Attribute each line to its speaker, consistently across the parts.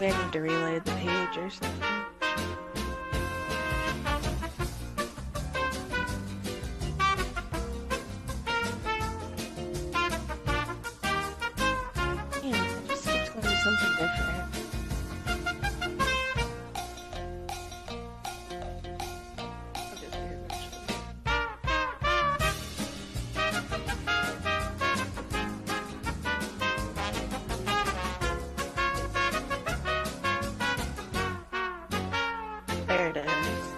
Speaker 1: Maybe I need to reload the page or something. Damn, it just keeps going to something different. I'll just do it eventually. There it is.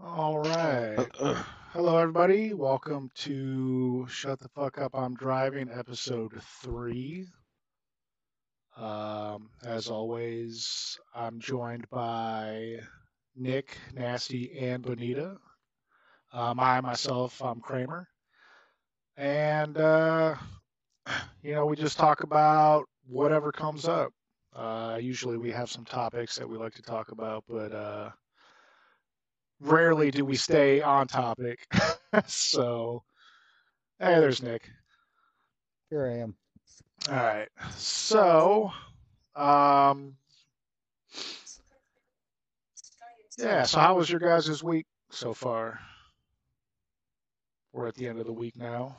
Speaker 2: All right. Hello, everybody. Welcome to Shut the Fuck Up I'm Driving, episode three. Um, as always, I'm joined by Nick, Nasty, and Bonita. Um, I, myself, I'm Kramer. And, uh, you know, we just talk about whatever comes up. Uh, usually we have some topics that we like to talk about, but, uh, rarely do we stay on topic. so, hey, there's Nick.
Speaker 3: Here I am.
Speaker 2: All right. So, um, yeah. So, how was your guys' week so far? We're at the end of the week now.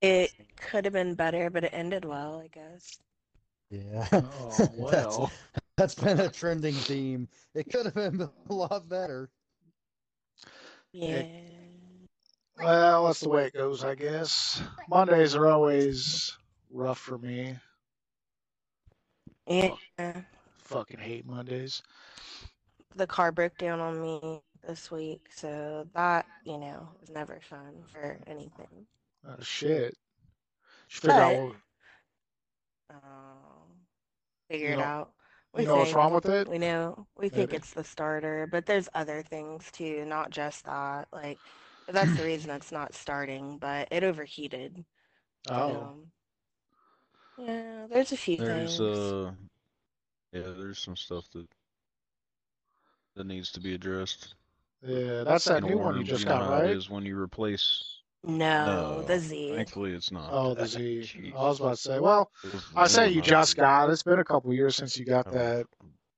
Speaker 1: It could have been better, but it ended well, I guess.
Speaker 3: Yeah.
Speaker 2: Oh well.
Speaker 3: that's been a trending theme. It could have been a lot better.
Speaker 1: Yeah.
Speaker 2: Well, that's the way it goes, I guess. Mondays are always rough for me.
Speaker 1: Yeah.
Speaker 2: Fucking hate Mondays.
Speaker 1: The car broke down on me this week, so that, you know, is never fun for anything.
Speaker 2: Oh, shit. Should figure out
Speaker 1: But-
Speaker 2: what-
Speaker 1: Um, figure
Speaker 2: You
Speaker 1: it
Speaker 2: know-
Speaker 1: out. We
Speaker 2: you know what's
Speaker 1: think-
Speaker 2: wrong with it.
Speaker 1: We know. We think
Speaker 2: Maybe.
Speaker 1: it's the starter, but there's other things too, not just that. Like, that's the reason it's not starting, but it overheated.
Speaker 2: Oh,
Speaker 1: Um, yeah, there's a few
Speaker 4: There's
Speaker 1: things.
Speaker 4: uh yeah, there's some stuff that that needs to be addressed.
Speaker 2: yeah, that's that
Speaker 4: In
Speaker 2: new one
Speaker 4: order,
Speaker 2: you just
Speaker 4: know
Speaker 2: got,
Speaker 4: how It
Speaker 2: right?
Speaker 4: is when you replace
Speaker 1: No, the
Speaker 4: No,
Speaker 1: Z.
Speaker 4: thankfully it's not.
Speaker 2: Oh, the Z.
Speaker 4: Jeez.
Speaker 2: I was about to say. Well,
Speaker 4: It was
Speaker 2: I say you
Speaker 4: not
Speaker 2: just got. It's been a couple years since you got
Speaker 4: Oh.
Speaker 2: that.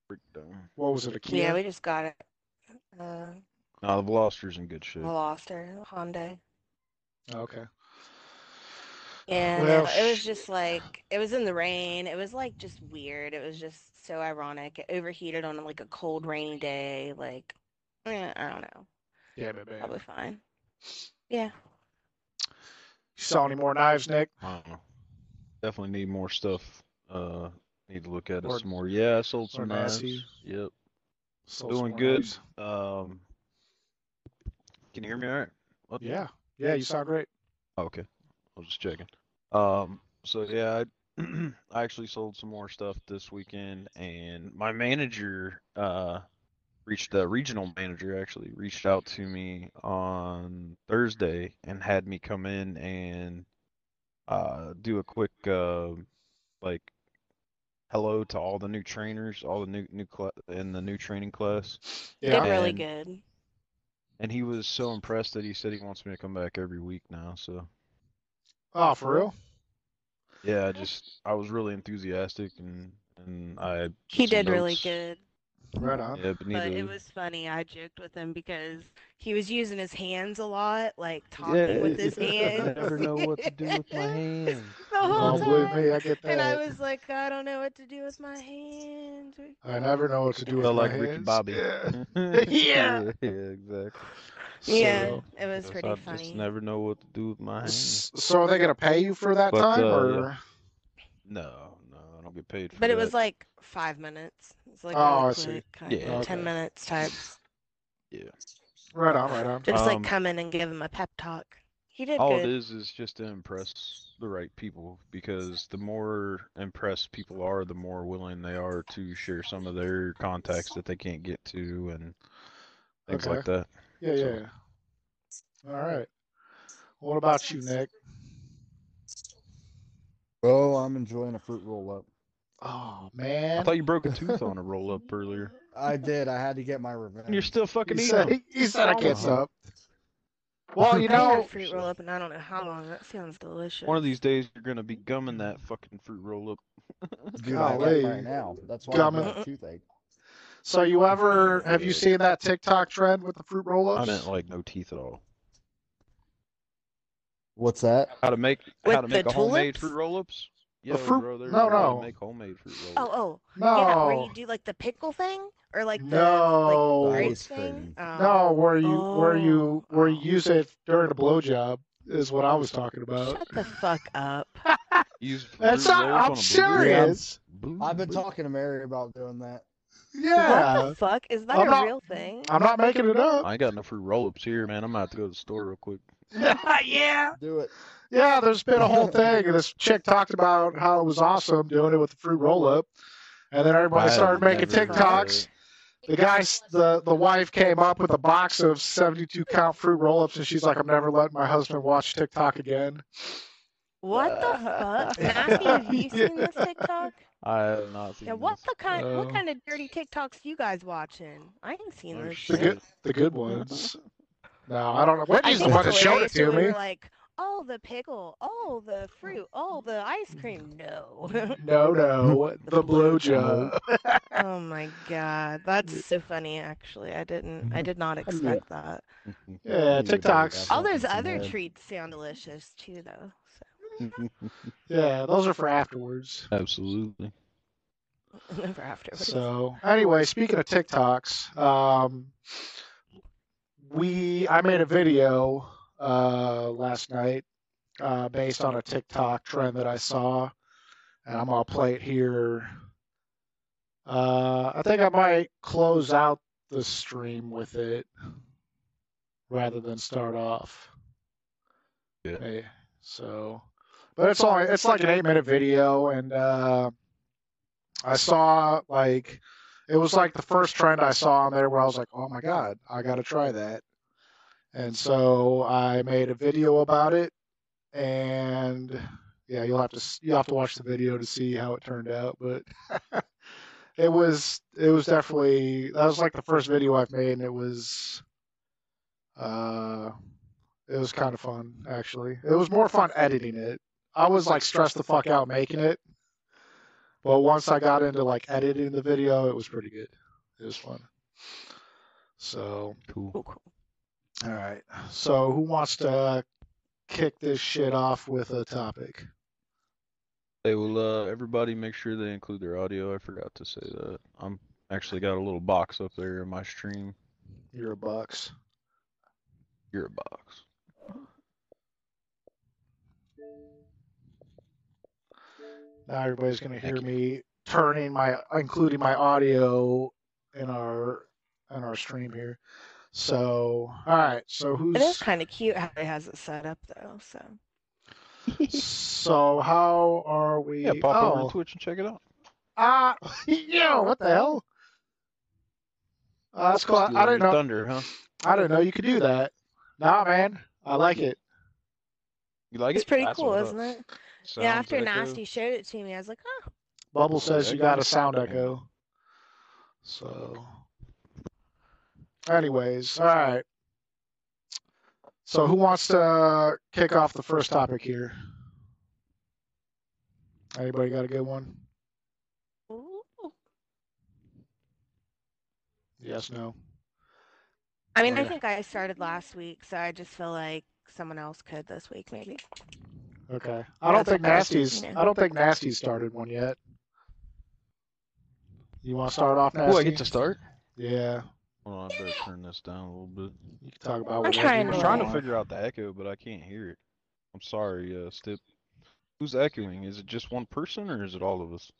Speaker 4: breakdown.
Speaker 2: What was it? A Kia?
Speaker 1: Yeah, we just got it. Uh,
Speaker 4: Nah, the Veloster's in good shape.
Speaker 1: Oh. Veloster, Hyundai.
Speaker 2: okay.
Speaker 1: Yeah,
Speaker 2: Well,
Speaker 1: no, it was
Speaker 2: sh-
Speaker 1: just like it was in the rain. It was like just weird. It was just so ironic. It overheated on like a cold, rainy day. Like, eh, I don't know.
Speaker 2: Yeah, baby.
Speaker 1: Probably fine. Yeah.
Speaker 2: You saw any more knives, Nick?
Speaker 4: I don't know. Definitely need more stuff. Uh need to look at it
Speaker 2: Or-
Speaker 4: some more. Yeah, I sold
Speaker 2: or
Speaker 4: some knives.
Speaker 2: nasty.
Speaker 4: Yep.
Speaker 2: Sold some
Speaker 4: Doing
Speaker 2: more
Speaker 4: good.
Speaker 2: knives?
Speaker 4: Um Can you hear me all right? What?
Speaker 2: Yeah. Yeah, you sound great.
Speaker 4: Oh, Okay. I was just checking. Um, so yeah, I, I actually sold some more stuff this weekend, and my manager uh reached the regional manager actually reached out to me on Thursday and had me come in and uh do a quick uh like hello to all the new trainers, all the new new cl- in the new training class.
Speaker 1: Did
Speaker 2: Yeah.
Speaker 1: really
Speaker 4: And-
Speaker 1: good.
Speaker 4: And he was so impressed that he said he wants me to come back every week now, so
Speaker 2: Oh, for real?
Speaker 4: Yeah, I just I was really enthusiastic and and I
Speaker 1: He
Speaker 4: some
Speaker 1: did really
Speaker 4: notes.
Speaker 1: good.
Speaker 2: Right on.
Speaker 4: Yeah, Benito.
Speaker 1: But it was funny. I joked with him because he was using his hands a lot, like talking
Speaker 4: Yeah,
Speaker 1: with his
Speaker 4: I
Speaker 1: hands.
Speaker 4: never know what to do with my hands.
Speaker 1: The whole
Speaker 2: Don't believe
Speaker 1: time.
Speaker 2: me, I get
Speaker 1: And I
Speaker 2: that.
Speaker 1: was like, I don't know what to do with my hands.
Speaker 2: I never know what to do with
Speaker 4: Felt
Speaker 2: my
Speaker 4: like Ricky
Speaker 2: hands.
Speaker 4: Bobby.
Speaker 2: Yeah.
Speaker 4: yeah, exactly.
Speaker 1: Yeah,
Speaker 2: So,
Speaker 1: it was
Speaker 4: Guess
Speaker 1: pretty
Speaker 4: I
Speaker 1: funny.
Speaker 4: just never know what to do with my hands.
Speaker 2: s- so are they gonna pay you for that
Speaker 4: But,
Speaker 2: time,
Speaker 4: uh,
Speaker 2: or
Speaker 4: No, no, I don't get paid for
Speaker 1: But it
Speaker 4: that.
Speaker 1: was like five minutes. It's like
Speaker 2: Oh,
Speaker 1: really
Speaker 2: I see.
Speaker 1: quick, kind of
Speaker 4: Yeah.
Speaker 1: ten
Speaker 2: Okay.
Speaker 1: minutes types.
Speaker 2: right on, right on.
Speaker 1: Just
Speaker 4: Um, Oh,
Speaker 1: like come in and give him a pep talk. He did
Speaker 4: All
Speaker 1: good.
Speaker 4: it is is just to impress the right people because the more impressed people are, the more willing they are to share some of their contacts that they can't get to and things
Speaker 2: Okay.
Speaker 4: like that.
Speaker 2: Yeah, yeah,
Speaker 4: So-
Speaker 2: yeah. All right. What about you, Nick?
Speaker 3: Oh, I'm enjoying a fruit roll up.
Speaker 2: Oh
Speaker 4: I
Speaker 2: man,
Speaker 4: thought you broke a tooth on a roll up earlier.
Speaker 3: I did. I had to get my revenge.
Speaker 4: And you're still fucking
Speaker 2: he
Speaker 4: eating
Speaker 2: said,
Speaker 4: 'em.
Speaker 2: he, said I can't
Speaker 4: Uh-huh.
Speaker 2: stop. Well, you
Speaker 1: I had a
Speaker 2: know,
Speaker 1: fruit roll up, and I don't know how long. That sounds delicious.
Speaker 4: One of these days you're gonna be gumming that fucking fruit roll up.
Speaker 3: Dude, I am
Speaker 2: Golly.
Speaker 3: right now. That's why
Speaker 2: Gum
Speaker 3: I'm
Speaker 1: it.
Speaker 3: a toothache.
Speaker 2: so you ever have you
Speaker 4: Yeah.
Speaker 2: seen that TikTok trend with the fruit
Speaker 4: I
Speaker 2: roll-ups?
Speaker 4: meant like no teeth at all.
Speaker 3: What's that?
Speaker 4: How to make how
Speaker 1: With
Speaker 4: to make
Speaker 1: the
Speaker 4: a homemade
Speaker 1: tulips?
Speaker 4: fruit roll ups? Yeah,
Speaker 2: fruit-
Speaker 4: bro, there's
Speaker 2: no,
Speaker 4: a way to
Speaker 2: no.
Speaker 4: make homemade fruit roll
Speaker 1: Oh,
Speaker 4: ups.
Speaker 1: oh, yeah, where
Speaker 2: no,
Speaker 1: you do like the pickle thing, or like the
Speaker 2: no,
Speaker 1: like, grape
Speaker 3: Ice
Speaker 1: thing.
Speaker 3: thing.
Speaker 1: Oh.
Speaker 2: no. Where you where you
Speaker 1: Oh.
Speaker 2: where you use it during a blowjob is what I was talking about.
Speaker 1: Shut the fuck up.
Speaker 4: Use
Speaker 2: oh. That's
Speaker 4: fruit
Speaker 2: not.
Speaker 4: roll-ups on a
Speaker 2: I'm
Speaker 4: blue-
Speaker 2: serious.
Speaker 4: blue-
Speaker 3: I've been
Speaker 4: blue-
Speaker 3: talking to Mary about doing that.
Speaker 1: What
Speaker 2: Yeah,
Speaker 1: the fuck? Is that
Speaker 2: I'm
Speaker 1: a
Speaker 2: not-
Speaker 1: real thing?
Speaker 2: I'm not making it up.
Speaker 4: I ain't got no fruit roll ups here, man. I'm gonna have to go to the store real quick.
Speaker 2: Uh, yeah.
Speaker 3: Do it.
Speaker 2: Yeah, there's been a whole thing, and this chick talked about how it was awesome doing it with the fruit roll up, and then everybody
Speaker 4: I
Speaker 2: started making
Speaker 4: never heard of
Speaker 2: TikToks. The guy, s- the the wife came up with a box of 72 count fruit roll ups, and she's like, "I'm never letting my husband watch TikTok again."
Speaker 1: What the fuck?
Speaker 4: Yeah.
Speaker 1: Nasty, have you seen this
Speaker 2: Yeah.
Speaker 1: TikTok?
Speaker 4: I have not seen
Speaker 1: Yeah, what
Speaker 4: this.
Speaker 1: the kind?
Speaker 2: Oh.
Speaker 1: What kind of dirty TikToks you guys watching? I ain't seen
Speaker 4: Oh,
Speaker 1: this
Speaker 4: shit.
Speaker 2: The good, the good ones. No, I don't know. Wendy's the
Speaker 1: think
Speaker 2: one that
Speaker 1: it's
Speaker 2: showed it
Speaker 1: hilarious when
Speaker 2: to
Speaker 1: we
Speaker 2: me.
Speaker 1: were like, oh, the pickle, oh, the fruit, oh, the ice cream. No.
Speaker 2: No, no, the blue job.
Speaker 1: oh my god, that's so funny. Actually, I didn't. I did not expect that.
Speaker 2: Yeah, TikToks.
Speaker 1: All those other
Speaker 4: trees.
Speaker 1: treats sound delicious too, though.
Speaker 4: Mm-hmm.
Speaker 2: Yeah, those are for afterwards.
Speaker 4: Absolutely.
Speaker 1: So never afterwards.
Speaker 2: So anyway, speaking of TikToks, um, we I made a video uh, last night uh, based on a TikTok trend that I saw, and I'm gonna play it here. Uh, I think I might close out the stream with it rather than start off.
Speaker 4: Yeah.
Speaker 2: Hey, so, but it's only it's like an eight minute video, and uh, I saw like it was like the first trend I saw on there where I was like, oh my god, I gotta try that. And so I made a video about it, and yeah, you'll have to s- you'll have to watch the video to see how it turned out. But it was it was definitely that was like the first video I've made, and it was uh it was kind of fun actually. It was more fun editing it. I was like stressed the fuck out making it, but once I got into like editing the video, it was pretty good. It was fun. So.
Speaker 4: Cool.
Speaker 1: Cool, cool.
Speaker 2: All right. So who wants to kick this shit off with a topic?
Speaker 4: They will uh everybody make sure they include their audio. I forgot to say that. I'm actually got a little box up there in my stream.
Speaker 2: You're a bucks.
Speaker 4: You're a box.
Speaker 2: Now everybody's gonna hear
Speaker 4: Thank you.
Speaker 2: me turning my including my audio in our in our stream here. So all right. So
Speaker 1: It is
Speaker 2: who's
Speaker 1: kind of cute how it has it set up though. So
Speaker 2: so how are we?
Speaker 4: Yeah, pop over
Speaker 2: oh,
Speaker 4: to Twitch and check it out.
Speaker 2: ah, yo, what the hell? Uh, that's cool. I, I
Speaker 4: Stealing
Speaker 2: didn't
Speaker 4: your
Speaker 2: know.
Speaker 4: Thunder, huh?
Speaker 2: I didn't know you could do that. Nah, man, I like it.
Speaker 4: You like
Speaker 1: it's
Speaker 4: it?
Speaker 1: pretty
Speaker 4: That's
Speaker 1: cool,
Speaker 4: what
Speaker 1: isn't
Speaker 4: up.
Speaker 1: it? yeah,
Speaker 4: Sounds
Speaker 1: after
Speaker 4: echo.
Speaker 1: Nasty showed it to me, I was like, oh,
Speaker 2: Bubble says you
Speaker 4: Echo?
Speaker 2: got a sound echo. So, anyways, all right. So, who wants to kick off the first topic here? Anybody got a good one?
Speaker 1: Ooh.
Speaker 2: Yes, no.
Speaker 1: I mean,
Speaker 2: Oh,
Speaker 1: I
Speaker 2: yeah.
Speaker 1: think I started last week, so I just feel like someone else could this week, maybe.
Speaker 2: Okay. I don't
Speaker 1: That's
Speaker 2: think
Speaker 1: what I was
Speaker 2: Nasty's.
Speaker 1: thinking.
Speaker 2: I don't think Nasty's started one yet. You want to start off, Nasty?
Speaker 4: Oh, I get to start.
Speaker 2: Yeah.
Speaker 4: Hold on, I better turn this down a little bit.
Speaker 2: You can talk about
Speaker 1: I'm
Speaker 2: whatever
Speaker 1: trying
Speaker 2: you
Speaker 4: I'm
Speaker 1: to-
Speaker 4: trying to
Speaker 2: want.
Speaker 4: figure out the echo, but I can't hear it. I'm sorry, uh, Stip. Who's echoing? Is it just one person or is it all of us?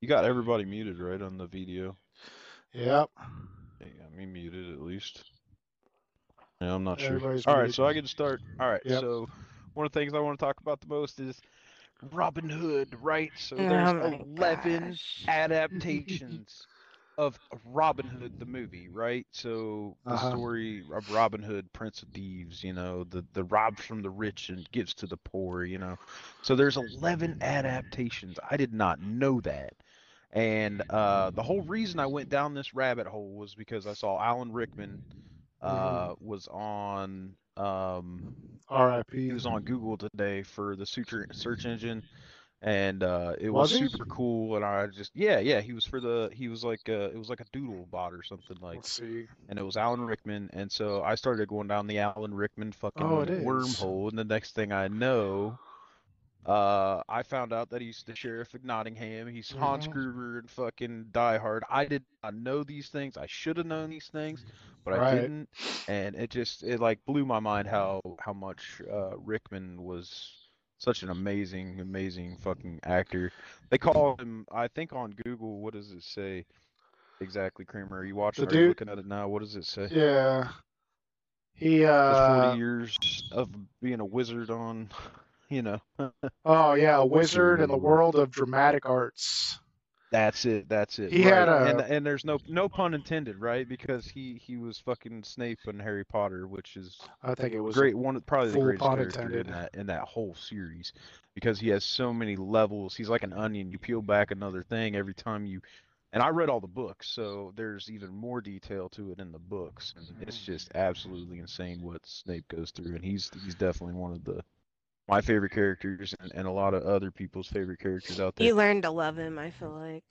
Speaker 4: You got everybody muted, right, on the video?
Speaker 2: Yep.
Speaker 4: Yeah, you got me muted at least. Yeah, I'm not sure.
Speaker 2: Everybody's
Speaker 4: All right,
Speaker 2: muted.
Speaker 4: so I get to start. All right,
Speaker 2: Yep.
Speaker 4: so one of the things I want to talk about the most is Robin Hood, right? So there's
Speaker 1: Oh my
Speaker 4: 11
Speaker 1: gosh.
Speaker 4: adaptations of Robin Hood the movie, right? So the
Speaker 2: Uh-huh.
Speaker 4: story of Robin Hood, Prince of Thieves, you know, the the robs from the rich and gives to the poor, you know. So there's 11 adaptations. I did not know that. And uh, the whole reason I went down this rabbit hole was because I saw Alan Rickman uh, was on um,
Speaker 2: R.I.P.
Speaker 4: he was on Google today for the suture search engine, and uh, it
Speaker 2: Was
Speaker 4: was,
Speaker 2: he?
Speaker 4: super cool. And I just yeah yeah he was for the he was like uh, it was like a doodle bot or something like,
Speaker 2: Let's see.
Speaker 4: and it was Alan Rickman. And so I started going down the Alan Rickman fucking
Speaker 2: Oh, it is.
Speaker 4: wormhole, and the next thing I know. Uh, I found out that he's the sheriff of Nottingham. He's Hans
Speaker 2: Mhm.
Speaker 4: Gruber and fucking Die Hard. I did not know these things. I should have known these things, but
Speaker 2: Right.
Speaker 4: I didn't. And it just it like blew my mind how how much uh, Rickman was such an amazing amazing fucking actor. They call him I think on Google. What does it say exactly, Kramer? Are you watching?
Speaker 2: The
Speaker 4: Are you
Speaker 2: dude-
Speaker 4: looking at it now? What does it say?
Speaker 2: Yeah. He.
Speaker 4: The
Speaker 2: Uh,
Speaker 4: Forty years of being a wizard on, you know.
Speaker 2: oh yeah, a wizard in the world of dramatic arts.
Speaker 4: That's it. That's it.
Speaker 2: He
Speaker 4: right.
Speaker 2: had a-
Speaker 4: and and there's no no pun intended, right? Because he he was fucking Snape in Harry Potter, which is
Speaker 2: I think it was
Speaker 4: great. One of- probably the
Speaker 2: full
Speaker 4: greatest
Speaker 2: pun
Speaker 4: character in
Speaker 2: intended.
Speaker 4: that in that whole series, because he has so many levels. He's like an onion. You peel back another thing every time you. And I read all the books, so there's even more detail to it in the books. And it's
Speaker 2: Mm-hmm.
Speaker 4: just absolutely insane what Snape goes through, and he's he's definitely one of the my favorite characters, and, and a lot of other people's favorite characters out there.
Speaker 1: You learn to love him, I feel like.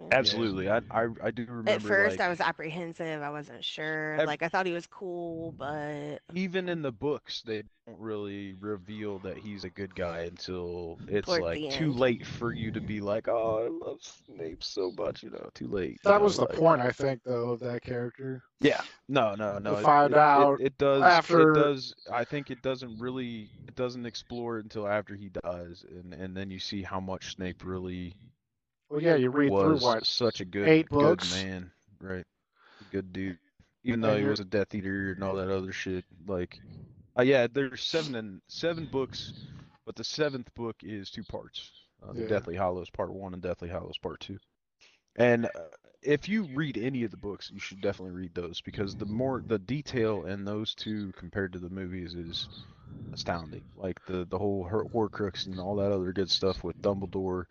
Speaker 1: Yeah.
Speaker 4: Absolutely, I, I I do remember.
Speaker 1: At first,
Speaker 4: like,
Speaker 1: I was apprehensive. I wasn't sure.
Speaker 4: Ev-
Speaker 1: Like, I thought he was cool, but
Speaker 4: even in the books they don't really reveal that he's a good guy until it's
Speaker 1: Toward the
Speaker 4: like too
Speaker 1: end.
Speaker 4: late for you to be like, oh, I love Snape so much, you know. Too late. you
Speaker 2: That
Speaker 4: know,
Speaker 2: was the
Speaker 4: like-
Speaker 2: point, I think, though, of that character.
Speaker 4: Yeah. No, no, no. it-
Speaker 2: find
Speaker 4: it, it-
Speaker 2: out
Speaker 4: it, does.
Speaker 2: after-
Speaker 4: It does. I think it doesn't really. It doesn't explore it until after he dies, and and then you see how much Snape really
Speaker 2: Well, yeah, you read through
Speaker 4: was
Speaker 2: what?
Speaker 4: such a good
Speaker 2: eight
Speaker 4: good
Speaker 2: books?
Speaker 4: man, right? Good dude. Even though
Speaker 2: And
Speaker 4: he
Speaker 2: you're-
Speaker 4: was a Death Eater and all that other shit, like, uh, yeah, there's seven and seven books, but the seventh book is two parts: uh, the
Speaker 2: Yeah.
Speaker 4: Deathly Hollows Part One and Deathly Hollows Part Two. And uh, if you read any of the books, you should definitely read those because the more the detail in those two compared to the movies is astounding. Like the the whole Hor- Horcrux and all that other good stuff with Dumbledore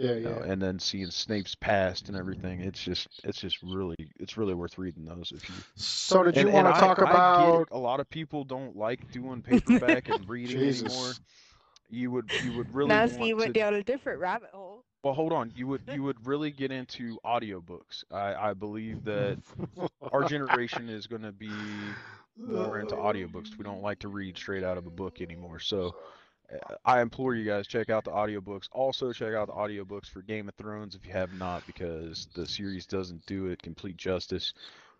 Speaker 2: Yeah,
Speaker 4: you know,
Speaker 2: yeah.
Speaker 4: and then seeing Snape's past and everything. It's just it's just really it's really worth reading those if you.
Speaker 2: So did you
Speaker 4: And-
Speaker 2: want
Speaker 4: and
Speaker 2: to
Speaker 4: I-
Speaker 2: talk
Speaker 4: I get it.
Speaker 2: about?
Speaker 4: a lot of people don't like doing paperback and reading anymore.
Speaker 2: Jesus.
Speaker 4: You would you would really
Speaker 1: now
Speaker 4: want
Speaker 1: he went
Speaker 4: to.
Speaker 1: down a different rabbit hole.
Speaker 4: Well, hold on. You would you would really get into audiobooks. I I believe that our generation is going to be more into audiobooks. We don't like to read straight out of a book anymore. So uh, I implore you guys check out the audiobooks. Also check out the audiobooks for Game of Thrones if you have not because the series doesn't do it complete justice.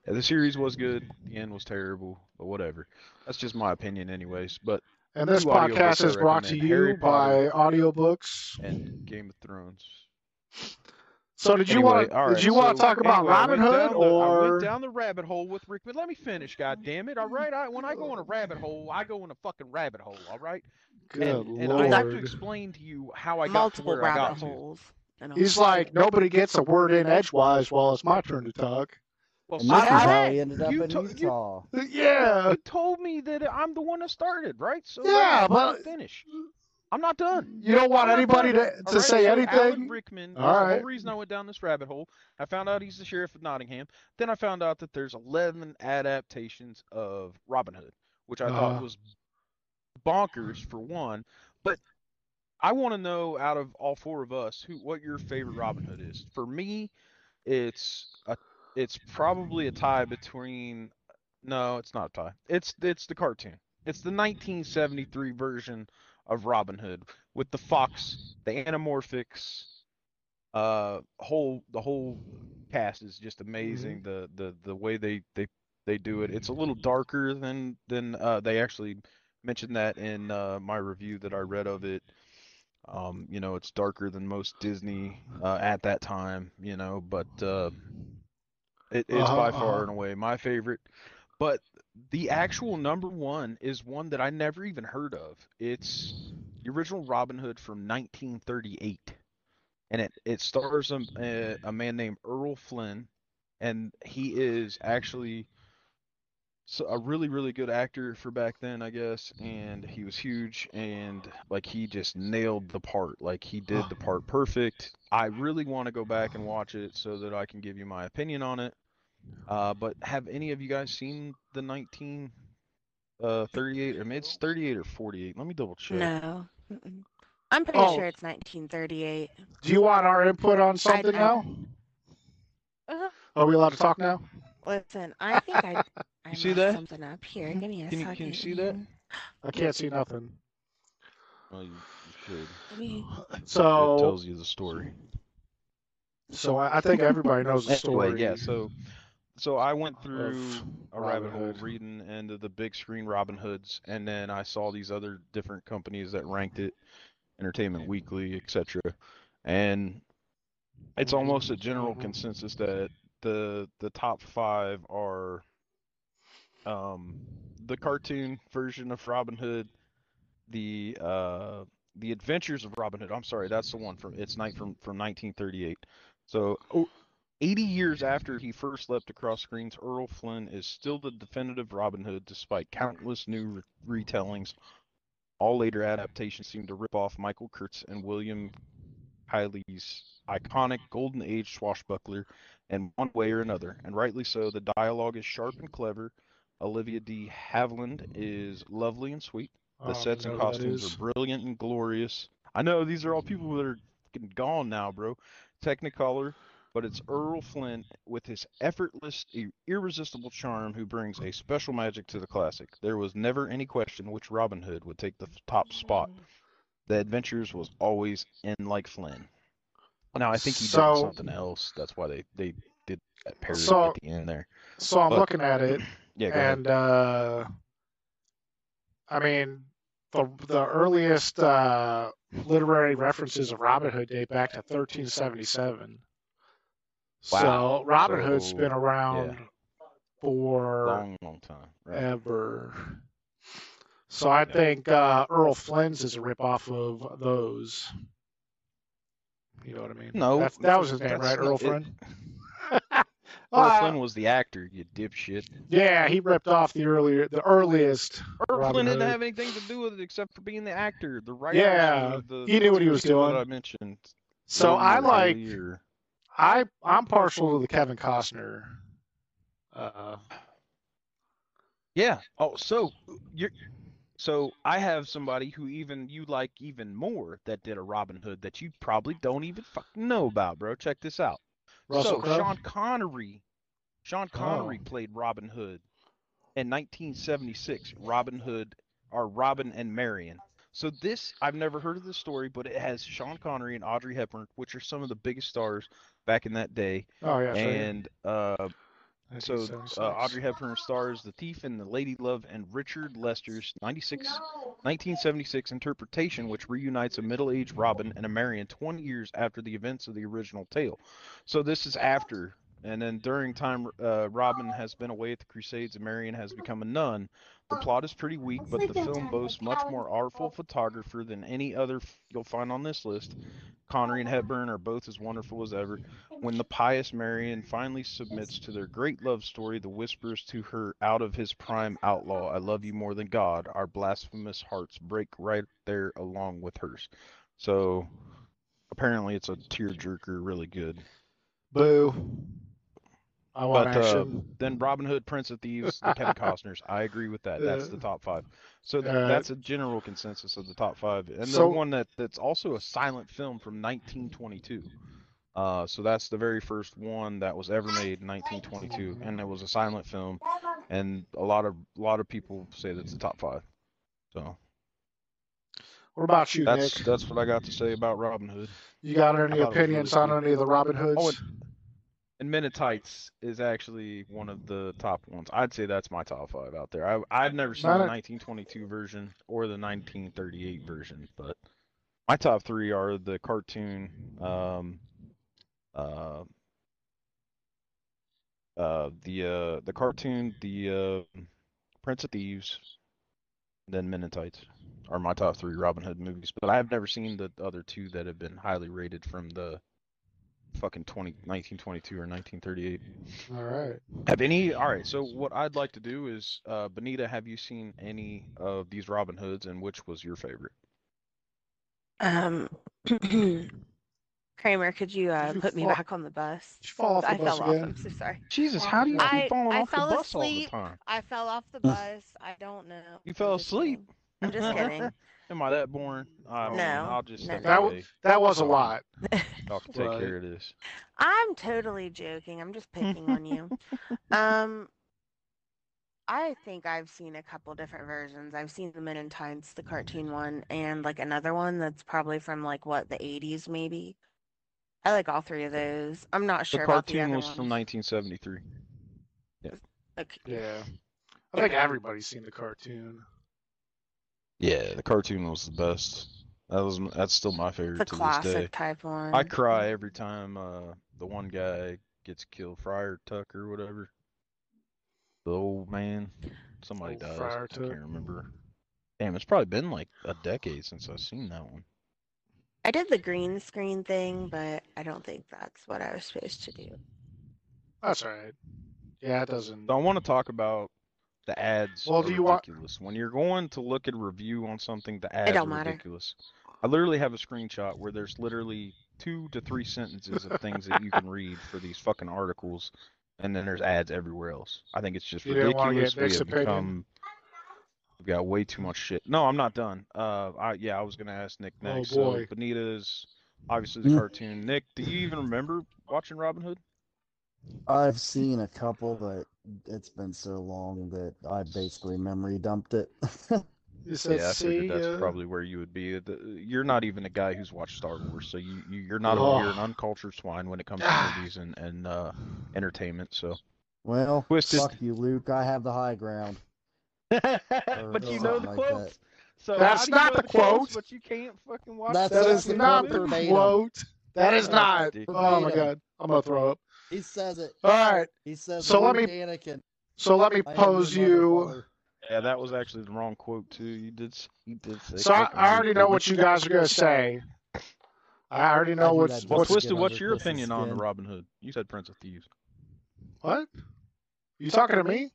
Speaker 4: Uh, The series was good, the end was terrible, but whatever. That's just my opinion anyways, but
Speaker 2: And this
Speaker 4: Two audiobooks
Speaker 2: podcast is
Speaker 4: I
Speaker 2: brought to
Speaker 4: recommend.
Speaker 2: you
Speaker 4: Harry
Speaker 2: by
Speaker 4: Potter.
Speaker 2: audiobooks.
Speaker 4: and Game of Thrones.
Speaker 2: So did you
Speaker 4: Anyway,
Speaker 2: want?
Speaker 4: all
Speaker 2: to Did
Speaker 4: right,
Speaker 2: you want to
Speaker 4: so
Speaker 2: talk about
Speaker 4: anyway, I
Speaker 2: Robin
Speaker 4: went
Speaker 2: Hood
Speaker 4: down the- I
Speaker 2: or?
Speaker 4: went down the rabbit hole with Rickman. Let me finish, god damn it. All right, I, when I go in a rabbit hole, I go in a fucking rabbit hole, all right?
Speaker 2: Good
Speaker 4: and, and I have to
Speaker 2: lord.
Speaker 4: explain to you how I got
Speaker 1: Multiple
Speaker 4: to where I
Speaker 1: rabbit
Speaker 4: got to.
Speaker 1: holes. and all.
Speaker 2: He's like nobody gets a word in edgewise while it's my turn to talk. Uh,
Speaker 4: Well,
Speaker 3: And
Speaker 4: so
Speaker 3: this is
Speaker 1: I-
Speaker 3: how
Speaker 1: I-
Speaker 3: he ended up
Speaker 4: you
Speaker 3: in
Speaker 4: to- you-
Speaker 3: Utah.
Speaker 2: Yeah.
Speaker 4: you Uh, told me that I'm the one that started, right? So let
Speaker 2: Yeah,
Speaker 4: me fucking
Speaker 2: but-
Speaker 4: finish. I'm not done.
Speaker 2: You don't want
Speaker 4: I'm not
Speaker 2: anybody
Speaker 4: done.
Speaker 2: to,
Speaker 4: All
Speaker 2: to
Speaker 4: right,
Speaker 2: say
Speaker 4: so Alan
Speaker 2: anything.
Speaker 4: Rickman.
Speaker 2: All
Speaker 4: that's The
Speaker 2: right.
Speaker 4: whole reason I went down this rabbit hole, I found out he's the sheriff of Nottingham. Then I found out that there's 11 adaptations of Robin Hood, which I
Speaker 2: Uh-huh.
Speaker 4: thought was bonkers for one. But I want to know out of all four of us who what your favorite Robin Hood is. For me, It's a, it's probably a tie between. No, it's not a tie. It's it's the cartoon. It's the 1973 version of Robin Hood with the fox, the anamorphics, uh, whole the whole cast is just amazing. The the the way they they they do it. It's a little darker than than uh, they actually mentioned that in uh, my review that I read of it. Um, you know, it's darker than most Disney uh, at that time. You know, but uh, it, it's by
Speaker 2: Uh-huh,
Speaker 4: far
Speaker 2: uh-huh.
Speaker 4: and away my favorite. But the actual number one is one that I never even heard of. It's the original Robin Hood from 1938, and it it stars a, a, a man named Earl Flynn, and he is actually so a really really good actor for back then i guess and he was huge and like he just nailed the part like he did the part perfect i really want to go back and watch it so that i can give you my opinion on it uh, but have any of you guys seen the 19 uh 38 I mean, it's 38 or 48 let me double check
Speaker 1: No. Mm-mm. I'm pretty
Speaker 2: Oh.
Speaker 1: sure it's 1938.
Speaker 2: Do you want our input on something now?
Speaker 1: don't- Uh,
Speaker 2: Are we allowed to talk now?
Speaker 1: listen, I think I, I
Speaker 4: see
Speaker 1: messed
Speaker 4: that?
Speaker 1: something up here. Give me a
Speaker 4: Can you-
Speaker 1: second.
Speaker 4: can you see that?
Speaker 2: I can't see nothing.
Speaker 4: well you, you should
Speaker 1: Let me-
Speaker 4: it
Speaker 2: So,
Speaker 4: tells you the story
Speaker 2: so I, I think everybody knows the
Speaker 4: Anyway,
Speaker 2: story.
Speaker 4: yeah so so i went
Speaker 2: of
Speaker 4: through a
Speaker 2: Robin
Speaker 4: rabbit hole
Speaker 2: Hood.
Speaker 4: reading into the big screen Robin Hoods, and then I saw these other different companies that ranked it, Entertainment Weekly, etc. And it's almost a general
Speaker 2: Mhm.
Speaker 4: consensus that the the top five are um, the cartoon version of Robin Hood, the uh, the Adventures of Robin Hood. I'm sorry, that's the one from it's night from from 1938. So oh, 80 years after he first leapt across screens, Earl Flynn is still the definitive Robin Hood, despite countless new re- retellings. All later adaptations seem to rip off Michael Kurtz and William Kiley's iconic Golden Age swashbuckler in one way or another, and rightly so. The dialogue is sharp and clever. Olivia de Havilland is lovely and sweet. The
Speaker 2: Um,
Speaker 4: sets and
Speaker 2: you know who that
Speaker 4: costumes
Speaker 2: is?
Speaker 4: are brilliant and glorious. I know these are all people that are fucking gone now, bro. Technicolor, but it's Earl Flynn with his effortless, i- irresistible charm who brings a special magic to the classic. There was never any question which Robin Hood would take the f- top spot. The Adventures was always in like Flynn. Now I think he
Speaker 2: So-
Speaker 4: did something else. That's why they they did that parody
Speaker 2: So-
Speaker 4: at the end there.
Speaker 2: So I'm
Speaker 4: But-
Speaker 2: looking at it,
Speaker 4: Yeah, go ahead.
Speaker 2: and uh, I mean, the the earliest uh, literary references of Robin Hood date back to 1377.
Speaker 4: Wow.
Speaker 2: So Robin Hood's
Speaker 4: So,
Speaker 2: been around for
Speaker 4: Long, long time. Right.
Speaker 2: ever. So I think uh, Earl Flynn's is a ripoff of those. You know what I mean?
Speaker 4: No,
Speaker 2: That's, that was his name,
Speaker 4: that's
Speaker 2: right?
Speaker 4: not-
Speaker 2: Earl
Speaker 4: it-
Speaker 2: Flynn.
Speaker 4: Earl
Speaker 2: Uh,
Speaker 4: Flynn was the actor, you dipshit.
Speaker 2: Yeah, he ripped off the earlier, the earliest.
Speaker 4: Earl
Speaker 2: Robin
Speaker 4: Flynn didn't
Speaker 2: Hood.
Speaker 4: have anything to do with it except for being the actor, the writer.
Speaker 2: Yeah,
Speaker 4: and the,
Speaker 2: he knew what he
Speaker 4: two
Speaker 2: was
Speaker 4: people
Speaker 2: doing.
Speaker 4: That I mentioned.
Speaker 2: So
Speaker 4: William
Speaker 2: I
Speaker 4: Kelly
Speaker 2: like,
Speaker 4: or-
Speaker 2: I I'm partial to the Kevin Costner. Uh,
Speaker 4: Yeah. Oh, so you're. So I have somebody who even you like even more that did a Robin Hood that you probably don't even fucking know about, bro. Check this out.
Speaker 2: Russell
Speaker 4: so
Speaker 2: Crowe?
Speaker 4: Sean Connery, Sean Connery
Speaker 2: Oh.
Speaker 4: played Robin Hood in 1976. Robin Hood, or Robin and Marion. So this I've never heard of this story, but it has Sean Connery and Audrey Hepburn, which are some of the biggest stars back in that day.
Speaker 2: oh yeah,
Speaker 4: and uh,
Speaker 2: right.
Speaker 4: so uh,
Speaker 2: 1976.
Speaker 4: Audrey Hepburn stars The Thief and the Lady Love and Richard Lester's 96, 1976 interpretation, which reunites a middle aged Robin and a Marion 20 years after the events of the original tale. So this is after, and then during time, uh, Robin has been away at the Crusades and Marion has become a nun. The plot is pretty weak, but the film boasts much more artful photographer than any other f- you'll find on this list. Connery and Hepburn are both as wonderful as ever. When the pious Marion finally submits to their great love story, the whispers to her out of his prime outlaw, I love you more than God, our blasphemous hearts break right there along with hers. So apparently it's a tearjerker, really good.
Speaker 2: Boo. I want
Speaker 4: But, uh,
Speaker 2: action.
Speaker 4: Then Robin Hood, Prince of Thieves, the Kevin Costner's. I agree with that. That's the top five. So th-
Speaker 2: All right.
Speaker 4: that's a general consensus of the top five. And
Speaker 2: So-
Speaker 4: the one that, that's also a silent film from 1922. Uh, so that's the very first one that was ever made in 1922, and it was a silent film, and a lot of a lot of people say that's the top five. So
Speaker 2: What about you,
Speaker 4: that's
Speaker 2: Nick?
Speaker 4: that's what I got to say about Robin Hood.
Speaker 2: You got any
Speaker 4: I thought it was
Speaker 2: opinions
Speaker 4: really
Speaker 2: on
Speaker 4: cool.
Speaker 2: any of the Robin Hoods?
Speaker 4: Oh, and, and Men in Tights is actually one of the top ones. I'd say that's my top five out there. I, I've never seen
Speaker 2: Not
Speaker 4: the
Speaker 2: a-
Speaker 4: 1922 version or the 1938 version, but my top three are the cartoon, um, uh, uh, the uh, the cartoon, the uh, Prince of Thieves, and then Men in Tights are my top three Robin Hood movies. But I've never seen the other two that have been highly rated from the fucking 20, 1922 or 1938.
Speaker 2: All right.
Speaker 4: Have any? All right. So what I'd like to do is, uh, Benita, have you seen any of these Robin Hoods, and which was your favorite?
Speaker 1: Um, Kramer, could you uh,
Speaker 2: You
Speaker 1: put me
Speaker 2: fall-
Speaker 1: back on the bus?
Speaker 2: Did you fall off the
Speaker 1: I
Speaker 2: bus
Speaker 1: fell off. I'm
Speaker 2: again?
Speaker 1: so sorry.
Speaker 4: Jesus, how do you keep
Speaker 1: I-
Speaker 4: falling
Speaker 1: I
Speaker 4: off the
Speaker 1: fell
Speaker 4: bus all the
Speaker 1: asleep.
Speaker 4: time?
Speaker 1: I fell off the bus. I don't know.
Speaker 4: You fell
Speaker 1: I'm just kidding.
Speaker 4: asleep.
Speaker 1: I'm just kidding.
Speaker 4: Am I that boring? I mean,
Speaker 1: No,
Speaker 4: I'll just
Speaker 1: no,
Speaker 4: step
Speaker 1: no. That
Speaker 2: wa-
Speaker 4: away.
Speaker 2: That was a
Speaker 4: Sorry.
Speaker 2: lot.
Speaker 4: Y'all can take
Speaker 2: Right.
Speaker 4: care of this.
Speaker 1: I'm totally joking. I'm just picking on you. Um, I think I've seen a couple different versions. I've seen the Men in Tights, the cartoon one, and like another one that's probably from like what, the 80s maybe. I like all three of those. I'm not sure
Speaker 4: the
Speaker 1: about the
Speaker 4: cartoon
Speaker 1: other
Speaker 4: was from
Speaker 1: ones.
Speaker 4: 1973.
Speaker 1: Like,
Speaker 2: Yeah. I think everybody's seen the cartoon.
Speaker 4: Yeah, the cartoon was the best. That was m- that's still my favorite
Speaker 1: the
Speaker 4: to this day.
Speaker 1: classic type
Speaker 4: I
Speaker 1: one.
Speaker 4: cry every time uh, the one guy gets killed, Friar Tuck or whatever. The old man, somebody
Speaker 2: Old
Speaker 4: dies.
Speaker 2: Friar
Speaker 4: I can't
Speaker 2: Tuck.
Speaker 4: remember. Damn, it's probably been like a decade since I've seen that one.
Speaker 1: I did the green screen thing, but I don't think that's what I was supposed to do.
Speaker 2: That's all right. Yeah, it doesn't.
Speaker 4: So I want to talk about the ads.
Speaker 2: Well,
Speaker 4: are
Speaker 2: do you want-
Speaker 4: ridiculous. When you're going to look at a review on something, the ads
Speaker 1: don't
Speaker 4: are
Speaker 1: matter.
Speaker 4: ridiculous. I literally have a screenshot where there's literally two to three sentences of things that you can read for these fucking articles, and then there's ads everywhere else. I think it's just
Speaker 2: You didn't wanna
Speaker 4: ridiculous.
Speaker 2: get Nick's
Speaker 4: we have
Speaker 2: opinion?
Speaker 4: become. We've got way too much shit. No, I'm not done. Uh, I yeah, I was gonna ask Nick
Speaker 2: Oh,
Speaker 4: next.
Speaker 2: boy.
Speaker 4: So Benita's obviously the
Speaker 3: Mm.
Speaker 4: cartoon. Nick, do you even remember watching Robin Hood?
Speaker 3: I've seen a couple, but it's been so long that I basically memory dumped it.
Speaker 2: It says,
Speaker 4: yeah, I
Speaker 2: "See uh,
Speaker 4: figured that's
Speaker 2: ya."
Speaker 4: probably where you would be. The- You're not even a guy who's watched Star Wars, so you, you you're not
Speaker 2: Oh.
Speaker 4: a, you're an uncultured swine when it comes to
Speaker 2: Ah.
Speaker 4: movies and and uh, entertainment. So,
Speaker 3: well,
Speaker 4: Twisted.
Speaker 3: fuck you, Luke. I have the high ground. Or
Speaker 4: but you
Speaker 3: something
Speaker 4: know the
Speaker 3: like that.
Speaker 4: quotes. So
Speaker 2: That's
Speaker 4: how do you
Speaker 2: not
Speaker 4: know
Speaker 2: the quote.
Speaker 4: quotes, but you can't fucking watch.
Speaker 3: That's
Speaker 2: That
Speaker 3: So
Speaker 2: is
Speaker 3: that's
Speaker 2: not
Speaker 3: not
Speaker 2: the
Speaker 3: verbatim.
Speaker 2: quote. That is
Speaker 4: That's
Speaker 2: not.
Speaker 4: ridiculous.
Speaker 2: Oh my
Speaker 3: Verbatim.
Speaker 2: god, I'm gonna throw up.
Speaker 3: He says it.
Speaker 2: All right,
Speaker 3: He says
Speaker 2: So
Speaker 3: the
Speaker 2: let
Speaker 3: word
Speaker 2: me
Speaker 3: Anakin.
Speaker 2: so let me
Speaker 3: I am
Speaker 2: pose
Speaker 3: your
Speaker 2: you.
Speaker 3: motherfucker.
Speaker 4: Yeah, that was actually the wrong quote too. You did s- you did say.
Speaker 2: So I,
Speaker 4: fucking
Speaker 2: I already
Speaker 4: Luke,
Speaker 2: know
Speaker 4: but-
Speaker 2: what you guys are gonna say. I already
Speaker 3: I
Speaker 2: know
Speaker 3: knew
Speaker 2: what's
Speaker 3: that
Speaker 4: Well,
Speaker 2: what's
Speaker 3: Twisted
Speaker 4: Twisted, what's
Speaker 3: under
Speaker 4: your
Speaker 3: Twisted
Speaker 4: opinion on the
Speaker 3: skin.
Speaker 4: Robin Hood? You said Prince of Thieves.
Speaker 2: what. You talking to me?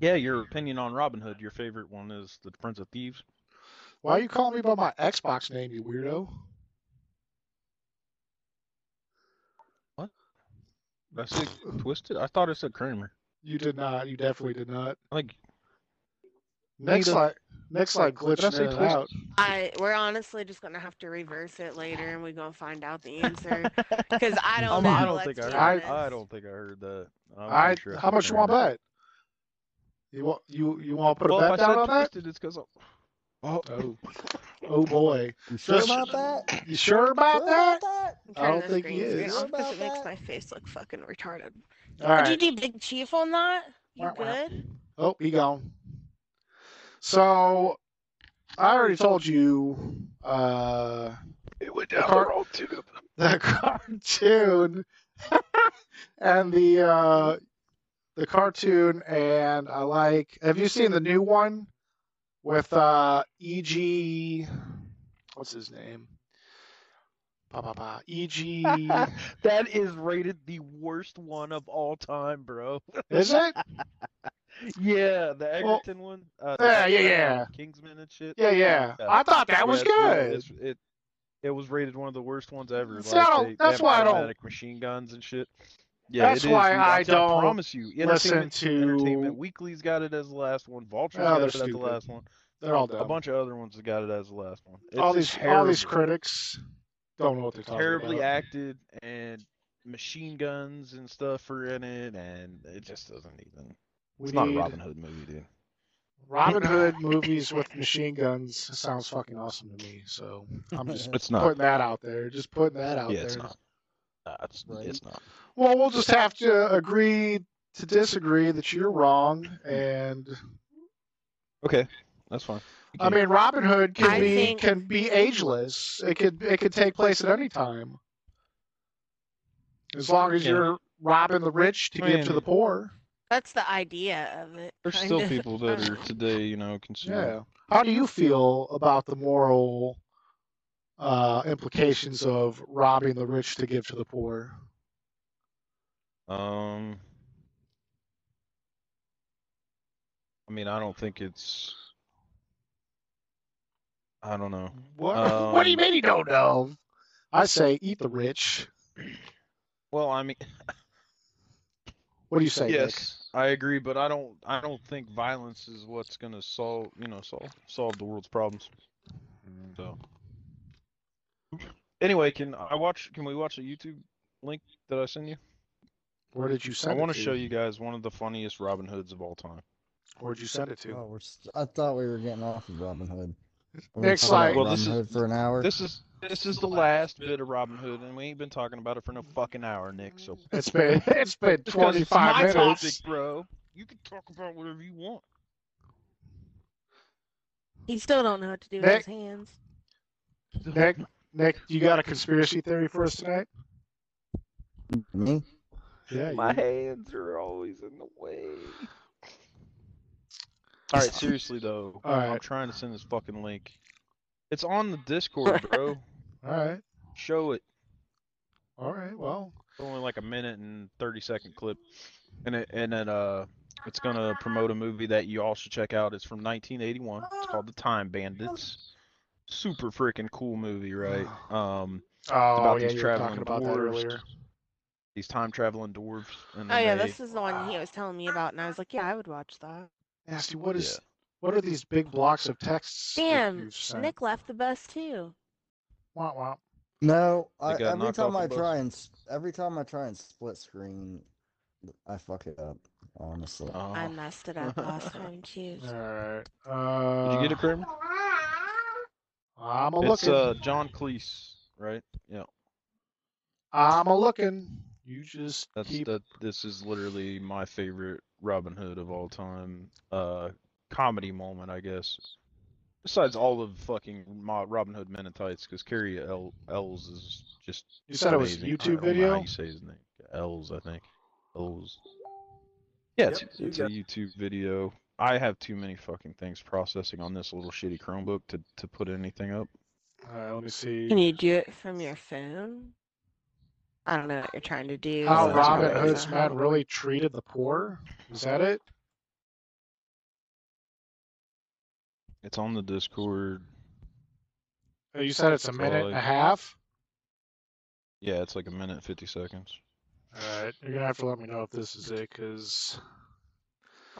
Speaker 4: Yeah, your opinion on Robin Hood. Your favorite one is the Prince of Thieves.
Speaker 2: Why are you calling me by my Xbox name, you weirdo?
Speaker 4: Did I say Twisted? I thought I said Kramer.
Speaker 2: You did not. You definitely did not.
Speaker 4: Like
Speaker 2: Next
Speaker 4: Nita.
Speaker 2: like next like
Speaker 4: Did I
Speaker 2: glitching
Speaker 4: say
Speaker 2: in and
Speaker 4: twist?
Speaker 2: out.
Speaker 1: I we're honestly just gonna have to reverse it later, and we're gonna find out the answer because I don't
Speaker 4: I'm-
Speaker 1: know.
Speaker 4: I don't
Speaker 1: let's
Speaker 4: think I
Speaker 1: be
Speaker 4: heard.
Speaker 2: honest.
Speaker 4: I don't think I heard that. I'm
Speaker 2: I
Speaker 4: pretty sure
Speaker 2: how
Speaker 4: said
Speaker 2: much you want to
Speaker 4: Kramer.
Speaker 2: bet? You want you you want to put a
Speaker 4: Well,
Speaker 2: bet
Speaker 4: if I
Speaker 2: down
Speaker 4: said
Speaker 2: on that?
Speaker 4: twisted, it's because. Oh,
Speaker 2: Oh, oh boy!
Speaker 3: You sure
Speaker 2: Just-
Speaker 3: about that?
Speaker 2: You sure about
Speaker 3: Sure
Speaker 2: that?
Speaker 3: about that?
Speaker 1: I'm
Speaker 2: I
Speaker 1: turning
Speaker 2: don't
Speaker 1: the
Speaker 2: think he
Speaker 1: screen
Speaker 2: is.
Speaker 1: off because
Speaker 3: About
Speaker 1: it makes
Speaker 3: that.
Speaker 1: my face look fucking retarded.
Speaker 2: All
Speaker 1: Did
Speaker 2: right.
Speaker 1: you do Big Chief on that? You
Speaker 2: Wah, wah.
Speaker 1: good?
Speaker 2: Oh, he gone. So I already told you uh,
Speaker 4: it went
Speaker 2: down the Car-
Speaker 4: wrong tube.
Speaker 2: the cartoon and the uh, the cartoon, and I like. Have you seen the new one with uh, E.G. What's his name? Pa pa pa. E.G.
Speaker 4: that is rated the worst one of all time, bro.
Speaker 2: Is it?
Speaker 4: Yeah, the
Speaker 2: Well,
Speaker 4: Egerton one. Uh,
Speaker 2: yeah, yeah,
Speaker 4: the-
Speaker 2: yeah.
Speaker 4: Kingsman and shit.
Speaker 2: Yeah, yeah.
Speaker 4: Yeah.
Speaker 2: I thought that was
Speaker 4: Yeah, it's- yeah,
Speaker 2: good.
Speaker 4: it's- It, it was rated one of the worst ones ever.
Speaker 2: See, I
Speaker 4: like,
Speaker 2: don't-
Speaker 4: they- they
Speaker 2: that's
Speaker 4: have
Speaker 2: why I don't-
Speaker 4: automatic machine guns and shit. Yeah,
Speaker 2: That's
Speaker 4: it is,
Speaker 2: why
Speaker 4: dude.
Speaker 2: I
Speaker 4: I'm telling-
Speaker 2: don't
Speaker 4: promise you.
Speaker 2: listen
Speaker 4: Entertainment, Entertainment
Speaker 2: to-
Speaker 4: Weekly's got it as the last one. Vulture's
Speaker 2: Oh,
Speaker 4: got
Speaker 2: they're
Speaker 4: it as the
Speaker 2: stupid.
Speaker 4: last one.
Speaker 2: They're all
Speaker 4: A
Speaker 2: dumb.
Speaker 4: bunch of other ones have got it as the last one. It's
Speaker 2: all these all these
Speaker 4: terrible.
Speaker 2: critics Don't know what they're talking
Speaker 4: terribly
Speaker 2: about.
Speaker 4: acted and machine guns and stuff are in it, and it just doesn't even.
Speaker 2: We
Speaker 4: It's not a
Speaker 2: need-
Speaker 4: Robin Hood movie, dude.
Speaker 2: Robin Hood movies with machine guns sounds fucking awesome to me. So I'm just
Speaker 4: It's
Speaker 2: putting
Speaker 4: not.
Speaker 2: that out there. Just putting that out
Speaker 4: Yeah,
Speaker 2: there.
Speaker 4: it's not. Uh, it's,
Speaker 2: Right.
Speaker 4: it's not.
Speaker 2: Well, we'll just have to agree to disagree that you're wrong. And
Speaker 4: Okay, that's fine. We
Speaker 2: I
Speaker 4: can-
Speaker 2: mean, Robin Hood can
Speaker 1: I
Speaker 2: be
Speaker 1: think-
Speaker 2: can be ageless. It could it could take place at any time, as long as
Speaker 4: Yeah.
Speaker 2: you're robbing the rich to
Speaker 4: I
Speaker 2: give to
Speaker 4: mean-
Speaker 2: the poor.
Speaker 1: That's the idea of it.
Speaker 4: there's
Speaker 1: kind
Speaker 4: still
Speaker 1: of.
Speaker 4: people that are today, you know,
Speaker 2: Yeah.
Speaker 4: considering.
Speaker 2: How do you feel about the moral uh, implications of robbing the rich to give to the poor?
Speaker 4: Um, I mean, I don't think it's. I don't know.
Speaker 2: What? what do you
Speaker 4: Um,
Speaker 2: mean you don't know? I say eat the rich.
Speaker 4: Well, I mean,
Speaker 2: What do you say? Nick?
Speaker 4: yes, I agree, but I don't. I don't think violence is what's going to solve, you know, solve solve the world's problems.
Speaker 2: Mm-hmm.
Speaker 4: So, anyway, can I watch? Can we watch the YouTube link that I send you?
Speaker 2: Where did you
Speaker 4: I
Speaker 2: send?
Speaker 4: want
Speaker 2: it
Speaker 4: to show you guys one of the funniest Robin Hoods of all time.
Speaker 2: Where'd you send it to?
Speaker 3: Oh, we're st- I thought we were getting off of Robin Hood. We were
Speaker 2: Next slide.
Speaker 3: talking about
Speaker 4: Well, this
Speaker 3: Robin
Speaker 4: is-
Speaker 3: Hood for an hour.
Speaker 4: This is this is the last bit of Robin Hood, and we ain't been talking about it for no fucking hour, Nick. So
Speaker 2: It's been it's been
Speaker 4: It's 'cause
Speaker 2: twenty
Speaker 4: it's
Speaker 2: five
Speaker 4: my
Speaker 2: minutes.
Speaker 4: topic, bro. You can talk about whatever you want.
Speaker 1: He still don't know what to do
Speaker 2: Nick.
Speaker 1: with his hands.
Speaker 2: Nick, Nick, you got a conspiracy theory for us tonight?
Speaker 3: Me?
Speaker 2: Yeah. you-
Speaker 4: hands are always in the way. All right, seriously though,
Speaker 2: All
Speaker 4: I'm
Speaker 2: right.
Speaker 4: trying to send this fucking link. It's on the Discord, bro.
Speaker 2: All right.
Speaker 4: Show it.
Speaker 2: All right. Well,
Speaker 4: It's only like a minute and thirty second clip, and it and it uh, it's gonna promote a movie that you all should check out. It's from 1981. It's called The Time Bandits. Super freaking cool movie, right? Um,
Speaker 2: oh
Speaker 4: about
Speaker 2: yeah,
Speaker 4: these
Speaker 2: you were
Speaker 4: traveling
Speaker 2: talking about that
Speaker 4: dwarves.
Speaker 2: earlier.
Speaker 4: These time traveling dwarves. And
Speaker 1: Oh
Speaker 4: then
Speaker 1: yeah,
Speaker 4: they-
Speaker 1: this is the one he was telling me about, and I was like, yeah, I would watch that.
Speaker 2: Nasty. What is?
Speaker 4: Yeah.
Speaker 2: What are these big blocks of texts? that
Speaker 1: Damn,
Speaker 2: you've sent?
Speaker 1: Nick left the bus too.
Speaker 2: Womp womp.
Speaker 3: No, I,
Speaker 4: got
Speaker 3: every
Speaker 4: knocked off
Speaker 3: time
Speaker 4: the
Speaker 3: I
Speaker 4: bus.
Speaker 3: try and s- every time I try and split screen, I fuck it up. Honestly,
Speaker 4: Oh.
Speaker 1: I messed it up last time too.
Speaker 2: All right. Uh,
Speaker 4: Did you get it, Kramer?
Speaker 2: I'm a
Speaker 4: It's
Speaker 2: looking.
Speaker 4: uh, John Cleese, right? Yeah,
Speaker 2: I'm a looking. You just
Speaker 4: that's
Speaker 2: keep.
Speaker 4: that. This is literally my favorite Robin Hood of all time. Uh, comedy moment, I guess. Besides all of fucking Mo- Robin Hood Men in Tights, because Carrie El- Ells is just.
Speaker 2: You said it was
Speaker 4: amazing.
Speaker 2: YouTube
Speaker 4: I don't know how
Speaker 2: video?
Speaker 4: you say his name. Ells, I think. Ells. Yeah, it's,
Speaker 5: Yep, you
Speaker 4: it's a
Speaker 5: got-
Speaker 4: YouTube video. I have too many fucking things processing on this little shitty Chromebook to, to put anything up.
Speaker 2: All right. Let me see.
Speaker 1: Can you do it from your phone? I don't know what you're trying to do.
Speaker 2: How
Speaker 4: That's
Speaker 2: Robin
Speaker 4: right.
Speaker 2: Hood's men really treated the poor? Is that it?
Speaker 4: It's on the Discord.
Speaker 2: Uh, You said it's a
Speaker 4: So,
Speaker 2: minute and
Speaker 4: like-
Speaker 2: a half.
Speaker 4: Yeah, it's like a minute fifty seconds.
Speaker 2: All right, you're gonna have to let me know if this is it, cause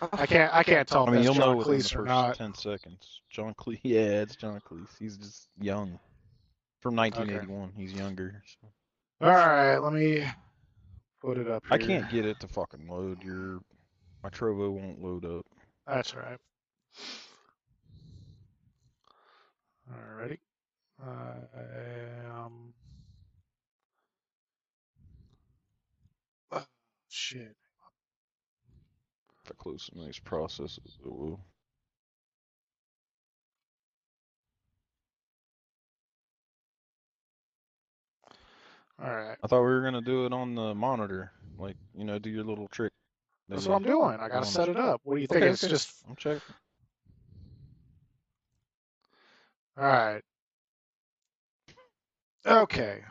Speaker 1: Oh,
Speaker 2: I can't I can't tell
Speaker 4: I
Speaker 2: if
Speaker 4: mean,
Speaker 2: that's
Speaker 4: you'll know
Speaker 2: John
Speaker 4: within the
Speaker 2: Cleese or not.
Speaker 4: first ten seconds. John Cleese. Yeah, it's John Cleese. He's just young. From 1981, he's younger. so.
Speaker 2: All right, let me put it up. Here.
Speaker 4: I can't get it to fucking load. Your my Trovo won't load up.
Speaker 2: That's all right. Alrighty. Uh, um. ah, Shit.
Speaker 4: If I close some of these processes, it will.
Speaker 2: All right.
Speaker 4: I thought we were gonna do it on the monitor, like you know, do your little trick. that
Speaker 2: That's
Speaker 4: you-
Speaker 2: what I'm doing. I gotta
Speaker 4: on-
Speaker 2: set it up. What do you think?
Speaker 4: Okay,
Speaker 2: It's
Speaker 4: okay.
Speaker 2: just
Speaker 4: I'm checking.
Speaker 2: All right. Okay.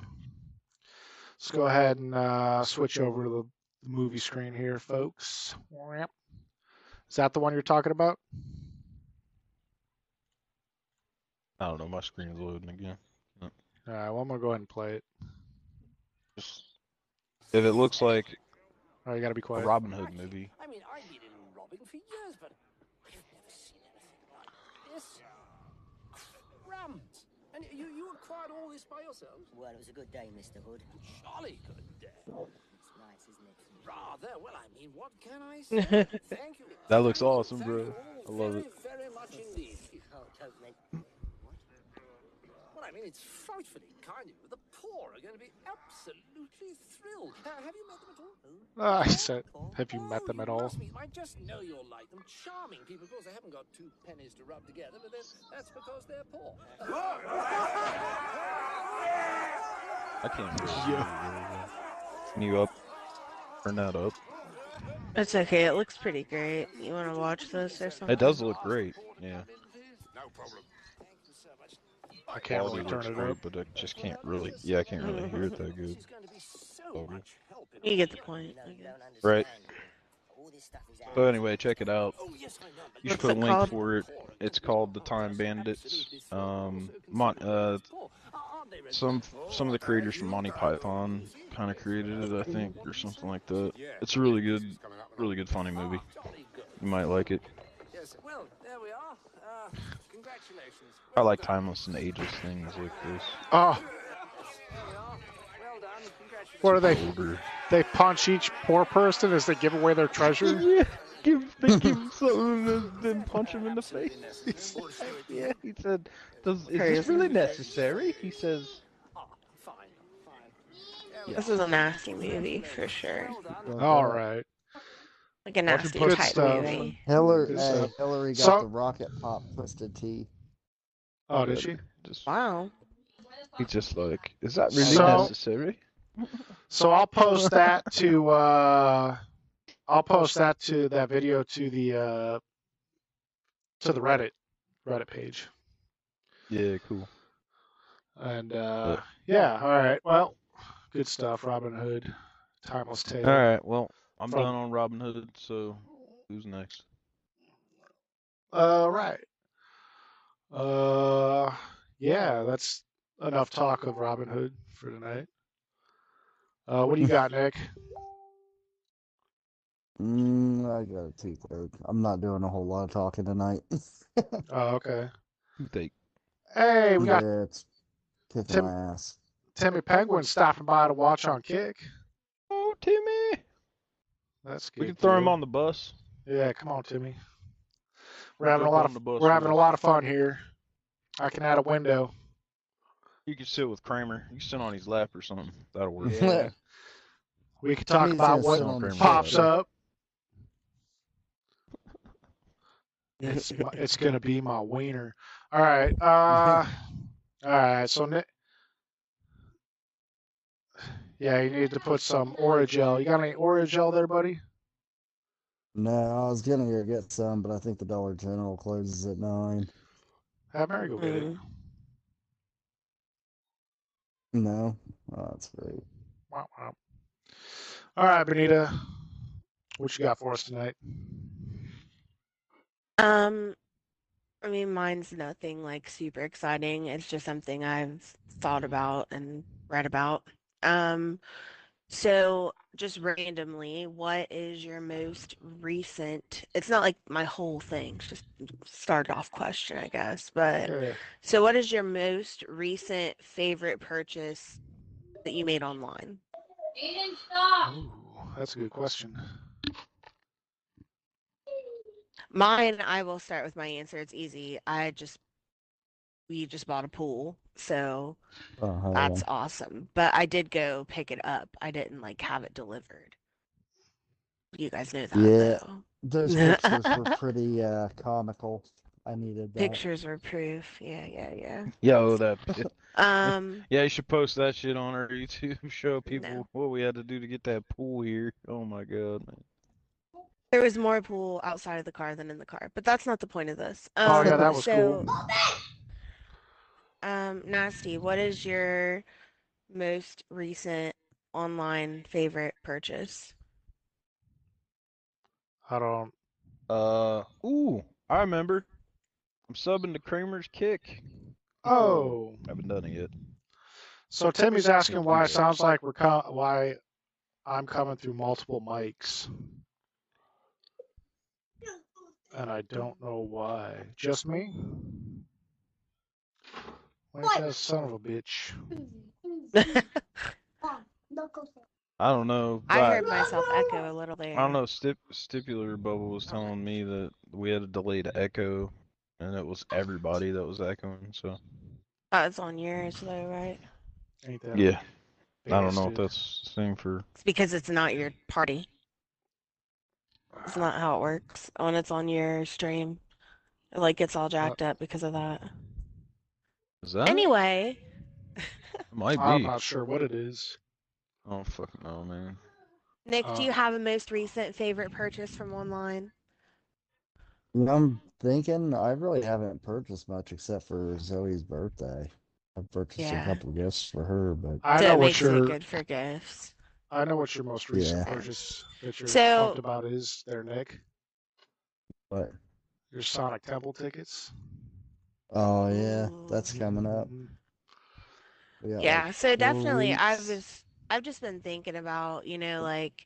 Speaker 2: Let's go ahead and uh, switch over to the, the movie screen here, folks. Wamp. Is that the one you're talking about?
Speaker 4: I don't know. My screen is loading again.
Speaker 2: All right. Well, I'm gonna go ahead and play it.
Speaker 4: Just if it looks like
Speaker 2: All right, Oh, you gotta be
Speaker 4: a
Speaker 2: quiet.
Speaker 4: Robin Hood movie,
Speaker 5: I mean, I've been in robbing for years, but I've never seen anything like this. Crammed and And you, you acquired all this by yourselves?
Speaker 6: Well, it was a good day, Mr. Hood.
Speaker 5: Jolly good day.
Speaker 6: It's nice, isn't it?
Speaker 5: Rather, well, I mean, what can I say? Thank you.
Speaker 4: That looks
Speaker 5: Thank you,
Speaker 4: awesome,
Speaker 5: thank
Speaker 4: bro.
Speaker 5: you all
Speaker 4: I love
Speaker 5: very,
Speaker 4: it.
Speaker 5: Very much indeed.
Speaker 6: Oh, don't make. What?
Speaker 5: Well, I mean, it's frightfully kind of you. The poor are going to be absolutely thrilled. Uh, have you met them at all?
Speaker 2: Ah, I said,
Speaker 6: Paul?
Speaker 2: have you met
Speaker 5: Oh,
Speaker 2: them at
Speaker 5: you
Speaker 2: all?
Speaker 5: must meet them. I just know you'll like them. Charming people. Of course, they haven't got two pennies to rub together, but that's, that's because they're poor.
Speaker 4: I can't hear you. Can you up? Turn that up.
Speaker 1: It's okay. It looks pretty great. You want to watch this or something?
Speaker 4: It does look great. Yeah.
Speaker 5: No problem. Thank you so much.
Speaker 2: I can't really
Speaker 4: Quality
Speaker 2: turn
Speaker 4: looks
Speaker 2: it
Speaker 4: great,
Speaker 2: up.
Speaker 4: But I just can't really. Yeah, I can't really hear it that
Speaker 5: This
Speaker 4: good.
Speaker 5: is going to be so
Speaker 4: Over.
Speaker 5: much help in
Speaker 1: You
Speaker 5: our
Speaker 1: get the
Speaker 5: deal.
Speaker 1: point.
Speaker 6: No,
Speaker 1: I
Speaker 6: you
Speaker 1: guess.
Speaker 6: don't understand.
Speaker 4: Right.
Speaker 6: All this stuff is out.
Speaker 4: So anyway, check it out.
Speaker 5: Oh, yes, I know, but
Speaker 4: You
Speaker 1: What's
Speaker 4: should put a
Speaker 1: it
Speaker 4: link
Speaker 1: called?
Speaker 4: for it. It's called The Time Bandits. Um, Mon- uh, some
Speaker 5: Oh,
Speaker 4: some of the creators from Monty Python kind of created it, I think, or something like that. It's a really good, really good, funny movie.
Speaker 5: Ah, Jolly good.
Speaker 4: You might like it.
Speaker 5: Yes, well, there we are. Uh, congratulations.
Speaker 4: I
Speaker 5: Well
Speaker 4: like
Speaker 5: done.
Speaker 4: timeless and ageless things like this.
Speaker 2: Oh,
Speaker 5: There we are. Well done. Congratulations.
Speaker 2: what are they?
Speaker 4: Older.
Speaker 2: They punch each poor person as they give away their treasure.
Speaker 4: give, they give him something and then punch him in the face. He said, yeah, he said, Does, is this really necessary? He says,
Speaker 5: Ah, fine, fine. There we
Speaker 1: This
Speaker 5: are.
Speaker 1: is a nasty movie for sure.
Speaker 5: Well done.
Speaker 3: uh,
Speaker 2: All right.
Speaker 1: Like a
Speaker 2: Watch it
Speaker 1: nasty
Speaker 2: put
Speaker 1: type
Speaker 2: stuff.
Speaker 1: movie.
Speaker 3: Hillary,
Speaker 2: It's,
Speaker 3: hey,
Speaker 2: uh,
Speaker 3: Hillary got
Speaker 2: so-
Speaker 3: the rocket pop twisted tea.
Speaker 2: Oh, did she?
Speaker 4: Just,
Speaker 1: Wow.
Speaker 4: he's just like, Is that really
Speaker 2: So-
Speaker 4: necessary?
Speaker 2: So I'll post that to uh, I'll post that to that video to the uh, to the Reddit Reddit page.
Speaker 4: Yeah, cool.
Speaker 2: And uh, yeah, all right. Well, good stuff. Robin Hood, Timeless Tale.
Speaker 4: All right, well, I'm
Speaker 2: From-
Speaker 4: done on Robin Hood, so who's next?
Speaker 2: All right. Uh, yeah, that's enough talk of Robin Hood for tonight. Uh, what do you got, Nick?
Speaker 3: Mm, I got a toothache. I'm not doing a whole lot of talking tonight.
Speaker 2: Oh, okay.
Speaker 4: You think?
Speaker 2: Hey, we got
Speaker 3: yeah, it's kicking
Speaker 2: Tim-
Speaker 3: my ass.
Speaker 2: Timmy Penguin stopping by to watch on Kick.
Speaker 4: Oh, Timmy!
Speaker 2: That's good.
Speaker 4: We can throw him
Speaker 2: deal.
Speaker 4: on the bus.
Speaker 2: Yeah, come on, Timmy. We're having a
Speaker 4: Jump
Speaker 2: lot
Speaker 4: on
Speaker 2: of
Speaker 4: the bus
Speaker 2: we're having
Speaker 4: with
Speaker 2: a
Speaker 4: us.
Speaker 2: lot of fun here. I can add a window.
Speaker 4: You can sit with Kramer. You can sit on his lap or something. That'll work.
Speaker 2: Yeah. We could talk
Speaker 3: He's
Speaker 2: about
Speaker 3: just
Speaker 2: what
Speaker 3: sitting on the
Speaker 2: pops
Speaker 3: floor.
Speaker 2: up. It's my- it's gonna be my wiener. All right. Uh, all right. So Nick. Yeah, you need to put some Oragel. You got any Oragel there, buddy?
Speaker 3: No, I was gonna go get some, but I think the Dollar General closes at nine.
Speaker 2: Have Mary go get it.
Speaker 3: No, oh, that's great.
Speaker 2: Womp womp. All right, Benita. What you got for us tonight?
Speaker 1: Um, I mean, mine's nothing like super exciting. It's just something I've thought about and read about. Um, so just randomly, what is your most recent? It's not like my whole thing, it's just start off question, I guess. But
Speaker 2: Yeah.
Speaker 1: so, what is your most recent favorite purchase that you made online?
Speaker 7: Aiden, stop!
Speaker 2: Ooh, that's a good question.
Speaker 1: Mine, I will start with my answer. It's easy. I just, we just bought a pool, so.
Speaker 3: Oh, hell yeah.
Speaker 1: That's awesome. But I did go pick it up. I didn't like have it delivered. You guys know that,
Speaker 3: Yeah.
Speaker 1: though.
Speaker 3: Those pictures were pretty uh, comical. I needed that.
Speaker 1: Pictures are proof. Yeah, yeah, yeah.
Speaker 4: Yo, that.
Speaker 1: Um,
Speaker 4: Yeah, you should post that shit on our YouTube. Show people
Speaker 1: No.
Speaker 4: what we had to do to get that pool here. Oh my god, man.
Speaker 1: there was more pool outside of the car than in the car, but that's not the point of this.
Speaker 2: Oh, yeah,
Speaker 1: Um,
Speaker 2: that was
Speaker 1: so,
Speaker 2: cool.
Speaker 1: um, Nasty, what is your most recent online favorite purchase?
Speaker 2: I don't.
Speaker 4: Uh, ooh, I remember. I'm subbing to Kramer's Kick.
Speaker 2: Oh,
Speaker 4: I haven't done it yet.
Speaker 2: so Timmy's asking why it sounds like we're co- why I'm coming through multiple mics, and I don't know why. Just me? Wait, that son of a bitch.
Speaker 4: I don't know.
Speaker 1: I
Speaker 4: but-
Speaker 1: heard myself echo a little there.
Speaker 4: I don't know. Stip, Stipular Bubble was telling me that we had a delayed echo, and it was everybody that was echoing. So
Speaker 1: Oh, it's on yours though, right?
Speaker 2: Ain't that a
Speaker 4: yeah, I don't know if
Speaker 2: bastard?
Speaker 4: that's the same for.
Speaker 1: It's because it's not your party. It's not how it works. When it's on your stream, it like gets
Speaker 2: Uh
Speaker 1: all jacked up because of that.
Speaker 4: Is that?
Speaker 1: Anyway,
Speaker 4: It might
Speaker 2: I'm
Speaker 4: be. I
Speaker 2: not sure what it is.
Speaker 4: don't fucking know, man.
Speaker 1: Nick,
Speaker 2: Uh,
Speaker 1: do you have a most recent favorite purchase from online?
Speaker 3: And I'm thinking I really haven't purchased much except for Zoe's birthday. I've purchased
Speaker 1: Yeah.
Speaker 3: a couple gifts for her, but
Speaker 2: I
Speaker 1: so
Speaker 2: know
Speaker 1: it
Speaker 2: what
Speaker 1: makes it
Speaker 2: your
Speaker 1: good for gifts.
Speaker 2: I know what your most recent
Speaker 1: Yeah.
Speaker 2: purchase that you're
Speaker 1: So-
Speaker 2: pumped about is there, Nick.
Speaker 3: but
Speaker 2: Your Sonic Temple tickets.
Speaker 3: oh yeah,
Speaker 1: Ooh.
Speaker 3: that's coming up.
Speaker 2: Mhm.
Speaker 3: We got,
Speaker 1: Yeah, so
Speaker 3: four
Speaker 1: definitely I
Speaker 3: weeks.
Speaker 1: was I've just been thinking about, you know, like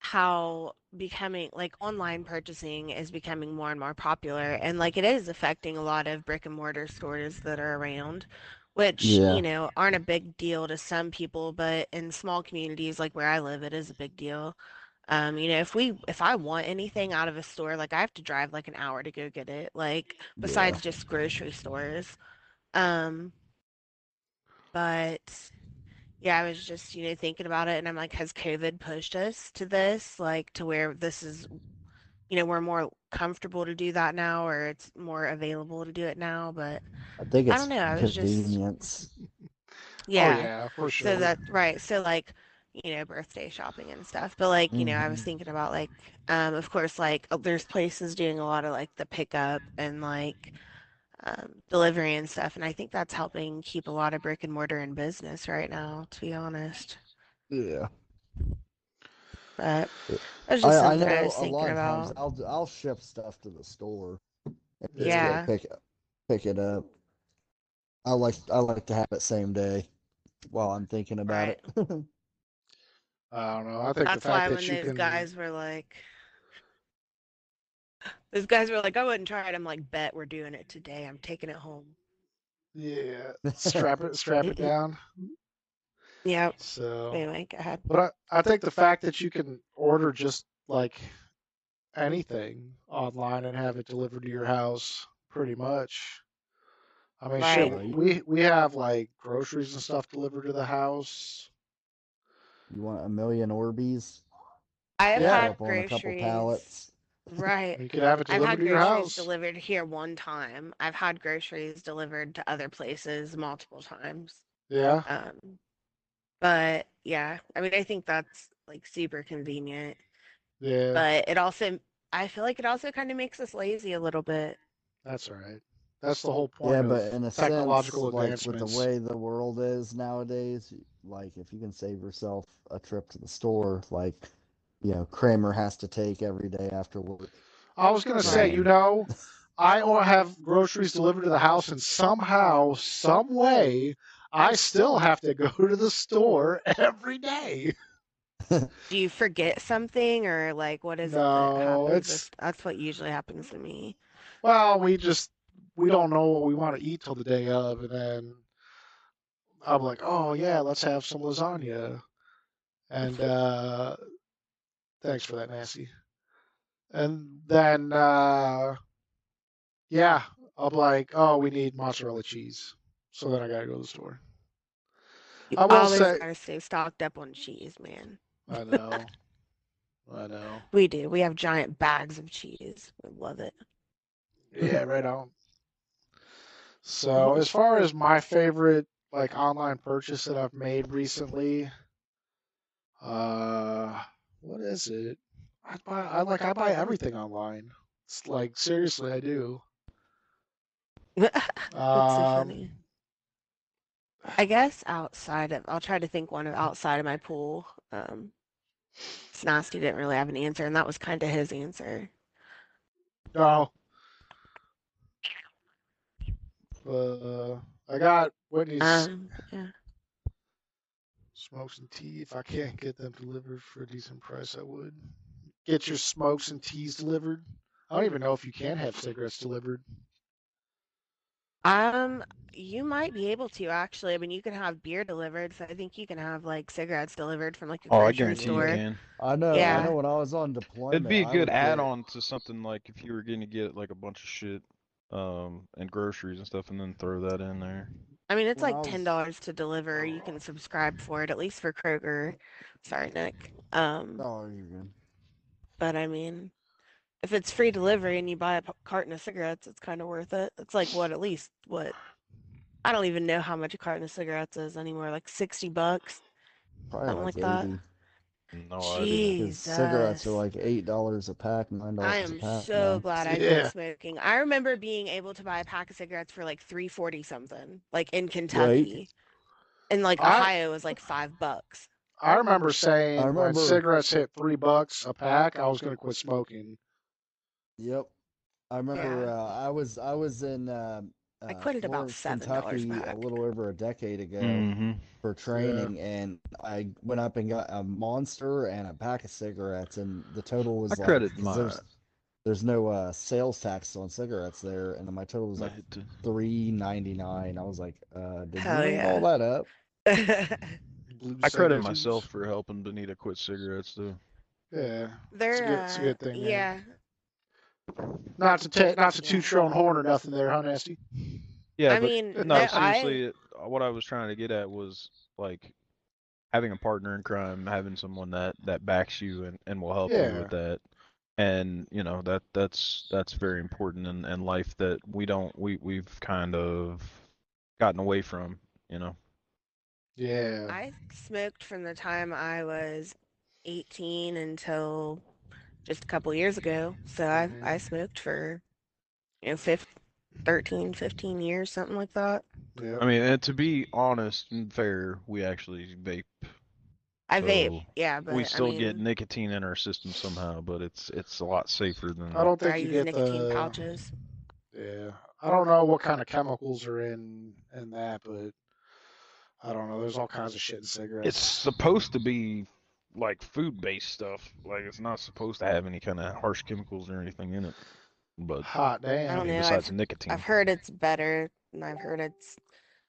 Speaker 1: how becoming like online purchasing is becoming more and more popular and like it is affecting a lot of brick and mortar stores that are around, which,
Speaker 3: Yeah.
Speaker 1: you know, aren't a big deal to some people, but in small communities like where I live, it is a big deal. Um, you know, if we if I want anything out of a store, like I have to drive like an hour to go get it, like besides just grocery stores. Um, but yeah, I was just, you know, thinking about it and I'm like, has COVID pushed us to this? Like to where this is, you know, we're more comfortable to do that now or it's more available to do it now, but
Speaker 3: I think
Speaker 1: I
Speaker 3: it's
Speaker 1: don't know, I was just-
Speaker 3: convenience.
Speaker 2: Oh,
Speaker 1: yeah.
Speaker 2: yeah, for sure.
Speaker 1: So that right, so like, you know, birthday shopping and stuff. But like, you know, I was
Speaker 3: Mhm.
Speaker 1: thinking about like, um, of course, like uh, there's places doing a lot of like the pickup and like um, delivery and stuff, and I think that's helping keep a lot of brick and mortar in business right now, to be honest.
Speaker 3: Yeah.
Speaker 1: But that's just
Speaker 3: I, I
Speaker 1: something
Speaker 3: know
Speaker 1: I was
Speaker 3: a lot
Speaker 1: thinking
Speaker 3: of times
Speaker 1: about.
Speaker 3: I'll d- I'll ship stuff to the store. and just go
Speaker 1: Yeah.
Speaker 3: Pick pick it up. I like I like to have it same day while I'm thinking about
Speaker 1: Right.
Speaker 3: it.
Speaker 2: I don't know. I think
Speaker 1: That's
Speaker 2: the fact
Speaker 1: why
Speaker 2: that
Speaker 1: when
Speaker 2: you
Speaker 1: those
Speaker 2: can
Speaker 1: guys were like, those guys were like, I wouldn't try it. I'm like, bet we're doing it today. I'm taking it home.
Speaker 2: yeah, strap it strap it down.
Speaker 1: Yeah.
Speaker 2: So
Speaker 1: Anyway, go ahead.
Speaker 2: but I, I think the fact that you can order just like anything online and have it delivered to your house pretty much. I mean, shit,
Speaker 3: Right.
Speaker 2: we we have like groceries and stuff delivered to the house.
Speaker 3: you want a million Orbees?
Speaker 1: I have
Speaker 2: Yeah.
Speaker 1: had
Speaker 3: Up on a couple
Speaker 1: groceries.
Speaker 3: pallets.
Speaker 1: Right.
Speaker 2: You could have it
Speaker 1: I've
Speaker 2: delivered
Speaker 1: had
Speaker 2: to your
Speaker 1: groceries
Speaker 2: house.
Speaker 1: delivered here one time. I've had groceries delivered to other places multiple times.
Speaker 2: Yeah.
Speaker 1: Um, but yeah, I mean, I think that's like super convenient,
Speaker 2: Yeah.
Speaker 1: but it also, I feel like it also kind of makes us lazy a little bit.
Speaker 2: That's all right. That's the whole point
Speaker 3: Yeah,
Speaker 2: of
Speaker 3: but in a
Speaker 2: technological
Speaker 3: sense, like with the
Speaker 2: advancements.
Speaker 3: way the world is nowadays, like if you can save yourself a trip to the store, like you know Kramer has to take every day after work.
Speaker 2: I was gonna say, you
Speaker 3: Right.
Speaker 2: know, I o- have groceries delivered to the house, and somehow, some way, I still have to go to the store every day.
Speaker 1: Do you forget something or like what is it that
Speaker 2: No,
Speaker 1: happens?
Speaker 2: it's-
Speaker 1: with- That's what usually happens to me.
Speaker 2: Well, we just we don't know what we want to eat till the day of, and then I'm like, oh yeah, let's have some lasagna. And uh, thanks for that, Nancy. And then uh, yeah, I'm like, oh, we need mozzarella cheese. So then I gotta go to the store.
Speaker 1: You
Speaker 2: I will
Speaker 1: always
Speaker 2: say-
Speaker 1: gotta stay stocked up on cheese, man.
Speaker 2: I know. I know.
Speaker 1: We do. We have giant bags of cheese. We love it.
Speaker 2: Yeah, right on. So, as far as my favorite like online purchase that I've made recently, uh, what is it? I buy I like I buy everything online. It's like seriously, I do.
Speaker 1: That's so
Speaker 2: Um,
Speaker 1: funny. I guess outside of, I'll try to think one of outside of my pool. Um, Snasty didn't really have an answer, and that was kind of his answer.
Speaker 2: no. Uh, I got Whitney's
Speaker 1: Um, yeah.
Speaker 2: smokes and tea. If I can't get them delivered for a decent price, I would get your smokes and teas delivered. I don't even know if you can have cigarettes delivered.
Speaker 1: Um, you might be able to actually. I mean, you can have beer delivered, so I think you can have like cigarettes delivered from like a
Speaker 4: Oh, I
Speaker 1: grocery
Speaker 4: guarantee you
Speaker 1: store.
Speaker 4: can.
Speaker 3: I know.
Speaker 1: Yeah.
Speaker 3: I know. When I was on deployment,
Speaker 4: It'd be a
Speaker 3: I would
Speaker 4: good
Speaker 3: get-
Speaker 4: add-on to something like if you were going to get like a bunch of shit, um, and groceries and stuff, and then throw that in there.
Speaker 1: I mean, it's
Speaker 3: When
Speaker 1: like
Speaker 3: I was-
Speaker 1: ten dollars to deliver. You can subscribe for it, at least for Kroger. Sorry, Nick. Um,
Speaker 3: Oh, you're good.
Speaker 1: but I mean, if it's free delivery and you buy a p- carton of cigarettes, it's kind of worth it. It's like what, at least what? I don't even know how much a carton of cigarettes is anymore. Like sixty bucks.
Speaker 3: Probably
Speaker 1: Something
Speaker 3: like
Speaker 1: like that.
Speaker 3: 80.
Speaker 4: No idea.
Speaker 3: 'Cause Cigarettes are
Speaker 1: Jesus.
Speaker 3: like eight dollars a pack, nine dollars
Speaker 1: I
Speaker 3: a
Speaker 1: am
Speaker 3: pack.
Speaker 1: so
Speaker 3: now.
Speaker 1: glad I quit
Speaker 2: Yeah.
Speaker 1: smoking. I remember being able to buy a pack of cigarettes for like 340 something, like in Kentucky. And like
Speaker 2: I-
Speaker 1: Ohio was like five bucks.
Speaker 2: I remember saying when
Speaker 3: remember-
Speaker 2: cigarettes hit three bucks a pack, I was going to quit smoking.
Speaker 3: Yep. I remember
Speaker 1: Yeah.
Speaker 3: uh, I was I was in uh, uh,
Speaker 1: quit at about
Speaker 3: Florence,
Speaker 1: $7
Speaker 3: Kentucky a
Speaker 1: back.
Speaker 3: little over a decade ago
Speaker 4: Mm-hmm.
Speaker 3: for training, and I went up and got a monster and a pack of cigarettes, and the total was
Speaker 4: I
Speaker 3: like
Speaker 4: credit
Speaker 3: 'cause
Speaker 4: my-
Speaker 3: there's, there's no uh, sales tax on cigarettes there, and then my total was like three ninety nine. I was like, uh, did
Speaker 1: Hell
Speaker 3: you make
Speaker 1: yeah.
Speaker 3: all that up?
Speaker 2: Blue
Speaker 4: I credit
Speaker 2: cigarettes.
Speaker 4: myself for helping Benita quit cigarettes though.
Speaker 2: Yeah.
Speaker 1: They're
Speaker 2: good- it's a good
Speaker 1: uh,
Speaker 2: thing, man.
Speaker 1: yeah.
Speaker 2: Not to ta- not to
Speaker 1: Yeah.
Speaker 2: toot your own horn or nothing there, huh, Nasty?
Speaker 4: Yeah,
Speaker 1: I
Speaker 4: but
Speaker 1: mean,
Speaker 4: no,
Speaker 1: no, I
Speaker 4: seriously, it- what I was trying to get at was like having a partner in crime, having someone that that backs you and and will help you
Speaker 2: Yeah.
Speaker 4: with that. And you know that that's that's very important in, in life that we don't we we've kind of gotten away from. You know,
Speaker 2: Yeah.
Speaker 1: I smoked from the time I was 18 until just a couple years ago. So I
Speaker 4: Mm-hmm.
Speaker 2: Mhm.
Speaker 1: I smoked for you know 15, 13, 15 years, something like that.
Speaker 2: Yep.
Speaker 4: I mean, and to be honest and fair, we actually vape.
Speaker 1: I vape,
Speaker 4: So,
Speaker 1: yeah, but
Speaker 4: Oh. we
Speaker 1: I
Speaker 4: still get
Speaker 1: mean,
Speaker 4: nicotine in our system somehow, but it's it's a lot safer than.
Speaker 2: I don't
Speaker 1: I
Speaker 2: think you
Speaker 1: use
Speaker 2: get
Speaker 1: nicotine
Speaker 2: the
Speaker 1: pouches.
Speaker 2: yeah. I don't know what kind of chemicals are in in that, but I don't know. There's all kinds of shit in cigarettes.
Speaker 4: It's supposed to be like food based stuff. Like it's not supposed to have any kind of harsh chemicals or anything in it. But
Speaker 2: hot
Speaker 1: I
Speaker 2: damn.
Speaker 1: don't
Speaker 4: I mean,
Speaker 1: know,
Speaker 4: besides
Speaker 1: I've-
Speaker 4: nicotine.
Speaker 1: I've heard it's better, and I've heard it's,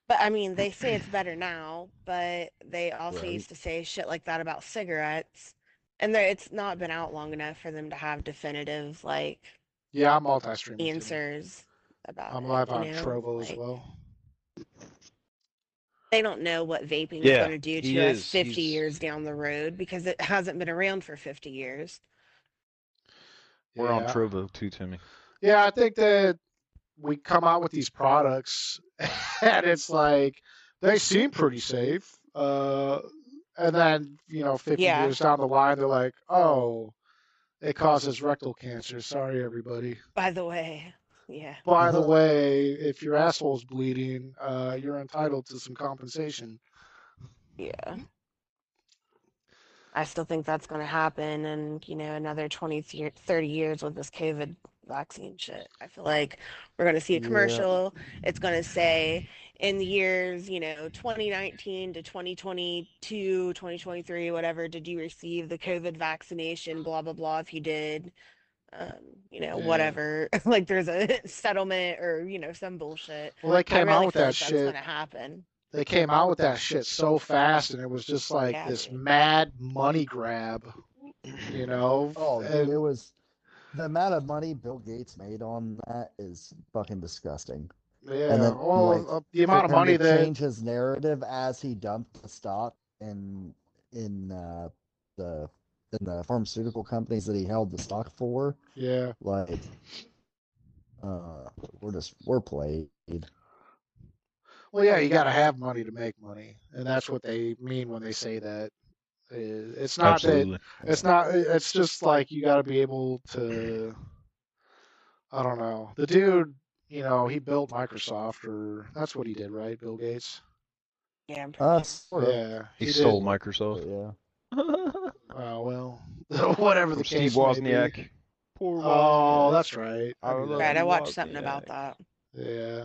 Speaker 1: but I mean, they say it's better now, but they also
Speaker 4: Right.
Speaker 1: used to say shit like that about cigarettes, and there, it's not been out long enough for them to have definitive like
Speaker 2: Yeah, I'm multi-streaming. too.
Speaker 1: answers about
Speaker 2: I'm
Speaker 1: it,
Speaker 2: live
Speaker 1: you
Speaker 2: on
Speaker 1: know?
Speaker 2: Trovo as
Speaker 1: Like,
Speaker 2: well.
Speaker 1: They don't know what vaping is
Speaker 4: Yeah,
Speaker 1: going to do
Speaker 4: he
Speaker 1: to us
Speaker 4: is,
Speaker 1: 50
Speaker 4: he's-
Speaker 1: years down the road because it hasn't been around for 50 years.
Speaker 4: We're on
Speaker 2: Yeah.
Speaker 4: Trovo too, Timmy.
Speaker 2: Yeah, I think that we come out with these products and it's like they seem pretty safe. Uh, and then, you know, 50
Speaker 1: Yeah.
Speaker 2: years down the line, they're like, oh, it causes rectal cancer. Sorry, everybody.
Speaker 1: By the way, yeah.
Speaker 2: By
Speaker 1: Mm-hmm.
Speaker 2: the way, if your asshole's bleeding, uh, you're entitled to some compensation.
Speaker 1: Yeah. I still think that's going to happen in, you know, another 20, thir- 30 years with this COVID vaccine shit. I feel like we're going to see a
Speaker 3: Yeah.
Speaker 1: commercial. It's going to say in the years, you know, 2019 to 2022, 2023, whatever, did you receive the COVID vaccination? Blah, blah, blah. If you did, um, you know,
Speaker 2: Yeah.
Speaker 1: whatever. Like there's a settlement or, you know, some bullshit.
Speaker 2: Well, they
Speaker 1: I
Speaker 2: came
Speaker 1: really
Speaker 2: out with
Speaker 1: feel
Speaker 2: that
Speaker 1: like that's
Speaker 2: shit.
Speaker 1: going to happen.
Speaker 2: They came out with that shit so fast, and it was just like
Speaker 1: Yeah,
Speaker 2: this
Speaker 1: dude.
Speaker 2: mad money grab, you know?
Speaker 3: Oh, dude,
Speaker 2: And-
Speaker 3: it was the amount of money Bill Gates made on that is fucking disgusting.
Speaker 2: Yeah,
Speaker 3: then,
Speaker 2: well,
Speaker 3: like,
Speaker 2: uh, the amount of
Speaker 3: for him
Speaker 2: money
Speaker 3: to
Speaker 2: that
Speaker 3: change his narrative as he dumped the stock in in uh, the in the pharmaceutical companies that he held the stock for,
Speaker 2: yeah,
Speaker 3: like uh, we're just we're played.
Speaker 2: well, yeah, you got to have money to make money, and that's what they mean when they say that. I- It's not
Speaker 4: Absolutely.
Speaker 2: that it's not. It's just like you got to be able to. I don't know. The dude, you know, he built Microsoft, or that's what he did, right? Bill Gates.
Speaker 1: Yeah, I'm pretty
Speaker 3: Uh,
Speaker 1: sure.
Speaker 3: sort of,
Speaker 2: Yeah,
Speaker 4: He
Speaker 2: did.
Speaker 4: stole
Speaker 3: but
Speaker 4: Microsoft.
Speaker 3: yeah.
Speaker 2: Oh well, whatever the
Speaker 4: From Steve
Speaker 2: case may be.
Speaker 4: Wozniak. Poor
Speaker 2: Oh,
Speaker 4: Wozniak.
Speaker 2: that's right. I
Speaker 4: I
Speaker 2: knew
Speaker 4: love
Speaker 2: that.
Speaker 1: Right, I
Speaker 4: you
Speaker 1: watched
Speaker 4: walked
Speaker 1: something
Speaker 4: the
Speaker 1: about
Speaker 4: act.
Speaker 1: that.
Speaker 2: Yeah.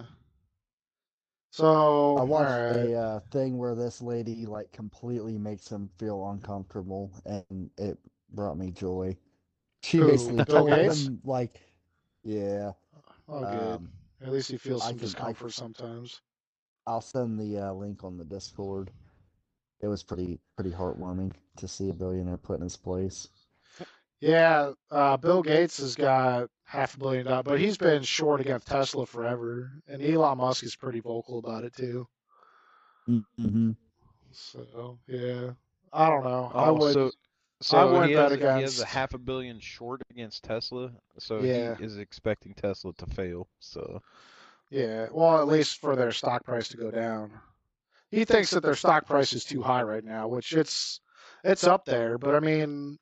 Speaker 2: So
Speaker 3: I watched
Speaker 2: alright.
Speaker 3: a uh, thing where this lady like completely makes him feel uncomfortable, and it brought me joy. She
Speaker 2: Who,
Speaker 3: basically
Speaker 2: Bill
Speaker 3: told
Speaker 2: Gates?
Speaker 3: him like, yeah,
Speaker 2: Oh, good.
Speaker 3: um,
Speaker 2: At least he feels
Speaker 3: I
Speaker 2: some
Speaker 3: can- I-
Speaker 2: discomfort sometimes.
Speaker 3: I'll send the uh, link on the Discord. It was pretty pretty heartwarming to see a billionaire put in his place.
Speaker 2: Yeah, uh, Bill Gates has got half a billion dollars, but he's been short against Tesla forever, and Elon Musk is pretty vocal about it too.
Speaker 3: Mm-hmm.
Speaker 2: So yeah, I don't know. I
Speaker 4: Oh,
Speaker 2: would.
Speaker 4: so so
Speaker 2: wouldn't
Speaker 4: he,
Speaker 2: bet
Speaker 4: has, he has a
Speaker 2: against-
Speaker 4: half a billion short against Tesla, so
Speaker 2: Yeah.
Speaker 4: he is expecting Tesla to fail. So
Speaker 2: Yeah, well, at least for their stock price to go down. He thinks that their stock price is too high right now, which it's it's up there, but I mean,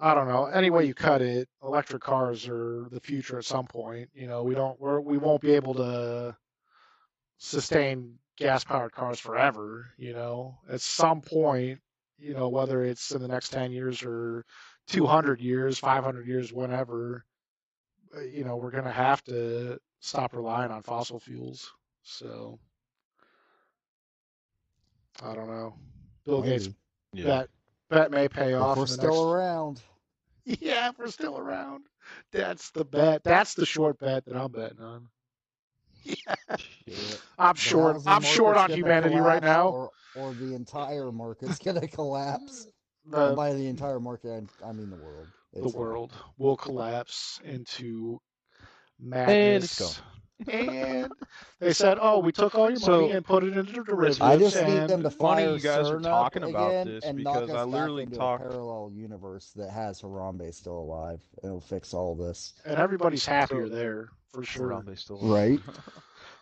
Speaker 2: I don't know. Any way you cut it, electric cars are the future at some point. You know, we don't we're, we won't be able to sustain gas-powered cars forever. You know, at some point, you know, whether it's in the next 10 years or 200 years, 500 years, whenever, uh, you know, we're gonna have to stop relying on fossil fuels. So I don't know. Bill Gates
Speaker 4: yeah,
Speaker 2: bet bet may pay
Speaker 3: If
Speaker 2: off.
Speaker 3: we're
Speaker 2: in the
Speaker 3: still around,
Speaker 2: next... Yeah, if we're still around. That's the bet. That's the short bet that I'm betting on. Yeah,
Speaker 4: Shit.
Speaker 2: I'm
Speaker 3: the
Speaker 2: short.
Speaker 3: housing
Speaker 2: I'm short on
Speaker 3: market's gonna
Speaker 2: humanity right
Speaker 3: collapse
Speaker 2: now.
Speaker 3: or, or the entire market's gonna collapse.
Speaker 4: Uh,
Speaker 3: And
Speaker 2: The
Speaker 3: by the entire market, I, I mean the world.
Speaker 2: the
Speaker 3: It's-
Speaker 2: world will collapse into
Speaker 4: And it's
Speaker 2: madness. And they said, "Oh, we took all your money
Speaker 4: So-
Speaker 2: and put it into derivatives."
Speaker 3: I just
Speaker 2: and...
Speaker 3: need them to
Speaker 4: funny
Speaker 3: fire
Speaker 4: you guys are
Speaker 3: CERN up
Speaker 4: talking about
Speaker 3: again
Speaker 4: this
Speaker 3: and knock
Speaker 4: because
Speaker 3: us
Speaker 4: I
Speaker 3: back
Speaker 4: literally
Speaker 3: into
Speaker 4: talked-
Speaker 3: a parallel universe that has Harambe still alive. It'll fix all this.
Speaker 2: and everybody's happier
Speaker 4: So-
Speaker 2: there for sure.
Speaker 4: Harambe still
Speaker 3: Right.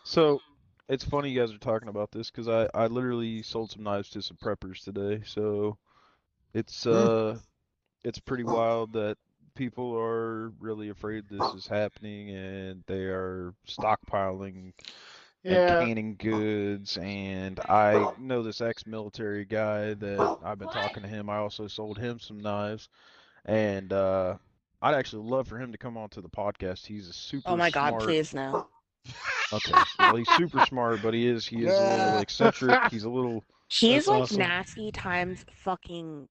Speaker 4: So it's funny you guys are talking about this because I, I literally sold some knives to some preppers today. So it's uh it's pretty wild that people are really afraid this is happening and they are stockpiling and
Speaker 2: Yeah,
Speaker 4: canning goods and I know this ex-military guy that I've been
Speaker 7: What?
Speaker 4: talking to him. I also sold him some knives and uh I'd actually love for him to come onto the podcast. He's a super
Speaker 1: Oh my god,
Speaker 4: smart
Speaker 1: please no.
Speaker 4: Okay. Well, he's super
Speaker 2: Oh,
Speaker 4: smart, but he is he is a little
Speaker 3: Yeah.
Speaker 4: eccentric. He's a little
Speaker 1: He's
Speaker 2: That's
Speaker 1: like
Speaker 2: awesome.
Speaker 1: nasty times fucking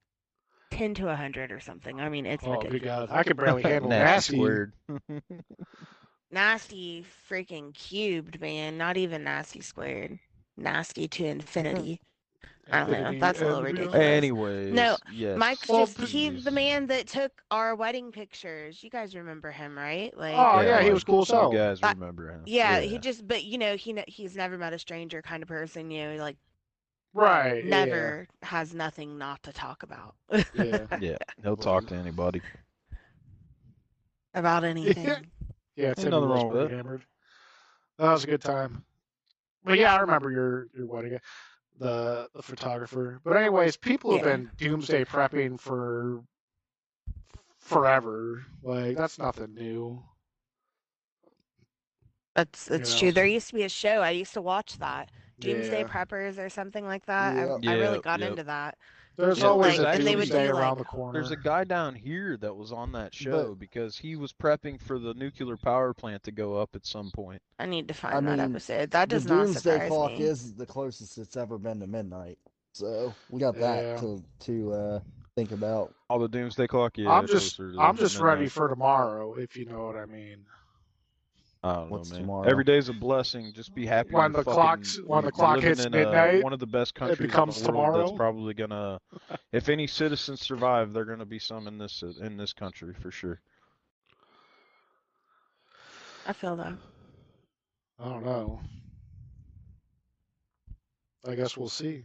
Speaker 1: ten to a hundred or something. I mean it's
Speaker 2: Oh, good
Speaker 1: ridiculous.
Speaker 2: God. I can barely handle
Speaker 4: nasty
Speaker 2: nasty.
Speaker 4: squared.
Speaker 1: Nasty freaking cubed, man. Not even nasty squared. Nasty to infinity. I don't know.
Speaker 2: Infinity
Speaker 1: That's a little
Speaker 2: and beyond.
Speaker 1: ridiculous.
Speaker 4: Anyways,
Speaker 1: No,
Speaker 4: yes.
Speaker 1: Mike's
Speaker 2: Well,
Speaker 1: just
Speaker 2: but-
Speaker 1: he's the man that took our wedding pictures. You guys remember him, right? Like
Speaker 2: Oh yeah, he
Speaker 4: like,
Speaker 2: was cool as hell.
Speaker 4: You guys
Speaker 1: I-
Speaker 4: remember him?
Speaker 1: yeah, he just but you know, he ne- he's never met a stranger kind of person, you know, like
Speaker 2: Right. yeah,
Speaker 1: never has nothing not to talk about.
Speaker 2: Yeah.
Speaker 4: yeah. He'll talk to anybody.
Speaker 1: about anything.
Speaker 2: Yeah, Timmy
Speaker 4: nothing
Speaker 2: was
Speaker 4: wrong with
Speaker 2: pretty
Speaker 4: it.
Speaker 2: hammered. That was a good time. But yeah, I remember your your wedding, the the photographer. But anyways, people have
Speaker 1: Yeah.
Speaker 2: been doomsday prepping for forever. Like that's nothing new.
Speaker 1: That's that's
Speaker 2: Yeah.
Speaker 1: true. There used to be a show. I used to watch that. Doomsday
Speaker 2: Yeah.
Speaker 1: Preppers or something like that. I,
Speaker 4: Yeah.
Speaker 1: I really
Speaker 4: Yep,
Speaker 1: got
Speaker 4: yep.
Speaker 1: into that.
Speaker 2: There's
Speaker 4: Yeah,
Speaker 2: always
Speaker 4: like,
Speaker 2: a
Speaker 4: and they would
Speaker 2: doomsday
Speaker 1: do,
Speaker 2: around
Speaker 1: like-
Speaker 2: the corner.
Speaker 4: There's a guy down here that was on that show because he was prepping for the nuclear power plant to go up at some point.
Speaker 1: I need to find that
Speaker 3: mean,
Speaker 1: episode. That does
Speaker 3: the
Speaker 1: not
Speaker 3: Doomsday
Speaker 1: surprise
Speaker 3: Clock
Speaker 1: me.
Speaker 3: is the closest it's ever been to midnight. So we got that
Speaker 2: Yeah.
Speaker 3: to to uh, think about.
Speaker 4: All the doomsday clock. Yeah.
Speaker 2: I'm just
Speaker 4: closer to
Speaker 2: I'm just ready
Speaker 4: midnight.
Speaker 2: for tomorrow, if you know what I mean.
Speaker 4: I don't
Speaker 3: What's
Speaker 4: know, man.
Speaker 3: tomorrow?
Speaker 4: Every day's a blessing. Just be happy.
Speaker 2: When
Speaker 4: you're
Speaker 2: the clock's-
Speaker 4: fucking-
Speaker 2: when the
Speaker 4: you're
Speaker 2: clock
Speaker 4: living
Speaker 2: hits
Speaker 4: in, uh,
Speaker 2: midnight,
Speaker 4: one of the best countries
Speaker 2: becomes
Speaker 4: in the world
Speaker 2: tomorrow.
Speaker 4: that's probably gonna. if any citizens survive, they're gonna be some in this in this country for sure.
Speaker 1: I feel that.
Speaker 2: I don't know. I guess we'll see.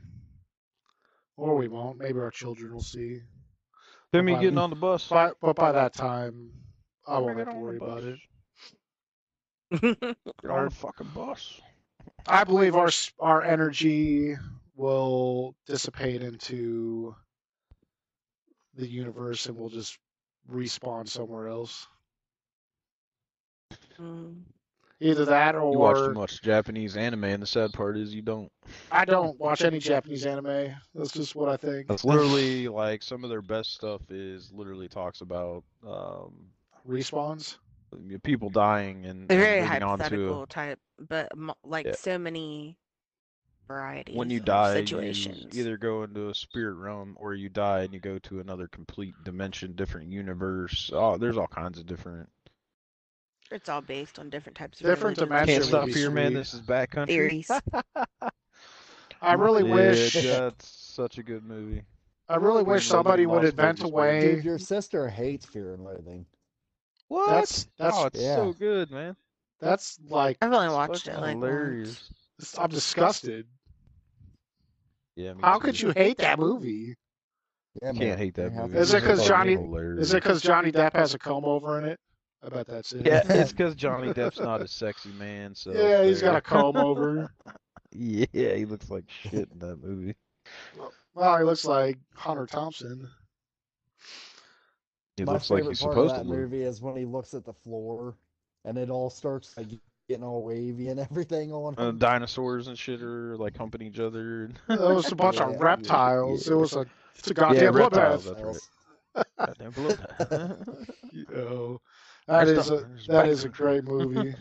Speaker 2: Or we won't. Maybe our children will see.
Speaker 4: Timmy
Speaker 2: Fine.
Speaker 4: getting on the bus.
Speaker 2: But but by that time, I
Speaker 4: Timmy,
Speaker 2: won't
Speaker 4: get
Speaker 2: have to
Speaker 4: on the
Speaker 2: worry about
Speaker 4: bus.
Speaker 2: it.
Speaker 4: Get on the fucking bus.
Speaker 2: I believe our s- our energy will dissipate into the universe, and we'll just respawn somewhere else.
Speaker 1: Mm.
Speaker 2: Either that
Speaker 4: You watch
Speaker 2: or
Speaker 4: too much Japanese anime, and the sad part is you don't.
Speaker 2: I don't watch any Japanese anime. That's just what I think.
Speaker 4: That's literally like some of their best stuff is literally talks about um,
Speaker 2: Respawns.
Speaker 4: people dying and,
Speaker 1: They're
Speaker 4: and
Speaker 1: very
Speaker 4: moving on to
Speaker 1: hypothetical type, but mo- like
Speaker 4: Yeah.
Speaker 1: so many varieties
Speaker 4: when you
Speaker 1: of
Speaker 4: die
Speaker 1: situations.
Speaker 4: you either go into a spirit realm or you die and you go to another complete dimension different universe oh there's all kinds of different
Speaker 1: sure it's all based on different types of
Speaker 2: Different
Speaker 1: religions.
Speaker 2: dimension
Speaker 4: Can't
Speaker 2: would
Speaker 4: stop
Speaker 2: be
Speaker 4: here, man.
Speaker 2: sweet.
Speaker 4: This is backcountry.
Speaker 1: theories.
Speaker 2: I really
Speaker 4: Yeah,
Speaker 2: wish.
Speaker 4: that's such a good movie.
Speaker 2: I really wish
Speaker 4: Greenland
Speaker 2: somebody would
Speaker 4: Las
Speaker 2: invent a
Speaker 4: Vegas
Speaker 2: way.
Speaker 3: Dude, your sister hates Fear and Loathing.
Speaker 4: What?
Speaker 2: That's- that's-
Speaker 4: oh, it's
Speaker 3: Yeah.
Speaker 4: so good, man.
Speaker 2: That's like
Speaker 1: I've only
Speaker 4: It's
Speaker 1: watched it
Speaker 4: fucking
Speaker 1: like
Speaker 4: hilarious.
Speaker 1: once.
Speaker 2: I'm disgusted.
Speaker 4: Yeah. me
Speaker 2: How
Speaker 4: too.
Speaker 2: could you hate that movie?
Speaker 3: Yeah, man,
Speaker 4: You Can't hate
Speaker 3: they
Speaker 4: that
Speaker 3: have
Speaker 4: movie.
Speaker 3: to
Speaker 2: Is it
Speaker 3: do
Speaker 2: 'cause
Speaker 3: fucking
Speaker 2: Johnny-
Speaker 3: evil.
Speaker 2: Is it because Johnny Depp has a comb over in it? I bet that's it.
Speaker 4: Yeah, it's because Johnny Depp's not a sexy man, so.
Speaker 2: Yeah, he's got
Speaker 4: there.
Speaker 2: a comb over.
Speaker 4: Yeah, he looks like shit in that movie.
Speaker 2: Well, he looks like Hunter Thompson.
Speaker 4: He
Speaker 3: My
Speaker 4: looks like
Speaker 3: favorite
Speaker 4: he's
Speaker 3: part
Speaker 4: supposed
Speaker 3: of
Speaker 4: to
Speaker 3: that
Speaker 4: look.
Speaker 3: movie is when he looks at the floor and it all starts like getting all wavy and everything on
Speaker 4: Uh,
Speaker 3: him.
Speaker 4: dinosaurs and shit are like humping each other. and-
Speaker 2: It was a bunch
Speaker 3: Yeah.
Speaker 2: of reptiles. It was a it's a
Speaker 4: Yeah,
Speaker 2: goddamn
Speaker 4: reptiles,
Speaker 2: bloodbath.
Speaker 4: that's right. Goddamn bloodbath.
Speaker 2: You know, that
Speaker 4: Next
Speaker 2: is a
Speaker 4: up, there's
Speaker 2: that is a
Speaker 4: Backcountry.
Speaker 2: great movie.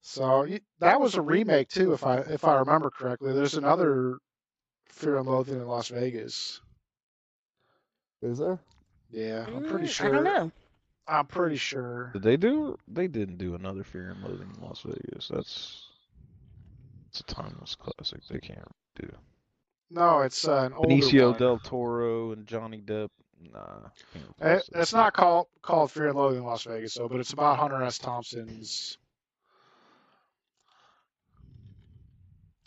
Speaker 2: so y- that was a remake too, if I if I remember correctly. There's another Fear and Loathing in Las Vegas.
Speaker 3: Is there?
Speaker 2: Yeah, I'm pretty
Speaker 1: Mm,
Speaker 2: sure.
Speaker 1: I don't know.
Speaker 2: I'm pretty sure.
Speaker 4: Did they do? They didn't do another Fear and Loathing in Las Vegas. That's it's a timeless classic. They can't do.
Speaker 2: No, it's uh, an older
Speaker 4: Benicio
Speaker 2: one.
Speaker 4: del Toro and Johnny Depp. Nah, can't
Speaker 2: Eh,
Speaker 4: replace
Speaker 2: It's
Speaker 4: that.
Speaker 2: not called called Fear and Loathing in Las Vegas though, but it's about Hunter S. Thompson's.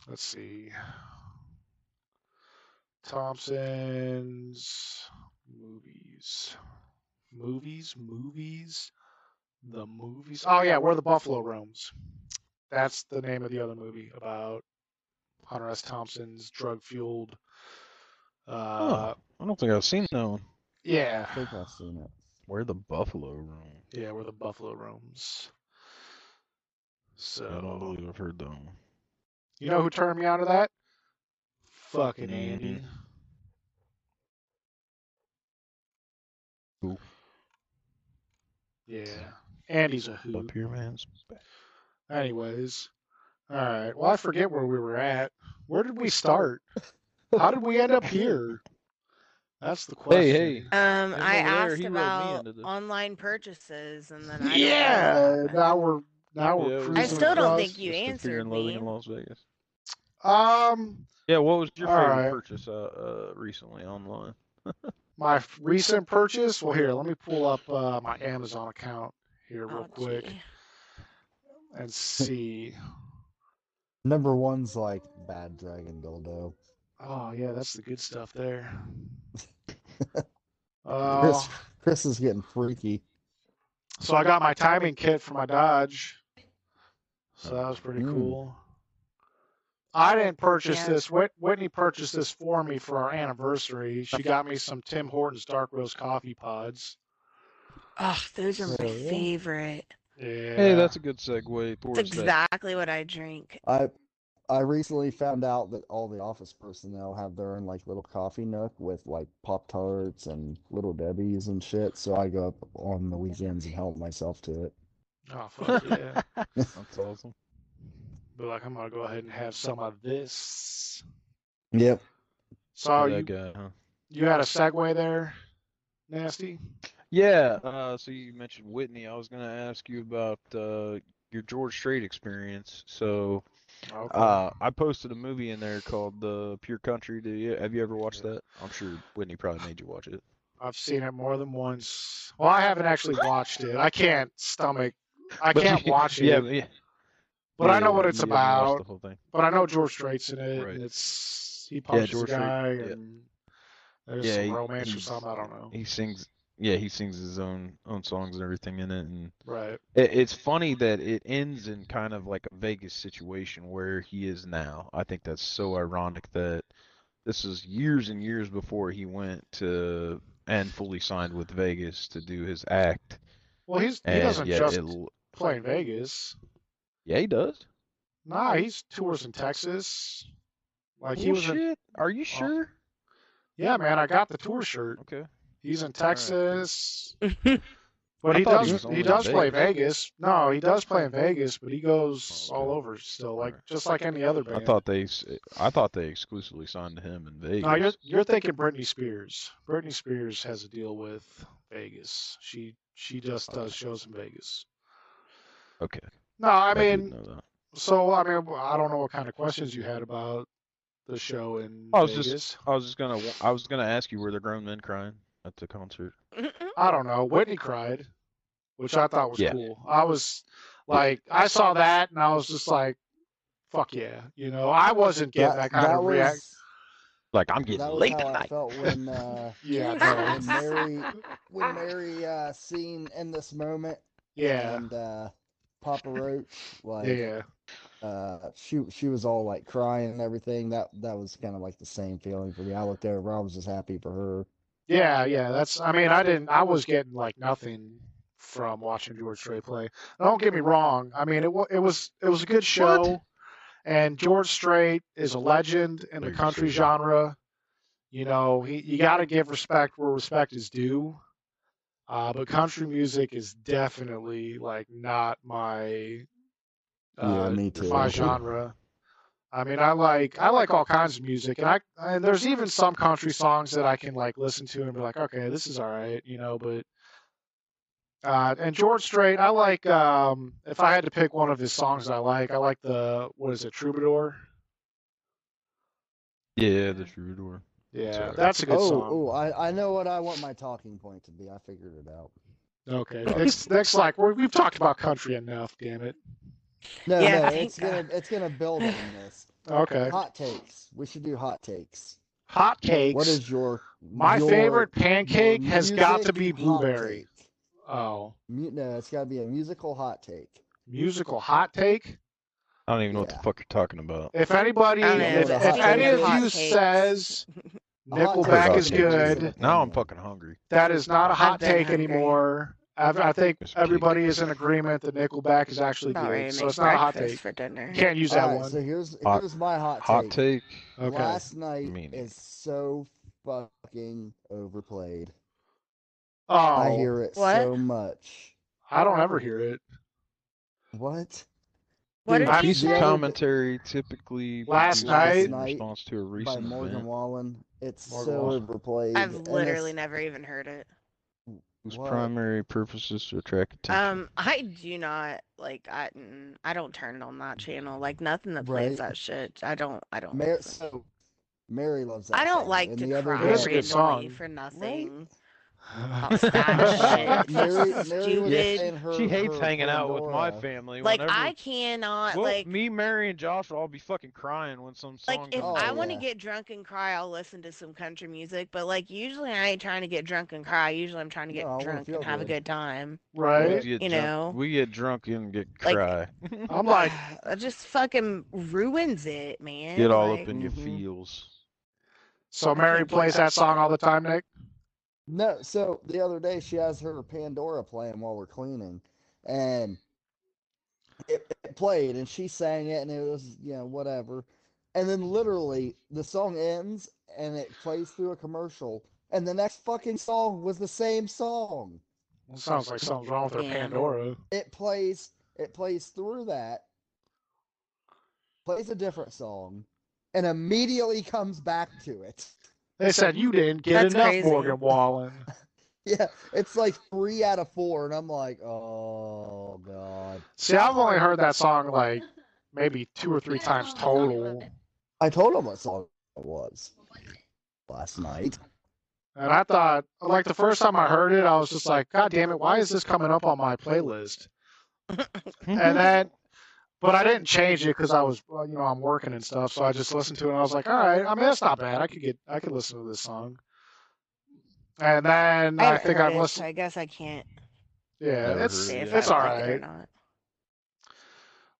Speaker 2: Let's see. Thompson's movies, movies, movies, the movies. Oh yeah, where the buffalo roams. That's the name of the other movie about Hunter S. Thompson's drug fueled. Uh,
Speaker 4: Huh. I don't think I've seen that one.
Speaker 2: Yeah.
Speaker 3: I think I've seen it.
Speaker 4: Where the Buffalo Room?
Speaker 2: Yeah, where the buffalo roams.
Speaker 4: I don't
Speaker 2: So
Speaker 4: believe I've heard that one.
Speaker 2: you know who turned me out of that? Fucking Andy.
Speaker 4: Cool.
Speaker 2: Yeah, Andy's a
Speaker 4: Up
Speaker 2: hoot.
Speaker 4: here, man.
Speaker 2: Anyways, all right. Well, I forget where we were at. Where did we start? How did we end up here? That's the question.
Speaker 4: Hey, hey.
Speaker 1: Um, I
Speaker 4: Him over there,
Speaker 1: asked
Speaker 4: he wrote me
Speaker 1: about
Speaker 4: into this.
Speaker 1: online purchases, and then I don't know
Speaker 2: Yeah,
Speaker 1: what happened.
Speaker 2: now we're now we're
Speaker 4: Yeah, we-
Speaker 2: cruising
Speaker 1: I still don't think
Speaker 2: across.
Speaker 1: you
Speaker 4: It's the Fear
Speaker 1: answered
Speaker 4: and Loathing
Speaker 1: me.
Speaker 4: in Las Vegas.
Speaker 2: Um,
Speaker 4: Yeah, what was your
Speaker 2: All
Speaker 4: favorite
Speaker 2: right.
Speaker 4: purchase uh, uh, recently online?
Speaker 2: my f- recent purchase. Well, here, let me pull up uh, my Amazon account here real
Speaker 1: Oh,
Speaker 2: quick
Speaker 1: gee.
Speaker 2: and see.
Speaker 3: Number one's like Bad Dragon Dildo.
Speaker 2: Oh, yeah, that's the good stuff there.
Speaker 3: Chris,
Speaker 2: Oh,
Speaker 3: Chris is getting freaky.
Speaker 2: so I got my timing kit for my Dodge. So that was pretty
Speaker 3: Mm.
Speaker 2: cool. I didn't purchase
Speaker 1: Yeah.
Speaker 2: this. Whit- Whitney purchased this for me for our anniversary. She got me some Tim Hortons dark roast coffee pods.
Speaker 1: Oh, those are my
Speaker 3: So, yeah.
Speaker 1: favorite.
Speaker 2: Yeah.
Speaker 4: Hey, that's a good segue towards
Speaker 1: It's exactly what I drink.
Speaker 3: I I recently found out that all the office personnel have their own like little coffee nook with like Pop Tarts and Little Debbie's and shit. So I go up on the weekends and help myself to it.
Speaker 2: Oh, fuck
Speaker 4: that.
Speaker 2: yeah.
Speaker 4: That's awesome.
Speaker 2: Be like, I'm going to go ahead and have some of this.
Speaker 3: Yep.
Speaker 2: So
Speaker 4: that
Speaker 2: you,
Speaker 4: guy, huh?
Speaker 2: you had a segue there, nasty.
Speaker 4: Yeah. Uh, so you mentioned Whitney. I was gonna ask you about uh, your George Strait experience. So
Speaker 2: Okay.
Speaker 4: uh, I posted a movie in there called The Pure Country. Do you, have you ever watched that? I'm sure Whitney probably made you watch it.
Speaker 2: I've seen it more than once. Well, I haven't actually watched it. I can't stomach. I
Speaker 4: But
Speaker 2: can't
Speaker 4: you-
Speaker 2: watch it.
Speaker 4: Yeah, but, yeah,
Speaker 2: but I know
Speaker 4: yeah,
Speaker 2: what it's
Speaker 4: you haven't watched the
Speaker 2: about.
Speaker 4: whole thing.
Speaker 2: But I know George Strait's in it.
Speaker 4: Right.
Speaker 2: And it's he punches
Speaker 4: George
Speaker 2: a
Speaker 4: Strait,
Speaker 2: guy
Speaker 4: yeah.
Speaker 2: and there's
Speaker 4: Yeah,
Speaker 2: some
Speaker 4: he-
Speaker 2: romance or
Speaker 4: he's-
Speaker 2: something. I don't know.
Speaker 4: He sings. Yeah, he sings his own own songs and everything in it, and
Speaker 2: Right.
Speaker 4: It, it's funny that it ends in kind of like a Vegas situation where he is now. I think that's so ironic that this is years and years before he went to and fully signed with Vegas to do his act.
Speaker 2: Well, he's he
Speaker 4: And
Speaker 2: doesn't
Speaker 4: yet
Speaker 2: just
Speaker 4: it, l-
Speaker 2: play in Vegas.
Speaker 4: yeah, he does.
Speaker 2: Nah, he's tours in Texas. Like
Speaker 4: Oh,
Speaker 2: he Oh, was. In,
Speaker 4: Bullshit. Are you sure?
Speaker 2: yeah, man. I got the tour shirt.
Speaker 4: Okay.
Speaker 2: He's in
Speaker 4: right.
Speaker 2: Texas.
Speaker 1: I
Speaker 2: But
Speaker 4: I
Speaker 2: he does
Speaker 4: thought he
Speaker 2: he,
Speaker 4: was only in
Speaker 2: does play
Speaker 4: Vegas.
Speaker 2: Vegas. No, he does play in Vegas, but he goes
Speaker 4: Oh, okay.
Speaker 2: all over still, like
Speaker 4: Alright.
Speaker 2: just like any other
Speaker 4: I
Speaker 2: band.
Speaker 4: thought they s- I thought they exclusively signed him in Vegas.
Speaker 2: no, you're you're thinking Britney Spears. Britney Spears has a deal with Vegas. She she just does shows in Vegas.
Speaker 4: Okay.
Speaker 2: No, I
Speaker 4: didn't
Speaker 2: mean,
Speaker 4: know that.
Speaker 2: so I mean, I don't know what kind of questions you had about the show in
Speaker 4: I was
Speaker 2: Vegas.
Speaker 4: just, I was just gonna, wa- I was gonna ask you were the grown men crying at the concert?
Speaker 2: I don't know. Whitney cried, which I thought was
Speaker 4: Yeah.
Speaker 2: cool. I was like, I saw that and I was just like, fuck yeah. You know, I wasn't getting that, kind of reaction.
Speaker 3: was-
Speaker 4: Like I'm
Speaker 3: that
Speaker 4: getting
Speaker 3: was how
Speaker 4: late
Speaker 3: I
Speaker 4: tonight.
Speaker 3: felt when uh,
Speaker 2: Yeah, no,
Speaker 3: when Mary when Mary uh, seen in this moment
Speaker 2: yeah,
Speaker 3: and uh, Papa Roach like
Speaker 2: yeah.
Speaker 3: uh, she she was all like crying and everything. That that was kind of like the same feeling for me. I looked over. I was just happy for her.
Speaker 2: Yeah, yeah, that's. I mean, I didn't. I was getting like nothing from watching George Strait play. Don't get me wrong. I mean, it wa it was it was a good show, and George Strait is a legend in the
Speaker 4: Legacy.
Speaker 2: country genre. You know, he, you got to give respect where respect is due. Uh, but country music is definitely like not my
Speaker 3: Yeah,
Speaker 2: uh,
Speaker 3: me too.
Speaker 2: my genre. I mean, I like I like all kinds of music, and I and there's even some country songs that I can like listen to and be like, okay, this is all right, you know. But uh, and George Strait, I like. Um, if I had to pick one of his songs, I like. I like the what is it, Troubadour?
Speaker 4: Yeah, the troubadour.
Speaker 2: Yeah,
Speaker 4: alright.
Speaker 2: that's a good
Speaker 3: oh,
Speaker 2: song.
Speaker 3: oh, I I know what I want my talking point to be. I figured it out.
Speaker 2: Okay, next next like we we've talked about country enough. Damn it.
Speaker 3: No,
Speaker 1: Yeah,
Speaker 3: no,
Speaker 1: I
Speaker 3: it's
Speaker 1: think, uh,
Speaker 3: gonna it's gonna build on this.
Speaker 2: Okay,
Speaker 3: Hot takes. We should do hot takes.
Speaker 2: hot cakes.
Speaker 3: What is your
Speaker 2: my
Speaker 3: your-
Speaker 2: favorite
Speaker 3: your
Speaker 2: pancake has got to
Speaker 3: music
Speaker 2: be
Speaker 3: hot
Speaker 2: blueberry.
Speaker 3: take?
Speaker 2: Oh,
Speaker 3: Mu- No, it's got to be a musical hot take.
Speaker 2: musical hot take.
Speaker 4: I don't even know what the
Speaker 3: Yeah.
Speaker 4: fuck you're talking about.
Speaker 2: If anybody,
Speaker 1: I don't
Speaker 3: know
Speaker 2: if,
Speaker 3: what a
Speaker 2: if
Speaker 3: hot
Speaker 2: any
Speaker 3: take
Speaker 2: of
Speaker 3: is.
Speaker 2: you
Speaker 1: Hot takes.
Speaker 2: says
Speaker 3: A hot take
Speaker 2: Nickelback is
Speaker 4: is a hot
Speaker 2: good,
Speaker 3: take.
Speaker 4: Now I'm fucking hungry.
Speaker 2: that is not a hot
Speaker 1: I've been
Speaker 2: take
Speaker 1: hungry.
Speaker 2: anymore. i I think
Speaker 4: It's
Speaker 2: everybody is in agreement that Nickelback is actually
Speaker 1: About ready
Speaker 2: good,
Speaker 1: to
Speaker 2: so
Speaker 1: make
Speaker 2: it's not a hot
Speaker 1: breakfast
Speaker 2: take.
Speaker 1: for dinner.
Speaker 2: You can't use
Speaker 3: All
Speaker 2: that
Speaker 3: right,
Speaker 2: one.
Speaker 3: so here's
Speaker 4: Hot-
Speaker 3: here's my hot
Speaker 4: Hot
Speaker 3: take. Uh,
Speaker 4: take.
Speaker 2: Okay.
Speaker 3: Last night
Speaker 4: mean it.
Speaker 3: is so fucking overplayed.
Speaker 2: oh,
Speaker 3: I
Speaker 2: I,
Speaker 3: hear it
Speaker 1: What?
Speaker 3: so much.
Speaker 2: don't ever hear it.
Speaker 3: What?
Speaker 1: What
Speaker 3: Dude,
Speaker 1: did you
Speaker 4: Piece
Speaker 1: say?
Speaker 4: of commentary typically
Speaker 2: Last
Speaker 4: used
Speaker 2: night-
Speaker 4: in response to a
Speaker 3: by
Speaker 4: recent
Speaker 3: Morgan
Speaker 4: event.
Speaker 3: Wallen. It's
Speaker 2: Morgan
Speaker 3: so
Speaker 2: Wallen.
Speaker 3: overplayed.
Speaker 1: I've
Speaker 3: and
Speaker 1: literally
Speaker 3: it's-
Speaker 1: never even heard it.
Speaker 4: whose
Speaker 3: What?
Speaker 4: primary purpose is to attract attention.
Speaker 1: Um, I do not like I mm, I don't turn on that channel. Like nothing that plays
Speaker 3: Right.
Speaker 1: that shit. I don't I don't
Speaker 3: Mary,
Speaker 1: listen.
Speaker 3: so Mary loves that.
Speaker 1: I don't
Speaker 3: song,
Speaker 1: like
Speaker 3: and
Speaker 1: to
Speaker 3: the other
Speaker 1: cry
Speaker 2: It is a
Speaker 3: day-
Speaker 2: good
Speaker 1: randomly
Speaker 2: song.
Speaker 1: for nothing. oh,
Speaker 2: I'll
Speaker 1: that shit.
Speaker 3: Mary, Mary was
Speaker 1: Stupid.
Speaker 3: saying her,
Speaker 4: she hates
Speaker 3: her
Speaker 4: hanging out with my
Speaker 3: Pandora.
Speaker 4: family.
Speaker 1: Like
Speaker 4: whenever,
Speaker 1: I cannot
Speaker 4: well,
Speaker 1: like
Speaker 4: me, Mary, and Josh will all be fucking crying when some song.
Speaker 1: like if
Speaker 4: comes
Speaker 1: I
Speaker 3: Oh,
Speaker 4: on.
Speaker 1: want to
Speaker 3: yeah.
Speaker 1: get drunk and cry, I'll listen to some country music. But like usually, I ain't trying to get drunk and cry. Usually, I'm trying to
Speaker 3: No,
Speaker 1: get
Speaker 3: I wanna
Speaker 1: drunk
Speaker 3: feel
Speaker 1: and have a
Speaker 3: good.
Speaker 1: good time.
Speaker 4: We
Speaker 2: Right?
Speaker 4: get
Speaker 1: You
Speaker 4: drunk-
Speaker 1: know?
Speaker 4: we get drunk and get
Speaker 1: Like-
Speaker 4: cry,
Speaker 2: I'm like,
Speaker 1: that just fucking ruins it, man.
Speaker 4: get all
Speaker 1: Like,
Speaker 4: up in your
Speaker 3: Mhm.
Speaker 4: feels.
Speaker 2: so Mary plays that song all the time, Nick.
Speaker 3: No, so the other day she has her Pandora playing while we're cleaning, and it, it played, and she sang it, and it was you know whatever, and then literally the song ends, and it plays through a commercial, and the next fucking song was the same song.
Speaker 2: sounds like something's wrong with her
Speaker 1: Yeah.
Speaker 2: Pandora.
Speaker 3: It plays it plays through that, plays a different song, and immediately comes back to it.
Speaker 2: They said you didn't get
Speaker 1: That's
Speaker 2: enough
Speaker 1: crazy.
Speaker 2: Morgan Wallen.
Speaker 3: Yeah, it's like three out of four, and I'm like, oh god.
Speaker 2: See, I've only heard that song like maybe two or three times total.
Speaker 3: I told him what song it was last night.
Speaker 2: And I thought, like, the first time I heard it, I was just like, God damn it, why is this coming up on my playlist? And then, but I didn't change it because I was, well, you know, I'm working and stuff. So I just listened to it and I was like, all right, I mean, that's not bad. I could get, I could listen to this song. And then I,
Speaker 1: haven't
Speaker 2: think
Speaker 1: heard
Speaker 2: I've
Speaker 1: it,
Speaker 2: listened.
Speaker 1: so I guess I can't
Speaker 2: Yeah,
Speaker 4: Never
Speaker 2: it's,
Speaker 1: say
Speaker 4: heard
Speaker 1: if
Speaker 4: it.
Speaker 2: it's
Speaker 1: I
Speaker 2: all
Speaker 1: like it or
Speaker 2: right.
Speaker 1: not.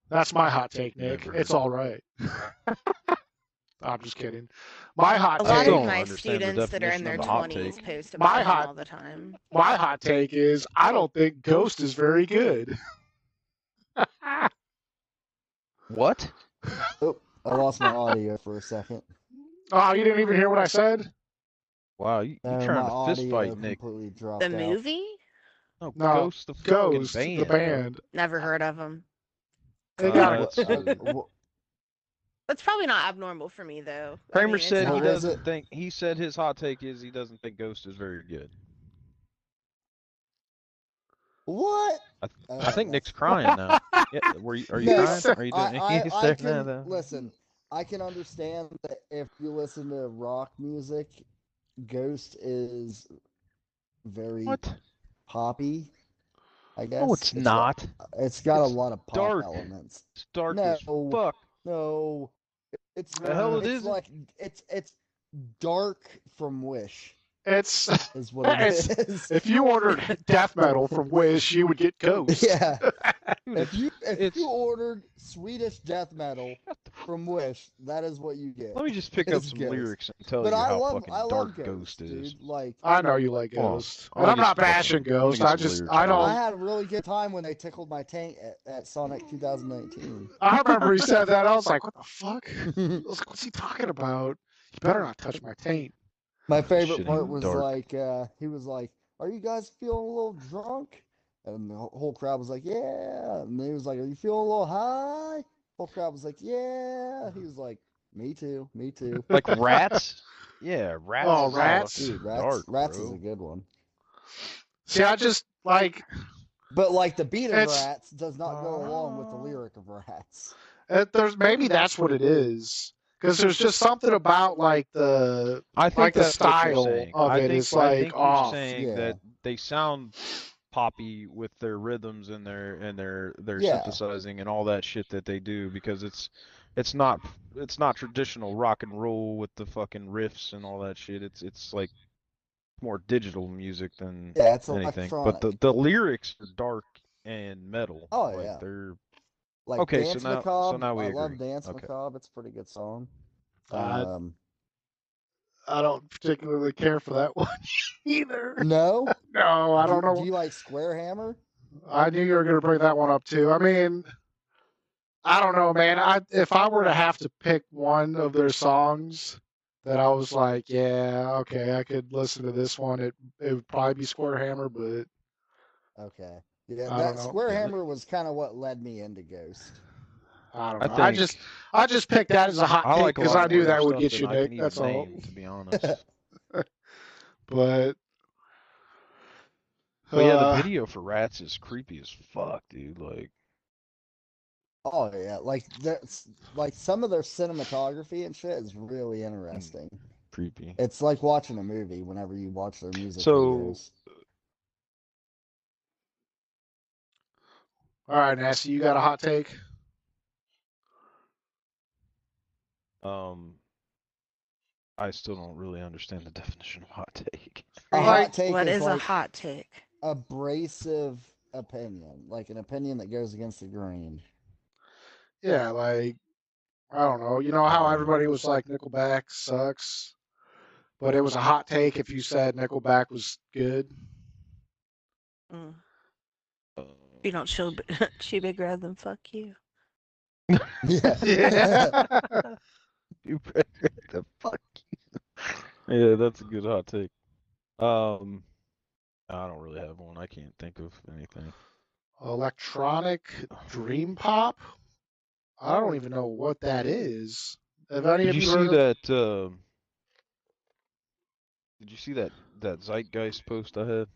Speaker 2: That's my hot take, Nick.
Speaker 4: Never heard
Speaker 2: It's
Speaker 4: it.
Speaker 2: all right. I'm just kidding. My hot
Speaker 1: A
Speaker 4: I
Speaker 1: lot
Speaker 4: still
Speaker 1: of
Speaker 2: take.
Speaker 4: don't
Speaker 1: my
Speaker 4: understand the
Speaker 1: students that are in
Speaker 4: definition
Speaker 1: their
Speaker 4: of a hot
Speaker 1: twenties
Speaker 4: take.
Speaker 1: post
Speaker 2: My
Speaker 1: about him
Speaker 2: hot-
Speaker 1: all the time.
Speaker 2: my hot take is I don't think Ghost is very good.
Speaker 4: What?
Speaker 3: Oh, I lost my audio for a second.
Speaker 2: oh, you didn't even hear what I said?
Speaker 4: Wow, you, you
Speaker 3: No, my
Speaker 4: trying to
Speaker 3: audio
Speaker 4: fist fight Nick?
Speaker 3: completely dropped
Speaker 1: The
Speaker 3: out.
Speaker 1: movie?
Speaker 4: No,
Speaker 2: No,
Speaker 4: Ghost the fucking
Speaker 2: Ghost,
Speaker 4: band.
Speaker 2: the
Speaker 4: bro.
Speaker 2: band.
Speaker 1: Never heard of him.
Speaker 2: They
Speaker 4: Uh,
Speaker 2: got
Speaker 3: Wha-
Speaker 2: it.
Speaker 4: that's good.
Speaker 3: uh, wha-
Speaker 1: That's probably not abnormal for me though. I
Speaker 4: Kramer
Speaker 1: mean, it's
Speaker 4: said
Speaker 3: not-
Speaker 4: he
Speaker 3: Well,
Speaker 1: not-
Speaker 3: does
Speaker 4: doesn't
Speaker 3: it-
Speaker 4: think. He said his hot take is he doesn't think Ghost is very good.
Speaker 3: What?
Speaker 4: I, th-
Speaker 3: Uh,
Speaker 4: I think Nick's
Speaker 3: that's-
Speaker 4: crying now. Yeah, were you, are you
Speaker 3: No,
Speaker 4: crying? Are you doing?
Speaker 3: I,
Speaker 4: he's
Speaker 3: I, I
Speaker 4: there now,
Speaker 3: can,
Speaker 4: though.
Speaker 3: listen, I can understand that if you listen to rock music, Ghost is very
Speaker 4: What?
Speaker 3: poppy. I guess
Speaker 4: No, it's
Speaker 3: got-
Speaker 4: not.
Speaker 3: it's got a
Speaker 4: It's
Speaker 3: lot of pop
Speaker 4: dark.
Speaker 3: elements.
Speaker 4: It's dark
Speaker 3: No.
Speaker 4: as fuck.
Speaker 3: No, it's
Speaker 4: The hell it
Speaker 3: it's
Speaker 4: isn't.
Speaker 3: like it's it's dark from Wish
Speaker 2: It's
Speaker 3: is what it is.
Speaker 2: if you ordered death metal from Wish, you would get Ghost.
Speaker 3: yeah,
Speaker 4: Dude,
Speaker 3: if
Speaker 4: it's-
Speaker 3: you if
Speaker 4: it's-
Speaker 3: you ordered Swedish death metal from Wish, that is what you get.
Speaker 4: let me just pick up
Speaker 3: it's
Speaker 4: some
Speaker 3: ghost.
Speaker 4: lyrics and tell
Speaker 3: but
Speaker 4: you
Speaker 3: I
Speaker 4: how
Speaker 3: love
Speaker 4: fucking
Speaker 3: I love
Speaker 4: dark
Speaker 3: Ghost,
Speaker 4: Ghost is.
Speaker 3: dude. Like
Speaker 2: I know you like
Speaker 4: Hold on.
Speaker 2: Ghost.
Speaker 4: I
Speaker 2: And I'm
Speaker 4: wanna
Speaker 2: not
Speaker 4: get some-
Speaker 2: bashing
Speaker 4: I wanna
Speaker 2: Ghost.
Speaker 4: get
Speaker 2: I
Speaker 4: some
Speaker 2: just
Speaker 4: lyrics
Speaker 2: I
Speaker 4: down.
Speaker 2: don't
Speaker 3: I had a really good time when they tickled my tank at, at Sonic 2019.
Speaker 2: I remember he said that. I was like, what the fuck? I was like, what's he talking about? You better not touch my taint.
Speaker 3: My
Speaker 4: shit
Speaker 3: favorite part
Speaker 4: ain't
Speaker 3: was
Speaker 4: dark.
Speaker 3: like uh, he was like, "Are you guys feeling a little drunk?" And the wh- whole crowd was like, "Yeah." And he was like, "Are you feeling a little high?" Whole crowd was like, "Yeah." He was like, "Me too, me too."
Speaker 4: Like rats? Yeah, rats.
Speaker 2: Oh,
Speaker 4: is fucking
Speaker 2: Rats?
Speaker 3: Dude, rats,
Speaker 4: dark,
Speaker 3: rats is
Speaker 4: bro.
Speaker 3: a good one.
Speaker 2: See, I just like
Speaker 3: But like the beat of
Speaker 2: It's-
Speaker 3: rats does not go along with the lyric of rats.
Speaker 2: uh, there's maybe that's what it is because there's just something about like the
Speaker 4: I think
Speaker 2: Like the
Speaker 4: that's what you're
Speaker 2: style
Speaker 4: saying.
Speaker 2: of
Speaker 4: I
Speaker 2: it
Speaker 4: think,
Speaker 2: is,
Speaker 4: I
Speaker 2: like,
Speaker 4: think you're
Speaker 2: off.
Speaker 4: saying
Speaker 3: Yeah.
Speaker 4: that they sound poppy with their rhythms and their and their their
Speaker 3: Yeah.
Speaker 4: synthesizing and all that shit that they do because it's it's not it's not traditional rock and roll with the fucking riffs and all that shit. It's it's like more digital music than
Speaker 3: Yeah, it's
Speaker 4: anything.
Speaker 3: electronic.
Speaker 4: But the the lyrics are dark and metal.
Speaker 3: Oh,
Speaker 4: like,
Speaker 3: yeah.
Speaker 4: They're
Speaker 3: like
Speaker 4: okay, so
Speaker 3: Dance
Speaker 4: now-
Speaker 3: Macabre.
Speaker 4: so now we
Speaker 3: I love
Speaker 4: agree.
Speaker 3: Dance
Speaker 4: Okay.
Speaker 3: Macabre. It's a pretty good song.
Speaker 2: Uh,
Speaker 3: um,
Speaker 2: I don't particularly care for that one either.
Speaker 3: no,
Speaker 2: No, I
Speaker 3: Do-
Speaker 2: don't
Speaker 3: Do
Speaker 2: know.
Speaker 3: you like Square Hammer?
Speaker 2: I knew you were going to bring that one up too. I mean, I don't know, man. I if I were to have to pick one of their songs that I was like, yeah, okay, I could listen to this one. It it would probably be Square Hammer, but
Speaker 3: Okay. Yeah,
Speaker 2: I don't
Speaker 3: that
Speaker 2: know.
Speaker 3: Square
Speaker 4: Yeah.
Speaker 3: Hammer was kind of what led me into Ghost.
Speaker 2: I don't
Speaker 4: I
Speaker 2: know. I
Speaker 4: think-
Speaker 2: just I just picked that as a hot
Speaker 4: I
Speaker 2: take
Speaker 4: like a
Speaker 2: because
Speaker 4: lot
Speaker 2: I
Speaker 4: of
Speaker 2: knew
Speaker 4: weirder
Speaker 2: that would
Speaker 4: stuff
Speaker 2: get you,
Speaker 4: than I can
Speaker 2: Nick.
Speaker 4: even
Speaker 2: That's all.
Speaker 4: name, to be honest.
Speaker 2: But
Speaker 4: But yeah,
Speaker 2: uh,
Speaker 4: the video for Rats is creepy as fuck, dude. Like,
Speaker 3: Oh yeah, like that's like some of their cinematography and shit is really interesting.
Speaker 4: creepy.
Speaker 3: It's like watching a movie whenever you watch their music
Speaker 4: So-
Speaker 3: videos.
Speaker 2: all right, Nasty, you got a hot take?
Speaker 4: Um, I still don't really understand the definition of hot take.
Speaker 3: A
Speaker 2: Like,
Speaker 3: hot take
Speaker 1: what is
Speaker 3: is,
Speaker 1: a
Speaker 3: like
Speaker 1: hot take?
Speaker 3: abrasive opinion, like an opinion that goes against the grain.
Speaker 2: Yeah, like I don't know. You know how everybody was like Nickelback sucks, but it was a hot take if you said Nickelback was good.
Speaker 1: Mm. If
Speaker 4: Uh,
Speaker 1: you don't show b- chew big red, then fuck you.
Speaker 3: Yeah.
Speaker 4: you better the fuck. you. yeah, that's a good hot take. Um, I don't really have one. I can't think of anything.
Speaker 2: Electronic dream pop. I don't even know what that is. Have any
Speaker 4: Did
Speaker 2: of
Speaker 4: you
Speaker 2: you
Speaker 4: see
Speaker 2: heard of-
Speaker 4: that? Um, did you see that that Zeitgeist post I had?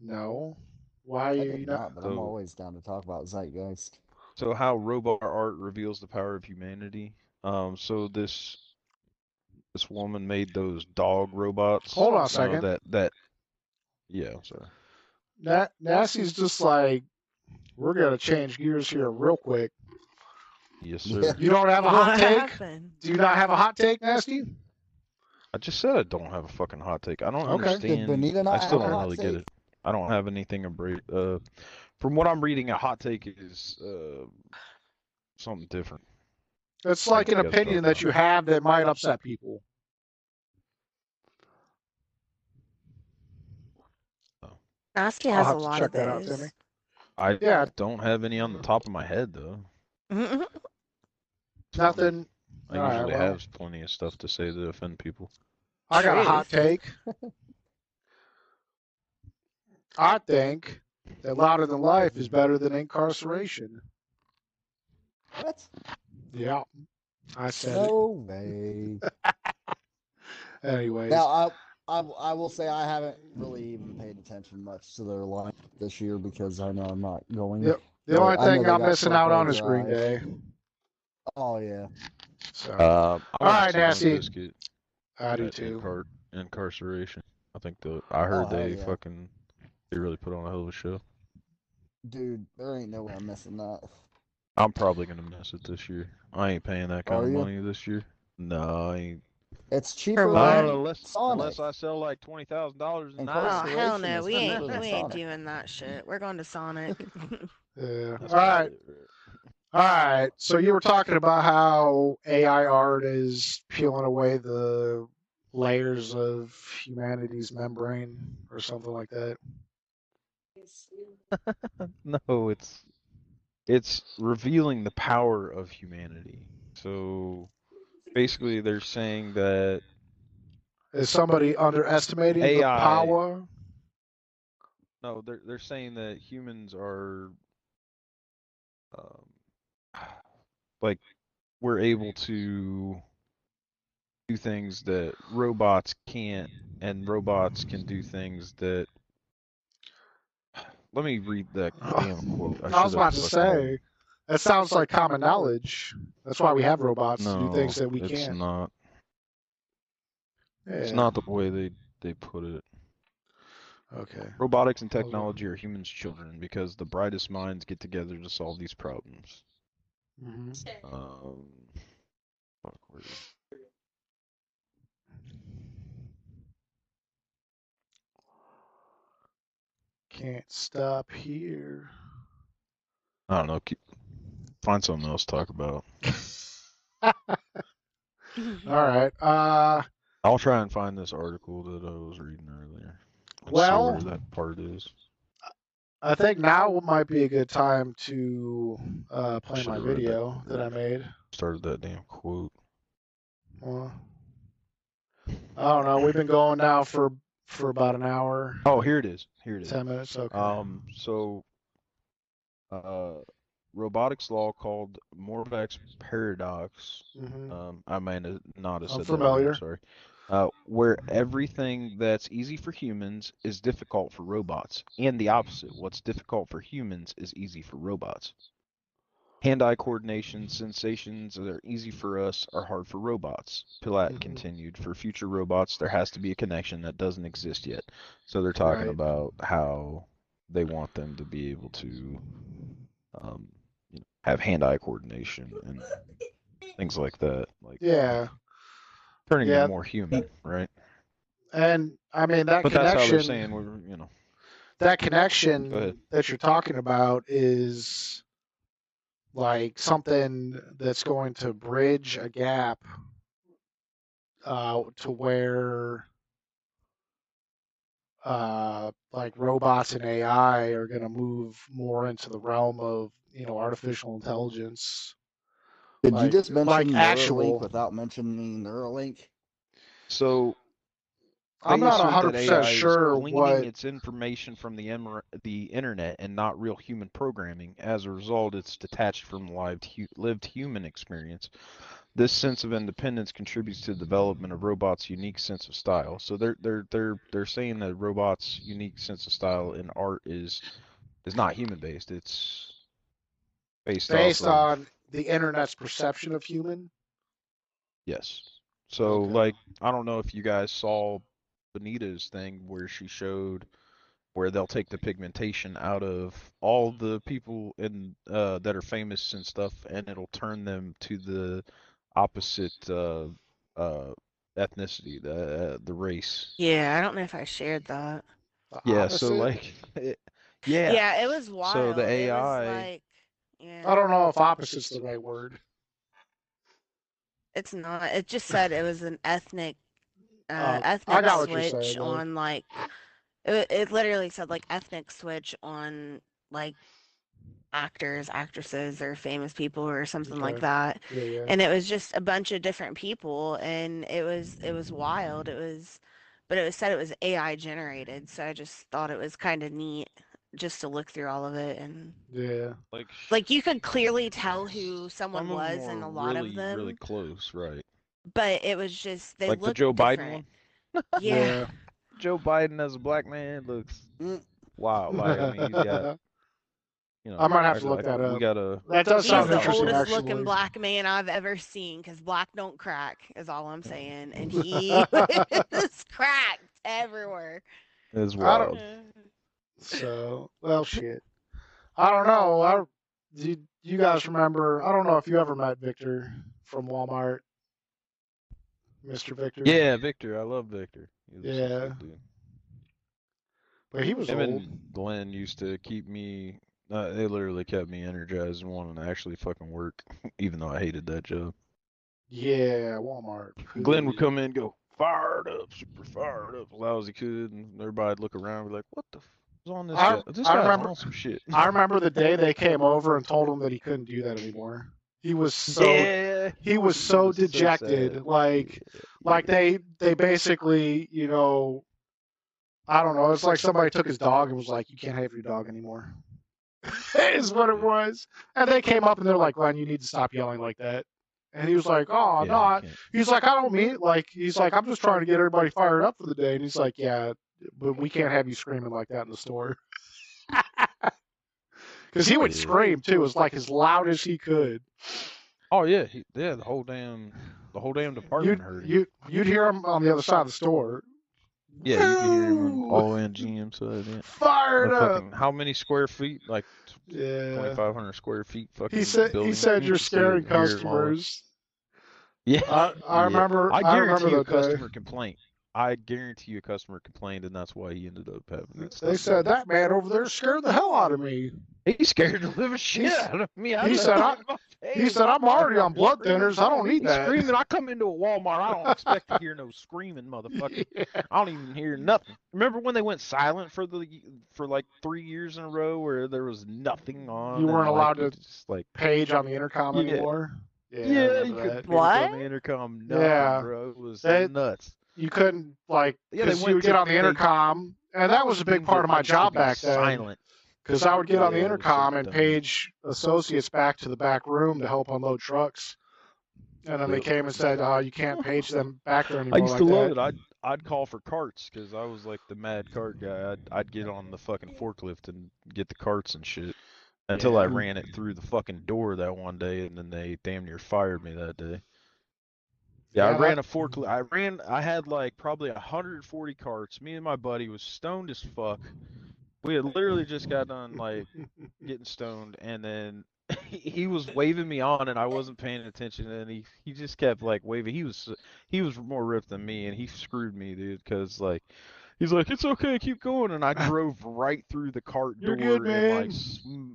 Speaker 2: No. Why are
Speaker 3: I
Speaker 2: you
Speaker 3: did
Speaker 2: not?
Speaker 3: not, but
Speaker 1: Oh.
Speaker 3: I'm
Speaker 4: So-
Speaker 3: always down to talk about Zeitgeist.
Speaker 4: So how robot art reveals the power of humanity. Um, so this this woman made those dog robots.
Speaker 2: Hold on a
Speaker 4: uh,
Speaker 2: second.
Speaker 4: that that. Yeah, I'm sorry.
Speaker 2: Na- Nasty's just like, we're gonna change gears here real quick.
Speaker 4: Yes,
Speaker 3: Yeah.
Speaker 4: sir.
Speaker 2: You don't have a hot
Speaker 1: What
Speaker 2: take?
Speaker 1: happened?
Speaker 2: Do you not have a hot take, Nasty?
Speaker 4: I just said I don't have a fucking hot take. I don't
Speaker 2: Okay. Did
Speaker 4: understand.
Speaker 3: Benita not
Speaker 4: I still
Speaker 2: have a
Speaker 4: don't
Speaker 3: hot
Speaker 4: really get
Speaker 3: take?
Speaker 4: it. I don't have anything abra- uh from what I'm reading a hot take is uh something different.
Speaker 2: It's like an
Speaker 4: Yes, sir.
Speaker 2: opinion that you have that might upset people.
Speaker 1: Nasty
Speaker 2: I'll
Speaker 1: has
Speaker 2: have
Speaker 1: a
Speaker 2: to
Speaker 1: lot
Speaker 2: check
Speaker 1: of
Speaker 2: that out,
Speaker 1: those.
Speaker 4: I
Speaker 2: Yeah.
Speaker 4: don't have any on the top of my head though.
Speaker 2: Nothing.
Speaker 4: I
Speaker 2: All right,
Speaker 4: usually
Speaker 2: well.
Speaker 4: have plenty of stuff to say to offend people.
Speaker 2: I got a
Speaker 1: Jeez.
Speaker 2: hot take. I think that Louder Than Life is better than Incarceration.
Speaker 3: What?
Speaker 2: Yeah. I said it.
Speaker 3: No way.
Speaker 2: Anyways.
Speaker 3: Now, I, I, I will say I haven't really even paid attention much to their line this year because I know I'm not going.
Speaker 2: Yep. The
Speaker 3: Yeah,
Speaker 2: only
Speaker 3: I know
Speaker 2: thing
Speaker 3: they
Speaker 2: I'm
Speaker 3: got
Speaker 2: missing out on
Speaker 3: Sunflower
Speaker 2: is Green Day.
Speaker 3: Drive. Oh yeah.
Speaker 2: So
Speaker 4: Uh,
Speaker 2: All right, Nasty.
Speaker 4: Biscuit
Speaker 2: I do
Speaker 4: at
Speaker 2: too. Oh,
Speaker 4: incar- incarceration. I think the I
Speaker 3: hell
Speaker 4: heard they
Speaker 3: yeah.
Speaker 4: fucking they really put on a hell of a show.
Speaker 3: Dude, there ain't no way I'm missing that.
Speaker 4: I'm probably gonna miss it this year. I ain't paying that kind
Speaker 3: Are
Speaker 4: of
Speaker 3: you?
Speaker 4: money this year. No, I ain't.
Speaker 3: It's cheaper
Speaker 1: what?
Speaker 3: than
Speaker 1: Uh,
Speaker 4: unless,
Speaker 3: Sonic.
Speaker 4: unless I sell like twenty thousand dollars in
Speaker 3: And
Speaker 1: Oh,
Speaker 4: knives.
Speaker 3: Carson
Speaker 1: hell
Speaker 3: Wentz
Speaker 1: no,
Speaker 3: is
Speaker 1: we
Speaker 3: better
Speaker 1: ain't
Speaker 3: than
Speaker 1: we ain't
Speaker 3: Sonic.
Speaker 1: doing that shit. We're going to Sonic.
Speaker 2: Yeah. All
Speaker 4: That's about
Speaker 2: right.
Speaker 4: it, right?
Speaker 2: All right. So you were talking about how AI art is peeling away the layers of humanity's membrane or something like that.
Speaker 4: No, it's it's revealing the power of humanity. So basically, they're saying that
Speaker 2: Is somebody underestimating the
Speaker 4: AI.
Speaker 2: power?
Speaker 4: No, they're they're saying that humans are, um, like we're able to do things that robots can't, and robots can do things that. Let me read that damn quote.
Speaker 2: Oh, I was
Speaker 4: should've
Speaker 2: about to
Speaker 4: fucking-
Speaker 2: say, that sounds like common knowledge. That's why we have robots to do
Speaker 4: No,
Speaker 2: things that we
Speaker 4: it's
Speaker 2: can't.
Speaker 4: not. It's
Speaker 2: Yeah,
Speaker 4: not the way they they put it.
Speaker 2: Okay.
Speaker 4: Robotics and
Speaker 2: Well,
Speaker 4: technology are humans' children because the brightest minds get together to solve these problems.
Speaker 2: hmm
Speaker 4: Um, fuck, where is it?
Speaker 2: Can't stop here.
Speaker 4: I don't know. Keep, find something else to talk about.
Speaker 2: All right. Uh,
Speaker 4: I'll try and find this article that I was reading earlier. and see
Speaker 2: Well-
Speaker 4: where that part is.
Speaker 2: I think now might be a good time to uh, play my
Speaker 4: Should've read that.
Speaker 2: video that I made.
Speaker 4: Started that damn quote.
Speaker 2: Well, I don't know. We've been going now for for about an hour,
Speaker 4: Oh, here it is. Here it is.
Speaker 2: ten minutes. Okay.
Speaker 4: Um, so, uh, robotics law called Morbeck's paradox
Speaker 2: Mhm.
Speaker 4: Um, I might have not have
Speaker 2: I'm
Speaker 4: said that right,
Speaker 2: familiar.
Speaker 4: sorry. Uh, where everything that's easy for humans is difficult for robots, and the opposite. What's difficult for humans is easy for robots. Hand-eye coordination, sensations that are easy for us are hard for robots. Pilat
Speaker 2: Mhm.
Speaker 4: continued, for future robots, there has to be a connection that doesn't exist yet. So they're talking
Speaker 2: Right.
Speaker 4: about how they want them to be able to um, you know, have hand-eye coordination and things like that. Like
Speaker 2: Yeah,
Speaker 4: turning
Speaker 2: Yeah.
Speaker 4: them more human, right?
Speaker 2: and I mean that
Speaker 4: But that's how they're
Speaker 2: connection.
Speaker 4: saying we're, you know,
Speaker 2: That
Speaker 4: Go ahead.
Speaker 2: connection that you're talking about is like something that's going to bridge a gap uh, to where uh, like robots and AI are going to move more into the realm of you know artificial intelligence.
Speaker 3: Did you
Speaker 2: Like-
Speaker 3: just mention
Speaker 2: like
Speaker 3: Neuralink
Speaker 2: actual-
Speaker 3: without mentioning Neuralink?
Speaker 4: So
Speaker 2: I'm
Speaker 4: they
Speaker 2: not
Speaker 4: assert that
Speaker 2: 100%
Speaker 4: AI is
Speaker 2: sure
Speaker 4: gleaning
Speaker 2: what.
Speaker 4: its information from the em- the internet and not real human programming. As a result, it's detached from lived hu- lived human experience. This sense of independence contributes to the development of robots' unique sense of style. So they're they're they're they're saying that robots' unique sense of style in art is is not human based. It's based off
Speaker 2: based
Speaker 4: of-
Speaker 2: on the internet's perception of human.
Speaker 4: Yes. So
Speaker 2: Okay.
Speaker 4: like I don't know if you guys saw Benita's thing where she showed where they'll take the pigmentation out of all the people in uh that are famous and stuff and it'll turn them to the opposite uh uh ethnicity, the uh, the race.
Speaker 1: yeah, I don't know if I shared that.
Speaker 2: the
Speaker 4: Yeah, so
Speaker 2: opposite.
Speaker 4: like eh, yeah.
Speaker 1: Yeah, it was wild.
Speaker 4: So the
Speaker 1: It was
Speaker 4: AI
Speaker 1: like, yeah,
Speaker 2: I don't know if opposite's the right word.
Speaker 1: it's not. It just said it was an ethnic, uh,
Speaker 2: Oh, I
Speaker 1: ethnic
Speaker 2: got what you're saying,
Speaker 1: switch
Speaker 2: though.
Speaker 1: on like, it, it literally said like ethnic switch on like actors, actresses, or famous people or something like
Speaker 2: Okay.
Speaker 1: that.
Speaker 2: Yeah, yeah.
Speaker 1: and it was just a bunch of different people and it was it was wild it was but it was said it was ai generated so i just thought it was kind of neat just to look through all of it and
Speaker 2: yeah.
Speaker 4: like
Speaker 1: like you could clearly tell who someone
Speaker 4: some of them
Speaker 1: was and
Speaker 4: were
Speaker 1: a lot
Speaker 4: really
Speaker 1: of them
Speaker 4: really close, right?
Speaker 1: but it was just they
Speaker 4: like the
Speaker 1: looked
Speaker 4: Joe Biden
Speaker 1: different
Speaker 4: one.
Speaker 1: yeah
Speaker 4: Joe Biden as a black man looks
Speaker 3: Mm.
Speaker 4: Wow, like I mean, he's got you know.
Speaker 2: I might have to
Speaker 4: actually,
Speaker 2: look
Speaker 4: I-
Speaker 2: that
Speaker 4: We
Speaker 2: up.
Speaker 4: got a
Speaker 2: That does
Speaker 1: He's
Speaker 2: sound
Speaker 1: the
Speaker 2: interesting.
Speaker 1: oldest
Speaker 2: actually.
Speaker 1: looking black man I've ever seen because black don't crack, is all I'm saying. And he is cracked everywhere.
Speaker 4: as
Speaker 2: I don't-
Speaker 4: well.
Speaker 2: So, well, shit. I don't know. I do you guys remember? I don't know if you ever met Victor from Walmart, Mr. Victor.
Speaker 4: Yeah, Victor. I love Victor. He's a
Speaker 2: Yeah.
Speaker 4: good dude.
Speaker 2: but he was
Speaker 4: Him
Speaker 2: old.
Speaker 4: and Glenn used to keep me. Uh, they literally kept me energized and wanting to actually fucking work, even though I hated that job.
Speaker 2: Yeah, Walmart.
Speaker 4: Glenn would come in, and go fired up, super fired up, lousy kid, and everybody'd look around, and be like, "What the f- is on this
Speaker 2: I-
Speaker 4: guy? This
Speaker 2: I
Speaker 4: guy's
Speaker 2: remember-
Speaker 4: on some shit."
Speaker 2: I remember the day they came over and told him that he couldn't do that anymore. He was so
Speaker 4: yeah,
Speaker 2: he was so
Speaker 4: sad.
Speaker 2: dejected. like like they they basically you know i don't know it's like somebody took his dog and was like you can't have your dog anymore is what it was and they came up and they're like glenn you need to stop yelling like that and he was like oh
Speaker 4: Yeah,
Speaker 2: no I-"
Speaker 4: you can't-
Speaker 2: he's like i don't mean it like he's like i'm just trying to get everybody fired up for the day and he's like yeah but we can't have you screaming like that in the store because he would
Speaker 4: Yeah.
Speaker 2: scream too as like as loud as he could
Speaker 4: Oh yeah, he, yeah. The whole damn, the whole damn department
Speaker 2: you'd,
Speaker 4: heard him.
Speaker 2: you you'd hear him on the other side of the store
Speaker 4: yeah, you can hear him on
Speaker 2: Woo!
Speaker 4: all in GM side. Yeah.
Speaker 2: fired
Speaker 4: The
Speaker 2: up.
Speaker 4: fucking- how many square feet? Like twenty
Speaker 2: Yeah.
Speaker 4: five hundred square feet. Fucking.
Speaker 2: He said he
Speaker 4: building.
Speaker 2: said
Speaker 4: You
Speaker 2: you're
Speaker 4: can see it
Speaker 2: scaring
Speaker 4: and hear it all.
Speaker 2: customers.
Speaker 4: Yeah.
Speaker 2: I, I
Speaker 4: Yeah.
Speaker 2: remember
Speaker 4: I
Speaker 2: I,
Speaker 4: guarantee you
Speaker 2: remember
Speaker 4: a
Speaker 2: the day.
Speaker 4: customer complaint. I guarantee you a customer complained, and that's why he ended up having that.
Speaker 2: They
Speaker 4: stuff
Speaker 2: said
Speaker 4: done.
Speaker 2: that man over there scared the hell out of me.
Speaker 4: He scared the living shit out of me. I
Speaker 2: he
Speaker 4: left
Speaker 2: said,
Speaker 4: him in my
Speaker 2: He
Speaker 4: face.
Speaker 2: said I'm already on
Speaker 4: He's
Speaker 2: blood
Speaker 4: screaming.
Speaker 2: thinners. I don't need
Speaker 4: He's
Speaker 2: that.
Speaker 4: screaming. I come into a Walmart. I don't expect to hear no screaming, motherfucker.
Speaker 2: Yeah.
Speaker 4: I don't even
Speaker 2: Mm.
Speaker 4: hear nothing. Remember when they went silent for the for like three years in a row, where there was nothing on.
Speaker 2: Mm. You
Speaker 4: and,
Speaker 2: weren't
Speaker 4: like,
Speaker 2: allowed
Speaker 4: you
Speaker 2: to-
Speaker 4: Just like
Speaker 2: Page on the intercom
Speaker 4: Yeah.
Speaker 2: anymore. Yeah, I
Speaker 4: yeah, you
Speaker 2: remember
Speaker 4: could
Speaker 2: that.
Speaker 4: hear it on
Speaker 1: What?
Speaker 4: the intercom. Nothing,
Speaker 2: Yeah.
Speaker 4: bro, it was
Speaker 2: They-
Speaker 4: nuts.
Speaker 2: you couldn't like
Speaker 4: Yeah, they
Speaker 2: 'cause you
Speaker 4: went
Speaker 2: would get
Speaker 4: to
Speaker 2: on the
Speaker 4: they-
Speaker 2: intercom, and that was a big
Speaker 4: Things
Speaker 2: part
Speaker 4: that
Speaker 2: of my
Speaker 4: used to
Speaker 2: job
Speaker 4: be
Speaker 2: back then.
Speaker 4: Silent.
Speaker 2: because I would get on the
Speaker 4: Yeah, it was so
Speaker 2: intercom and
Speaker 4: dumb.
Speaker 2: page associates back to the back room to help unload trucks. And then they
Speaker 4: Yep.
Speaker 2: came and said, "Oh, you can't page them back there anymore."
Speaker 4: I used
Speaker 2: like
Speaker 4: to love
Speaker 2: that.
Speaker 4: it. I'd I'd call for carts because I was like the mad cart guy. I'd I'd get on the fucking forklift and get the carts and shit until I
Speaker 2: Yeah.
Speaker 4: ran it through the fucking door that one day, and then they damn near fired me that day. Yeah,
Speaker 2: Yeah,
Speaker 4: I ran
Speaker 2: that-
Speaker 4: a forklift. I ran. I had like probably 140 carts. Me and my buddy was stoned as fuck. We had literally just got done like getting stoned, and then he was waving me on, and I wasn't paying attention, and he he just kept like waving. He was he was more ripped than me, and he screwed me, dude, because like. He's like, it's okay, keep going, and I drove right through the cart
Speaker 2: You're
Speaker 4: door
Speaker 2: good,
Speaker 4: and like
Speaker 2: man.
Speaker 4: sm-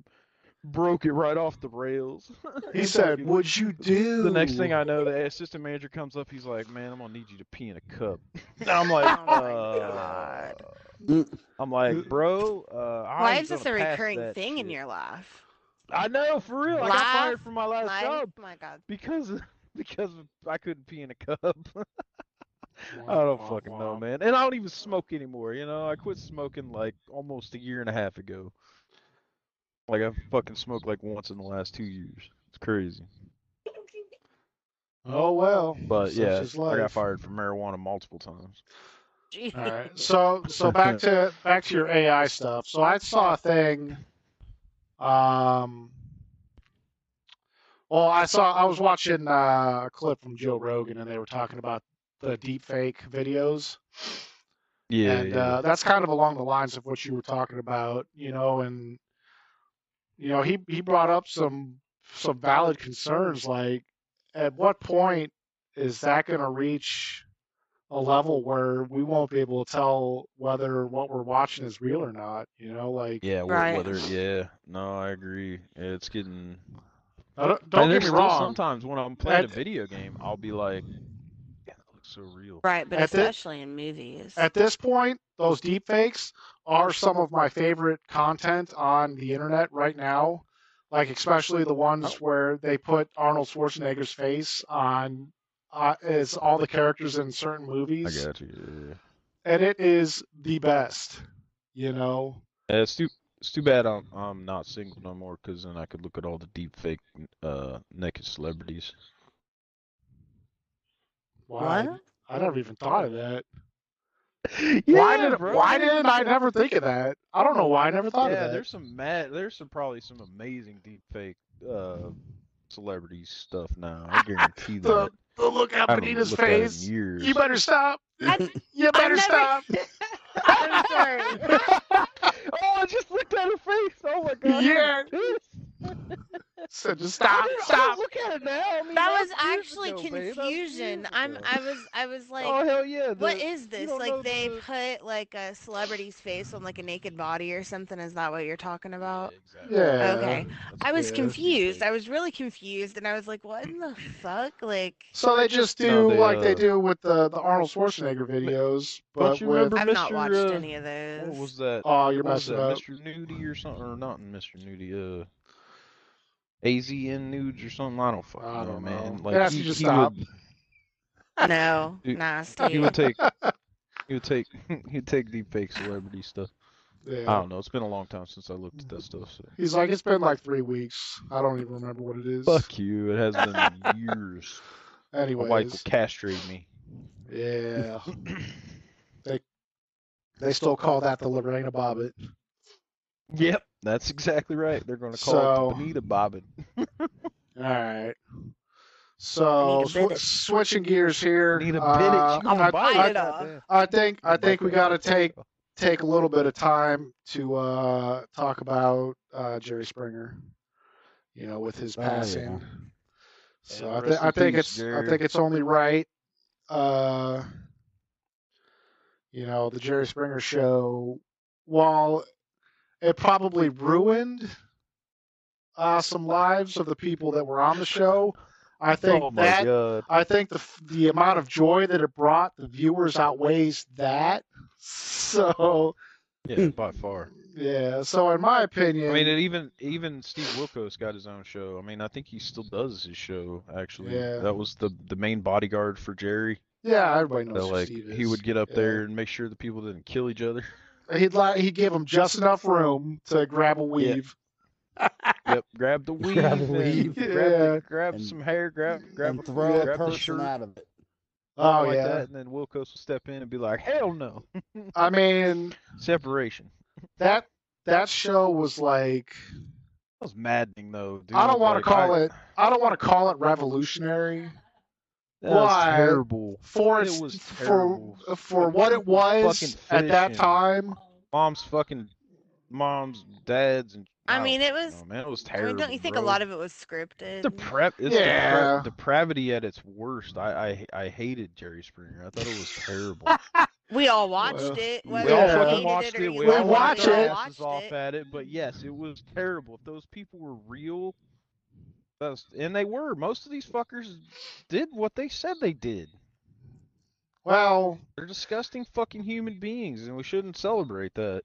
Speaker 4: broke it right off the rails.
Speaker 2: He said, "What'd you do?"
Speaker 4: The next thing I know, the assistant manager comes up. He's like, "Man, I'm gonna need you to pee in a cup." And I'm like,
Speaker 1: Oh my
Speaker 4: uh,
Speaker 1: God.
Speaker 4: I'm like, bro. Uh, I'm
Speaker 1: Why is this a
Speaker 4: gonna pass
Speaker 1: recurring
Speaker 4: that
Speaker 1: thing in
Speaker 4: shit."
Speaker 1: your life?
Speaker 4: I know for real. I got
Speaker 1: Life,
Speaker 4: fired from my last
Speaker 1: Life? oh
Speaker 4: job
Speaker 1: my God.
Speaker 4: because because I couldn't pee in a cup. I don't fucking know, man. And I don't even smoke anymore. You know, I quit smoking like almost a year and a half ago. Like I fucking smoked like once in the last two years. It's crazy.
Speaker 2: Oh well.
Speaker 4: But
Speaker 2: such
Speaker 4: yeah,
Speaker 2: is
Speaker 4: I got
Speaker 2: life.
Speaker 4: fired for marijuana multiple times.
Speaker 1: Jeez.
Speaker 2: All right. So so back to back to your AI stuff. So I saw a thing. Um. Well, I saw I was watching uh, a clip from Joe Rogan, and they were talking about the deep fake videos.
Speaker 4: Yeah,
Speaker 2: and Uh, that's kind of along the lines of what you were talking about, you know, and you know, he he brought up some some valid concerns like at what point is that going to reach a level where we won't be able to tell whether what we're watching is real or not, you know, like
Speaker 4: yeah, wh-
Speaker 1: Right.
Speaker 4: whether yeah, no, I agree. It's getting.
Speaker 2: I don't,
Speaker 4: And
Speaker 2: don't
Speaker 4: there's
Speaker 2: get me
Speaker 4: still
Speaker 2: wrong.
Speaker 4: Sometimes when I'm playing a
Speaker 2: At-
Speaker 4: video game, I'll be like, "Yeah, that looks so real."
Speaker 1: Right, but
Speaker 2: At the-
Speaker 1: especially in movies.
Speaker 2: At this point, those deepfakes are some of my favorite content on the internet right now. Like especially the
Speaker 4: Oh.
Speaker 2: ones where they put Arnold Schwarzenegger's face on uh, as all the characters in certain
Speaker 4: I
Speaker 2: movies,
Speaker 4: got you.
Speaker 2: and it is the best. You know,
Speaker 4: Yeah. Uh, It's too it's too bad I'm I'm not single no more because then I could look at all the deep fake uh naked celebrities.
Speaker 2: wow,
Speaker 1: what?
Speaker 2: I never even thought of that. why
Speaker 4: Yeah,
Speaker 2: did
Speaker 4: bro.
Speaker 2: why didn't I never think of that? I don't know why I never thought
Speaker 4: yeah,
Speaker 2: of that.
Speaker 4: there's some mad. There's some probably some amazing deep fake uh, celebrity stuff now. I guarantee
Speaker 2: The,
Speaker 4: that.
Speaker 2: the look at
Speaker 4: I haven't
Speaker 2: Benita's
Speaker 4: looked at it in
Speaker 2: face.
Speaker 4: years.
Speaker 2: You better stop.
Speaker 1: I-
Speaker 2: You better
Speaker 1: never-
Speaker 2: stop.
Speaker 1: I'm sorry.
Speaker 4: oh, I just looked at her face. Oh my god.
Speaker 2: Yeah. So just stop, stop.
Speaker 4: look at it now. I mean,
Speaker 1: That was
Speaker 4: was years
Speaker 1: actually
Speaker 4: ago, babe. That was years
Speaker 1: confusion. I'm
Speaker 4: ago.
Speaker 1: I was I was like
Speaker 4: oh hell yeah.
Speaker 1: what
Speaker 4: the-
Speaker 1: is this?
Speaker 4: don't know
Speaker 1: Like they
Speaker 4: the-
Speaker 1: put like a celebrity's face on like a naked body or something. Is that what you're talking about?
Speaker 4: Yeah, exactly.
Speaker 2: Yeah. um,
Speaker 1: Okay.
Speaker 4: That's
Speaker 1: I was
Speaker 2: Yeah.
Speaker 4: deep
Speaker 1: confused.
Speaker 4: fake.
Speaker 1: I was really confused and I was like, what in the fuck? Like
Speaker 2: So they just do
Speaker 4: No, they,
Speaker 2: like they
Speaker 4: uh,
Speaker 2: do with the, the Arnold Schwarzenegger videos, but
Speaker 4: you
Speaker 2: with
Speaker 4: remember-
Speaker 1: I've not
Speaker 4: Mr.,
Speaker 1: watched
Speaker 4: uh,
Speaker 1: any of
Speaker 4: What
Speaker 1: those.
Speaker 4: was that?
Speaker 2: oh, you're
Speaker 4: What was
Speaker 2: messing
Speaker 4: that?
Speaker 2: up.
Speaker 4: Mr. Nudie or something, or not Mr. Nudie? Uh, AZN nudes or something. I don't fucking
Speaker 2: I
Speaker 4: know,
Speaker 2: don't
Speaker 4: man.
Speaker 2: know.
Speaker 4: Like
Speaker 2: It has
Speaker 4: he,
Speaker 2: to just
Speaker 4: he
Speaker 2: stop.
Speaker 4: would
Speaker 1: No,
Speaker 4: Dude,
Speaker 1: nah,
Speaker 4: he
Speaker 1: Steve.
Speaker 4: would take he would take he would take deep fake celebrity stuff. I
Speaker 2: Yeah.
Speaker 4: don't know. It's been a long time since I looked at that stuff. So.
Speaker 2: He's like, it's been like three weeks. I don't even remember what it is.
Speaker 4: Fuck you. It has been years. My wife will
Speaker 2: Anyways,
Speaker 4: castrate me.
Speaker 2: yeah, they still call that the Lorena Bobbitt.
Speaker 4: yep, that's exactly right. They're going to call
Speaker 2: So-
Speaker 4: it the Bonita Bobbin.
Speaker 2: All right. So
Speaker 1: Anita
Speaker 2: sw-
Speaker 1: Bennett.
Speaker 2: switching gears here.
Speaker 4: Bonita
Speaker 2: uh,
Speaker 4: Bennett. She's gonna
Speaker 2: I-
Speaker 4: bite
Speaker 2: I-
Speaker 1: it off.
Speaker 2: I think I think we got to take take a little bit of time to uh, talk about uh, Jerry Springer. You know, with his
Speaker 3: Oh, yeah.
Speaker 2: passing. So
Speaker 4: Yeah,
Speaker 2: I,
Speaker 4: rest
Speaker 2: th-
Speaker 4: in
Speaker 2: I think
Speaker 4: peace,
Speaker 2: it's I
Speaker 4: Jerry.
Speaker 2: think it's only right. Uh, you know, the Jerry Springer show, while it probably ruined uh, some lives of the people that were on the show, I think
Speaker 4: oh my
Speaker 2: that
Speaker 4: god.
Speaker 2: I think the f- the amount of joy that it brought the viewers outweighs that. So
Speaker 4: Yeah, by far.
Speaker 2: yeah, so in my opinion,
Speaker 4: I mean, it even even Steve Wilkos got his own show. I mean, I think he still does his show. Actually,
Speaker 2: Yeah.
Speaker 4: that was the the main bodyguard for Jerry.
Speaker 2: yeah, everybody knows
Speaker 4: That
Speaker 2: who
Speaker 4: like
Speaker 2: Steve
Speaker 4: he
Speaker 2: is.
Speaker 4: would get up
Speaker 2: Yeah.
Speaker 4: there and make sure the people didn't kill each other.
Speaker 2: He'd like he'd give him just enough room to grab a weave.
Speaker 4: yep, grab the weave,
Speaker 3: Grab
Speaker 4: grab,
Speaker 3: the
Speaker 2: weave.
Speaker 4: weave. grab, the-
Speaker 2: Yeah.
Speaker 4: grab
Speaker 3: And-
Speaker 4: some hair, grab grab
Speaker 3: and
Speaker 4: a,
Speaker 3: throw a
Speaker 4: grab the
Speaker 3: person
Speaker 4: shirt,
Speaker 3: out of it.
Speaker 2: Oh
Speaker 4: like
Speaker 2: yeah,
Speaker 4: that, and then Wilkos will step in and be like, "Hell no,
Speaker 2: I mean
Speaker 4: separation."
Speaker 2: that that show was like
Speaker 4: That was maddening, though. Dude.
Speaker 2: I don't want
Speaker 4: Like,
Speaker 2: to call
Speaker 4: I-
Speaker 2: it I don't want to call it revolutionary
Speaker 4: That was
Speaker 2: Why?
Speaker 4: terrible.
Speaker 2: for
Speaker 4: It
Speaker 2: its-
Speaker 4: was
Speaker 2: for
Speaker 4: terrible.
Speaker 2: for what it was
Speaker 4: Fucking
Speaker 2: at that
Speaker 4: fishing.
Speaker 2: time.
Speaker 4: Mom's fucking, mom's, dad's, and
Speaker 1: I
Speaker 4: don't
Speaker 1: mean, it was-
Speaker 4: know, man, it was
Speaker 1: I
Speaker 4: terrible.
Speaker 1: mean, don't you think a
Speaker 4: bro.
Speaker 1: lot of it was scripted?
Speaker 4: It's the prep? It's the
Speaker 2: Yeah.
Speaker 4: prep, depravity at its worst. I, I I hated Jerry Springer. I thought it was terrible.
Speaker 1: We all watched
Speaker 2: Well,
Speaker 1: it.
Speaker 2: we
Speaker 1: Whether
Speaker 4: we all
Speaker 2: Yeah.
Speaker 1: you hated
Speaker 4: fucking watched
Speaker 1: it. Or
Speaker 4: it.
Speaker 1: you
Speaker 4: We
Speaker 1: loved
Speaker 4: all
Speaker 1: it,
Speaker 2: watched
Speaker 4: watched
Speaker 1: we all
Speaker 2: it.
Speaker 4: our asses
Speaker 1: watched
Speaker 4: off
Speaker 1: it.
Speaker 4: at it. But yes, it was terrible. If those people were real, that's and they were. Most of these fuckers did what they said they did.
Speaker 2: Well,
Speaker 4: They're disgusting fucking human beings, and we shouldn't celebrate that.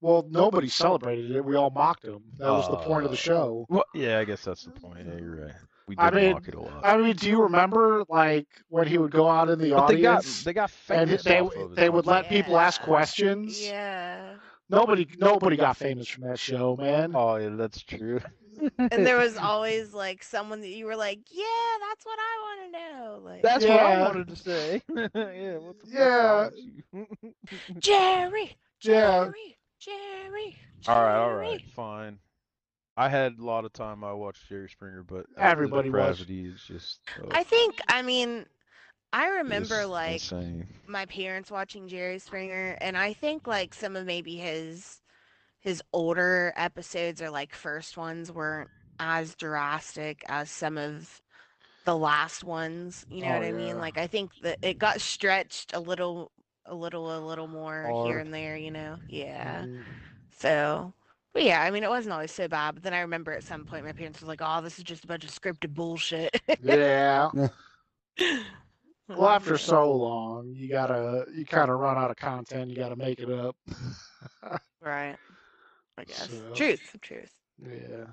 Speaker 2: well, nobody celebrated it. We all mocked him. That was the point of the
Speaker 4: Uh,
Speaker 2: show.
Speaker 4: Well, yeah, I guess that's the point. Yeah, you're right. We did
Speaker 2: I mean,
Speaker 4: mock it a lot.
Speaker 2: I mean, do you remember like when he would go out in the
Speaker 4: but they got
Speaker 2: audience
Speaker 4: they got
Speaker 2: and
Speaker 4: famous
Speaker 2: they
Speaker 4: off of it,
Speaker 2: they would
Speaker 4: though.
Speaker 2: let people ask
Speaker 1: Yeah.
Speaker 2: questions?
Speaker 1: Yeah.
Speaker 2: Nobody nobody got famous from that show, man.
Speaker 4: Oh yeah, that's true.
Speaker 1: And there was always like someone that you were like, yeah, that's what I want to know. Like,
Speaker 4: That's what I
Speaker 2: Yeah.
Speaker 4: wanted to say. yeah, what the
Speaker 2: Yeah.
Speaker 4: fuck's wrong with you?
Speaker 1: Jerry,
Speaker 2: Yeah.
Speaker 1: Jerry, Jerry.
Speaker 4: All right, all
Speaker 1: Jerry."
Speaker 4: right, fine. I had a lot of time. I watched Jerry Springer, but uh,
Speaker 2: Everybody
Speaker 4: the
Speaker 2: watched-
Speaker 4: depravity is just. Uh,
Speaker 1: I think, I mean, I
Speaker 4: it's
Speaker 1: remember like
Speaker 4: insane.
Speaker 1: my parents watching Jerry Springer, and I think like some of maybe his his older episodes or like first ones weren't as drastic as some of the last ones. You know
Speaker 2: Oh,
Speaker 1: what I
Speaker 2: yeah.
Speaker 1: mean? Like I think that it got stretched a little, a little, a little more here
Speaker 2: Hard.
Speaker 1: and there. You know? Yeah.
Speaker 2: Mm.
Speaker 1: So, but yeah, I mean, it wasn't always so bad. But then I remember at some point my parents were like, "Oh, this is just a bunch of scripted bullshit."
Speaker 2: Yeah. Well, after
Speaker 1: Yeah.
Speaker 2: so long, you gotta you kind of run out of content. You gotta make it up.
Speaker 1: Right. I guess.
Speaker 2: So-
Speaker 1: Truth. Truth.
Speaker 2: Yeah.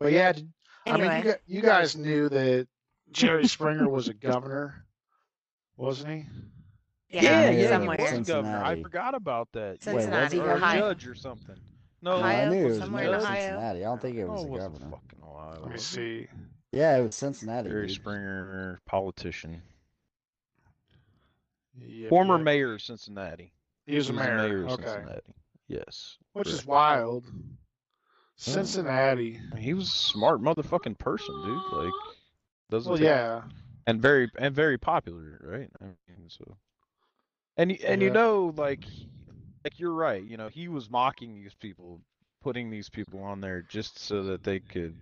Speaker 2: But yeah, d- I mean,
Speaker 1: Anyway,
Speaker 2: you, gu- you guys knew that Jerry Springer was a governor, wasn't he?
Speaker 1: yeah,
Speaker 3: yeah, yeah,
Speaker 1: somewhere.
Speaker 4: he was governor. I
Speaker 3: Cincinnati.
Speaker 4: forgot about that. Yeah,
Speaker 1: Cincinnati,
Speaker 4: or a
Speaker 1: Ohio.
Speaker 4: judge or something. No,
Speaker 3: No,
Speaker 1: Ohio,
Speaker 3: I knew it was
Speaker 1: somewhere in
Speaker 3: no,
Speaker 1: Ohio.
Speaker 3: Cincinnati. I don't think it
Speaker 4: no,
Speaker 3: was
Speaker 4: it
Speaker 3: a
Speaker 4: wasn't
Speaker 3: governor.
Speaker 4: fucking Ohio.
Speaker 2: Let me see.
Speaker 3: Yeah, it was Cincinnati.
Speaker 4: Jerry
Speaker 3: dude.
Speaker 4: Springer, politician.
Speaker 2: Yep,
Speaker 4: Former
Speaker 2: yep.
Speaker 4: mayor of Cincinnati.
Speaker 2: He was a
Speaker 4: He
Speaker 2: mayor.
Speaker 4: of
Speaker 2: okay.
Speaker 4: Cincinnati. Yes.
Speaker 2: Which is
Speaker 4: correct.
Speaker 2: wild. Cincinnati.
Speaker 4: He was a smart motherfucking person, dude. Like doesn't
Speaker 2: Well,
Speaker 4: take-
Speaker 2: yeah.
Speaker 4: and very and very popular, right? I mean, so and y- and you
Speaker 2: Yeah.
Speaker 4: know, like like you're right. You know, he was mocking these people, putting these people on there just so that they could.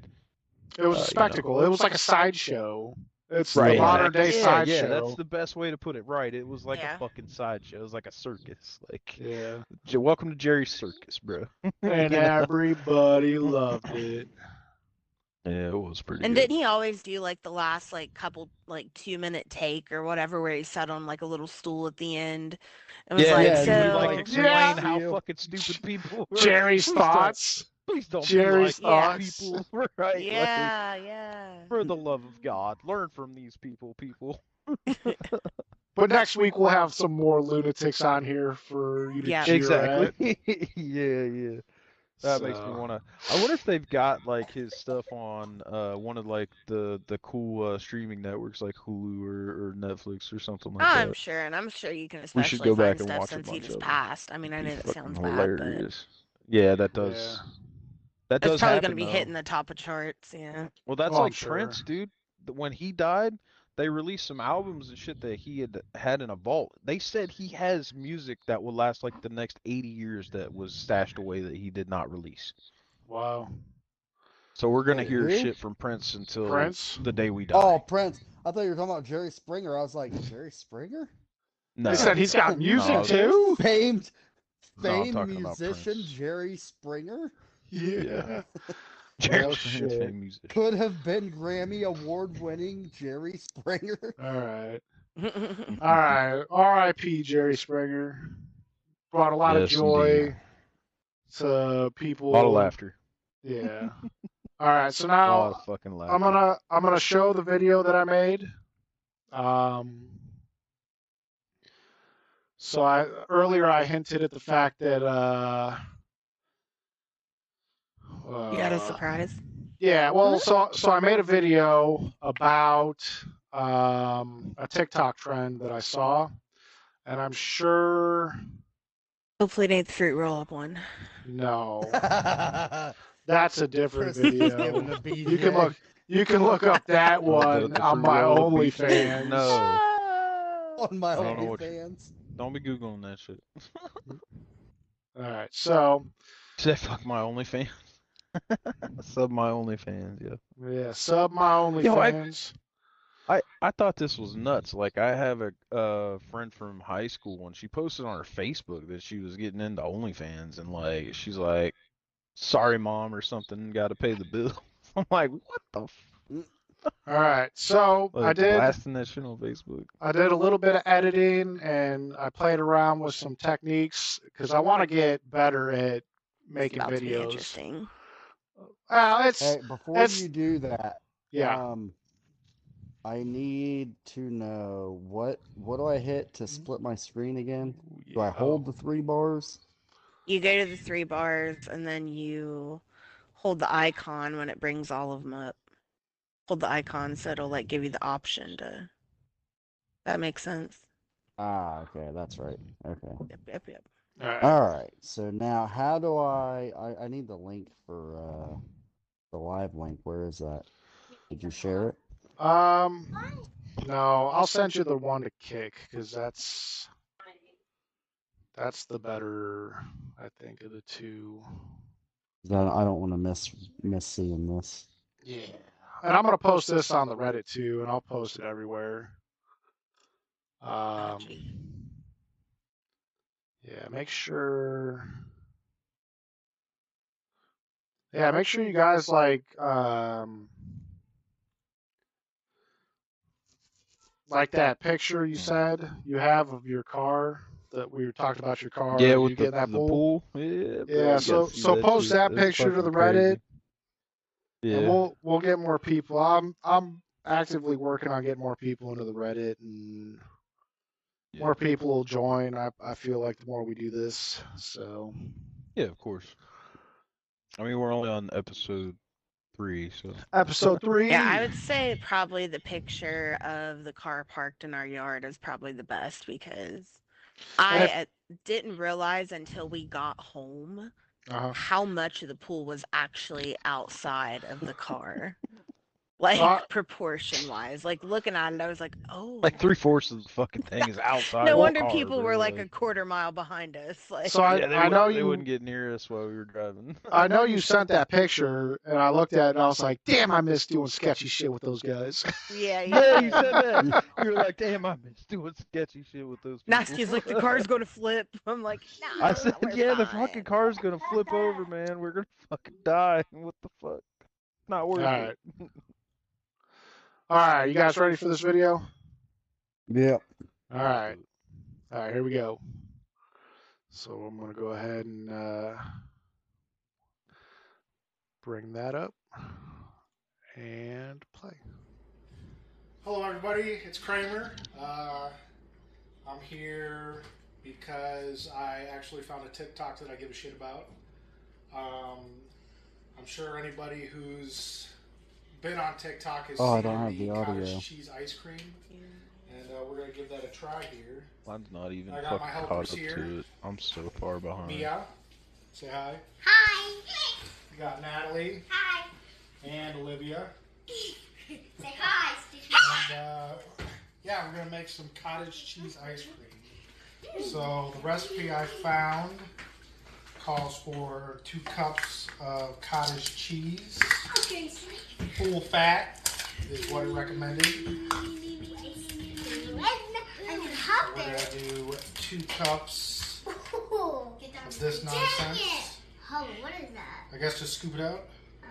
Speaker 2: It was
Speaker 4: Uh, you know.
Speaker 2: a spectacle. It was like a sideshow. It's
Speaker 4: Right,
Speaker 2: the modern
Speaker 4: exactly.
Speaker 2: day
Speaker 4: yeah,
Speaker 2: sideshow.
Speaker 4: yeah, that's the best way to put it. Right, it was like
Speaker 1: Yeah.
Speaker 4: a fucking sideshow. It was like a circus. Like,
Speaker 2: Yeah.
Speaker 4: J- welcome to Jerry's Circus, bro.
Speaker 2: And
Speaker 4: You know?
Speaker 2: everybody loved it.
Speaker 4: Yeah, it was pretty.
Speaker 1: And
Speaker 4: good.
Speaker 1: didn't he always do like the last like couple like two minute take or whatever where he sat on like a little stool at the end and was
Speaker 4: yeah,
Speaker 1: like so
Speaker 4: yeah, he would like explain
Speaker 2: Yeah.
Speaker 4: how
Speaker 3: You-
Speaker 4: fucking stupid people were.
Speaker 2: Jerry's
Speaker 4: Please don't-
Speaker 2: thoughts.
Speaker 4: Please don't
Speaker 2: Jerry's
Speaker 4: be like
Speaker 2: thoughts.
Speaker 4: these people, right? Like,
Speaker 1: yeah yeah
Speaker 4: for the love of God, learn from these people, people.
Speaker 2: But next week we'll have some more lunatics on here for you to
Speaker 1: Yeah.
Speaker 2: cheer at.
Speaker 4: yeah, yeah. That makes me
Speaker 2: So,
Speaker 4: wanna. I wonder if they've got like his stuff on uh one of like the the cool uh, streaming networks like Hulu or, or Netflix or something like
Speaker 1: I'm
Speaker 4: that.
Speaker 1: sure and I'm sure you can
Speaker 4: We
Speaker 1: especially
Speaker 4: should go
Speaker 1: find
Speaker 4: back and
Speaker 1: stuff
Speaker 4: watch a
Speaker 1: since he
Speaker 4: bunch
Speaker 1: just
Speaker 4: of 'em.
Speaker 1: passed I mean I
Speaker 4: It'd be
Speaker 1: know that
Speaker 4: fucking
Speaker 1: sounds bad but
Speaker 4: hilarious. Yeah, that does.
Speaker 2: yeah.
Speaker 4: That
Speaker 1: that's
Speaker 4: does
Speaker 1: probably
Speaker 4: happen,
Speaker 1: gonna be
Speaker 4: though.
Speaker 1: hitting the top of charts yeah
Speaker 4: Well, that's
Speaker 2: Oh, I'm
Speaker 4: like Prince, dude. Th- When he died, they released some albums and shit that he had had in a vault. They said he has music that will last like the next 80 years that was stashed away that he did not release.
Speaker 2: Wow.
Speaker 4: So we're gonna
Speaker 3: Wait,
Speaker 4: hear
Speaker 3: who?
Speaker 4: shit from Prince until
Speaker 2: Prince?
Speaker 4: the day we die.
Speaker 3: Oh, Prince. I thought you were talking about Jerry Springer. I was like, Jerry Springer?
Speaker 4: no,
Speaker 2: They said he's got
Speaker 3: No.
Speaker 2: music
Speaker 4: No.
Speaker 2: too?
Speaker 3: Famed,
Speaker 4: No, I'm
Speaker 3: famed
Speaker 4: talking about
Speaker 3: musician
Speaker 4: Prince.
Speaker 3: Jerry Springer
Speaker 2: Yeah.
Speaker 4: Jerry
Speaker 2: Oh,
Speaker 4: Prince
Speaker 2: shit.
Speaker 4: made music.
Speaker 3: could have been Grammy award winning Jerry Springer.
Speaker 2: All right. All right. R.I.P. Jerry Springer. Brought a lot of
Speaker 4: Yes,
Speaker 2: joy
Speaker 4: indeed.
Speaker 2: to people.
Speaker 4: A lot of laughter.
Speaker 2: Yeah. All right. So
Speaker 4: A
Speaker 2: now
Speaker 4: lot of fucking laughter.
Speaker 2: I'm gonna I'm gonna show the video that I made. Um, so I earlier I hinted at the fact that uh,
Speaker 1: you got a
Speaker 2: uh,
Speaker 1: surprise
Speaker 2: yeah, well, so so I made a video about um, a TikTok trend that I saw, and I'm sure
Speaker 1: hopefully it ain't the fruit roll up one
Speaker 2: no,
Speaker 3: Different
Speaker 2: that's a different video. You can look you can look up that
Speaker 4: The-
Speaker 2: one
Speaker 4: the
Speaker 2: on
Speaker 4: free
Speaker 2: my
Speaker 4: roll of pizza.
Speaker 2: OnlyFans.
Speaker 4: No,
Speaker 2: Oh.
Speaker 3: on my
Speaker 4: I don't know what you-
Speaker 3: OnlyFans.
Speaker 4: don't be googling that shit.
Speaker 2: All right, so
Speaker 4: Did that fuck my OnlyFans? Sub my OnlyFans, yeah.
Speaker 2: yeah, sub my
Speaker 4: Yo, I-
Speaker 2: OnlyFans.
Speaker 4: I I thought this was nuts. Like I have a uh, friend from high school, and she posted on her Facebook that she was getting into OnlyFans, and like she's like, "Sorry, mom," or something. Got to pay the bill. I'm like, "What the?" F-?
Speaker 2: All right, so I
Speaker 4: Like,
Speaker 2: did
Speaker 4: blasting that shit on Facebook.
Speaker 2: I did a little bit of editing and I played around with some techniques because I want to get better at making
Speaker 1: about to be
Speaker 2: videos.
Speaker 1: interesting
Speaker 2: Uh, it's
Speaker 3: Hey, before
Speaker 2: That's-
Speaker 3: you do that,
Speaker 2: yeah.
Speaker 3: um, I need to know what what do I hit to split my screen again? Do I hold the three bars?
Speaker 1: you go to the three bars and then you hold the icon when it brings all of them up hold the icon so it'll like give you the option to that makes sense
Speaker 3: Ah, okay, that's right. Okay.
Speaker 1: yep yep yep
Speaker 2: All right.
Speaker 3: All right. So now, how do I? I, I need the link for uh, the live link. Where is that? Did you share it?
Speaker 2: Um, no, I'll send you the one to kick because that's that's the better, I think, of the two.
Speaker 3: 'Cause I I don't want to miss miss seeing this.
Speaker 2: Yeah. And I'm gonna post this on the Reddit too, and I'll post it everywhere. Um,
Speaker 1: gee.
Speaker 2: yeah, make sure. Yeah, make sure you guys like um, like that picture you said you have of your car that we talked about your car.
Speaker 4: yeah,
Speaker 2: you
Speaker 4: with the,
Speaker 2: getting that
Speaker 4: the
Speaker 2: pool.
Speaker 4: pool. Yeah. bro,
Speaker 2: Yeah,
Speaker 4: you gotta
Speaker 2: so-
Speaker 4: see
Speaker 2: so post
Speaker 4: shit.
Speaker 2: that
Speaker 4: That's
Speaker 2: picture to the
Speaker 4: fucking crazy.
Speaker 2: Reddit,
Speaker 4: Yeah.
Speaker 2: and we'll we'll get more people. I'm I'm actively working on getting more people into the Reddit, and
Speaker 4: Yeah.
Speaker 2: more people will join. I I feel like the more we do this, so
Speaker 4: Yeah, of course. I mean, we're only on episode three. So
Speaker 2: Episode three.
Speaker 1: Yeah, I would say probably the picture of the car parked in our yard is probably the best because I uh, didn't realize until we got home
Speaker 2: Uh-huh.
Speaker 1: how much of the pool was actually outside of the car. Like
Speaker 2: Uh,
Speaker 1: proportion wise, like looking at it, I was like, "Oh,
Speaker 4: like three fourths of the fucking thing is outside.
Speaker 1: no
Speaker 4: the
Speaker 1: wonder
Speaker 4: car,
Speaker 1: people
Speaker 4: bro,
Speaker 1: were like a quarter mile behind us." Like,
Speaker 2: So I,
Speaker 4: yeah, they
Speaker 2: I
Speaker 4: wouldn't-
Speaker 2: know
Speaker 4: they
Speaker 2: you.
Speaker 4: wouldn't get near us while we were driving.
Speaker 2: I know you sent that picture, and I looked at it, and I was like, "Damn, I miss doing sketchy shit with those guys."
Speaker 1: yeah,
Speaker 4: yeah, you
Speaker 1: yeah.
Speaker 4: said that. You were like, "Damn, I miss doing sketchy shit with those." people."
Speaker 1: Nasty's like, "The car's gonna flip." I'm like, "Nah."
Speaker 4: I said,
Speaker 1: we're
Speaker 4: "Yeah, the
Speaker 1: fine."
Speaker 4: fucking car's gonna flip over, man. We're gonna fucking die. What the fuck? Not worth
Speaker 2: Alright.
Speaker 4: it."
Speaker 2: All right, you guys ready for this video?
Speaker 3: Yep.
Speaker 2: All right, all right, here we go. So I'm gonna go ahead and uh, bring that up and play. Hello, everybody. It's Kramer. Uh, I'm here because I actually found a TikTok that I give a shit about. Um, I'm sure anybody who's been on TikTok has
Speaker 3: Oh, I
Speaker 2: seen
Speaker 3: don't have the audio.
Speaker 2: cottage cheese ice cream, and uh, we're gonna give that a try here.
Speaker 4: Mine's not even
Speaker 2: I got
Speaker 4: fucking
Speaker 2: my
Speaker 4: caught up
Speaker 2: helpers here.
Speaker 4: to it. I'm so far behind.
Speaker 2: Mia, say hi.
Speaker 8: Hi.
Speaker 2: We got Natalie
Speaker 8: Hi.
Speaker 2: and Olivia.
Speaker 8: Say hi, Stitch.
Speaker 2: And uh, yeah, we're gonna make some cottage cheese ice cream. So the recipe I found calls for two cups of cottage cheese.
Speaker 8: Okay,
Speaker 2: Full fat is what it recommended.
Speaker 8: I'm gonna
Speaker 2: We're
Speaker 8: hop
Speaker 2: gonna
Speaker 8: it.
Speaker 2: do two cups of this
Speaker 8: Dang it.
Speaker 2: nonsense.
Speaker 8: Oh, what is that?
Speaker 2: I guess just scoop it out.
Speaker 8: Um,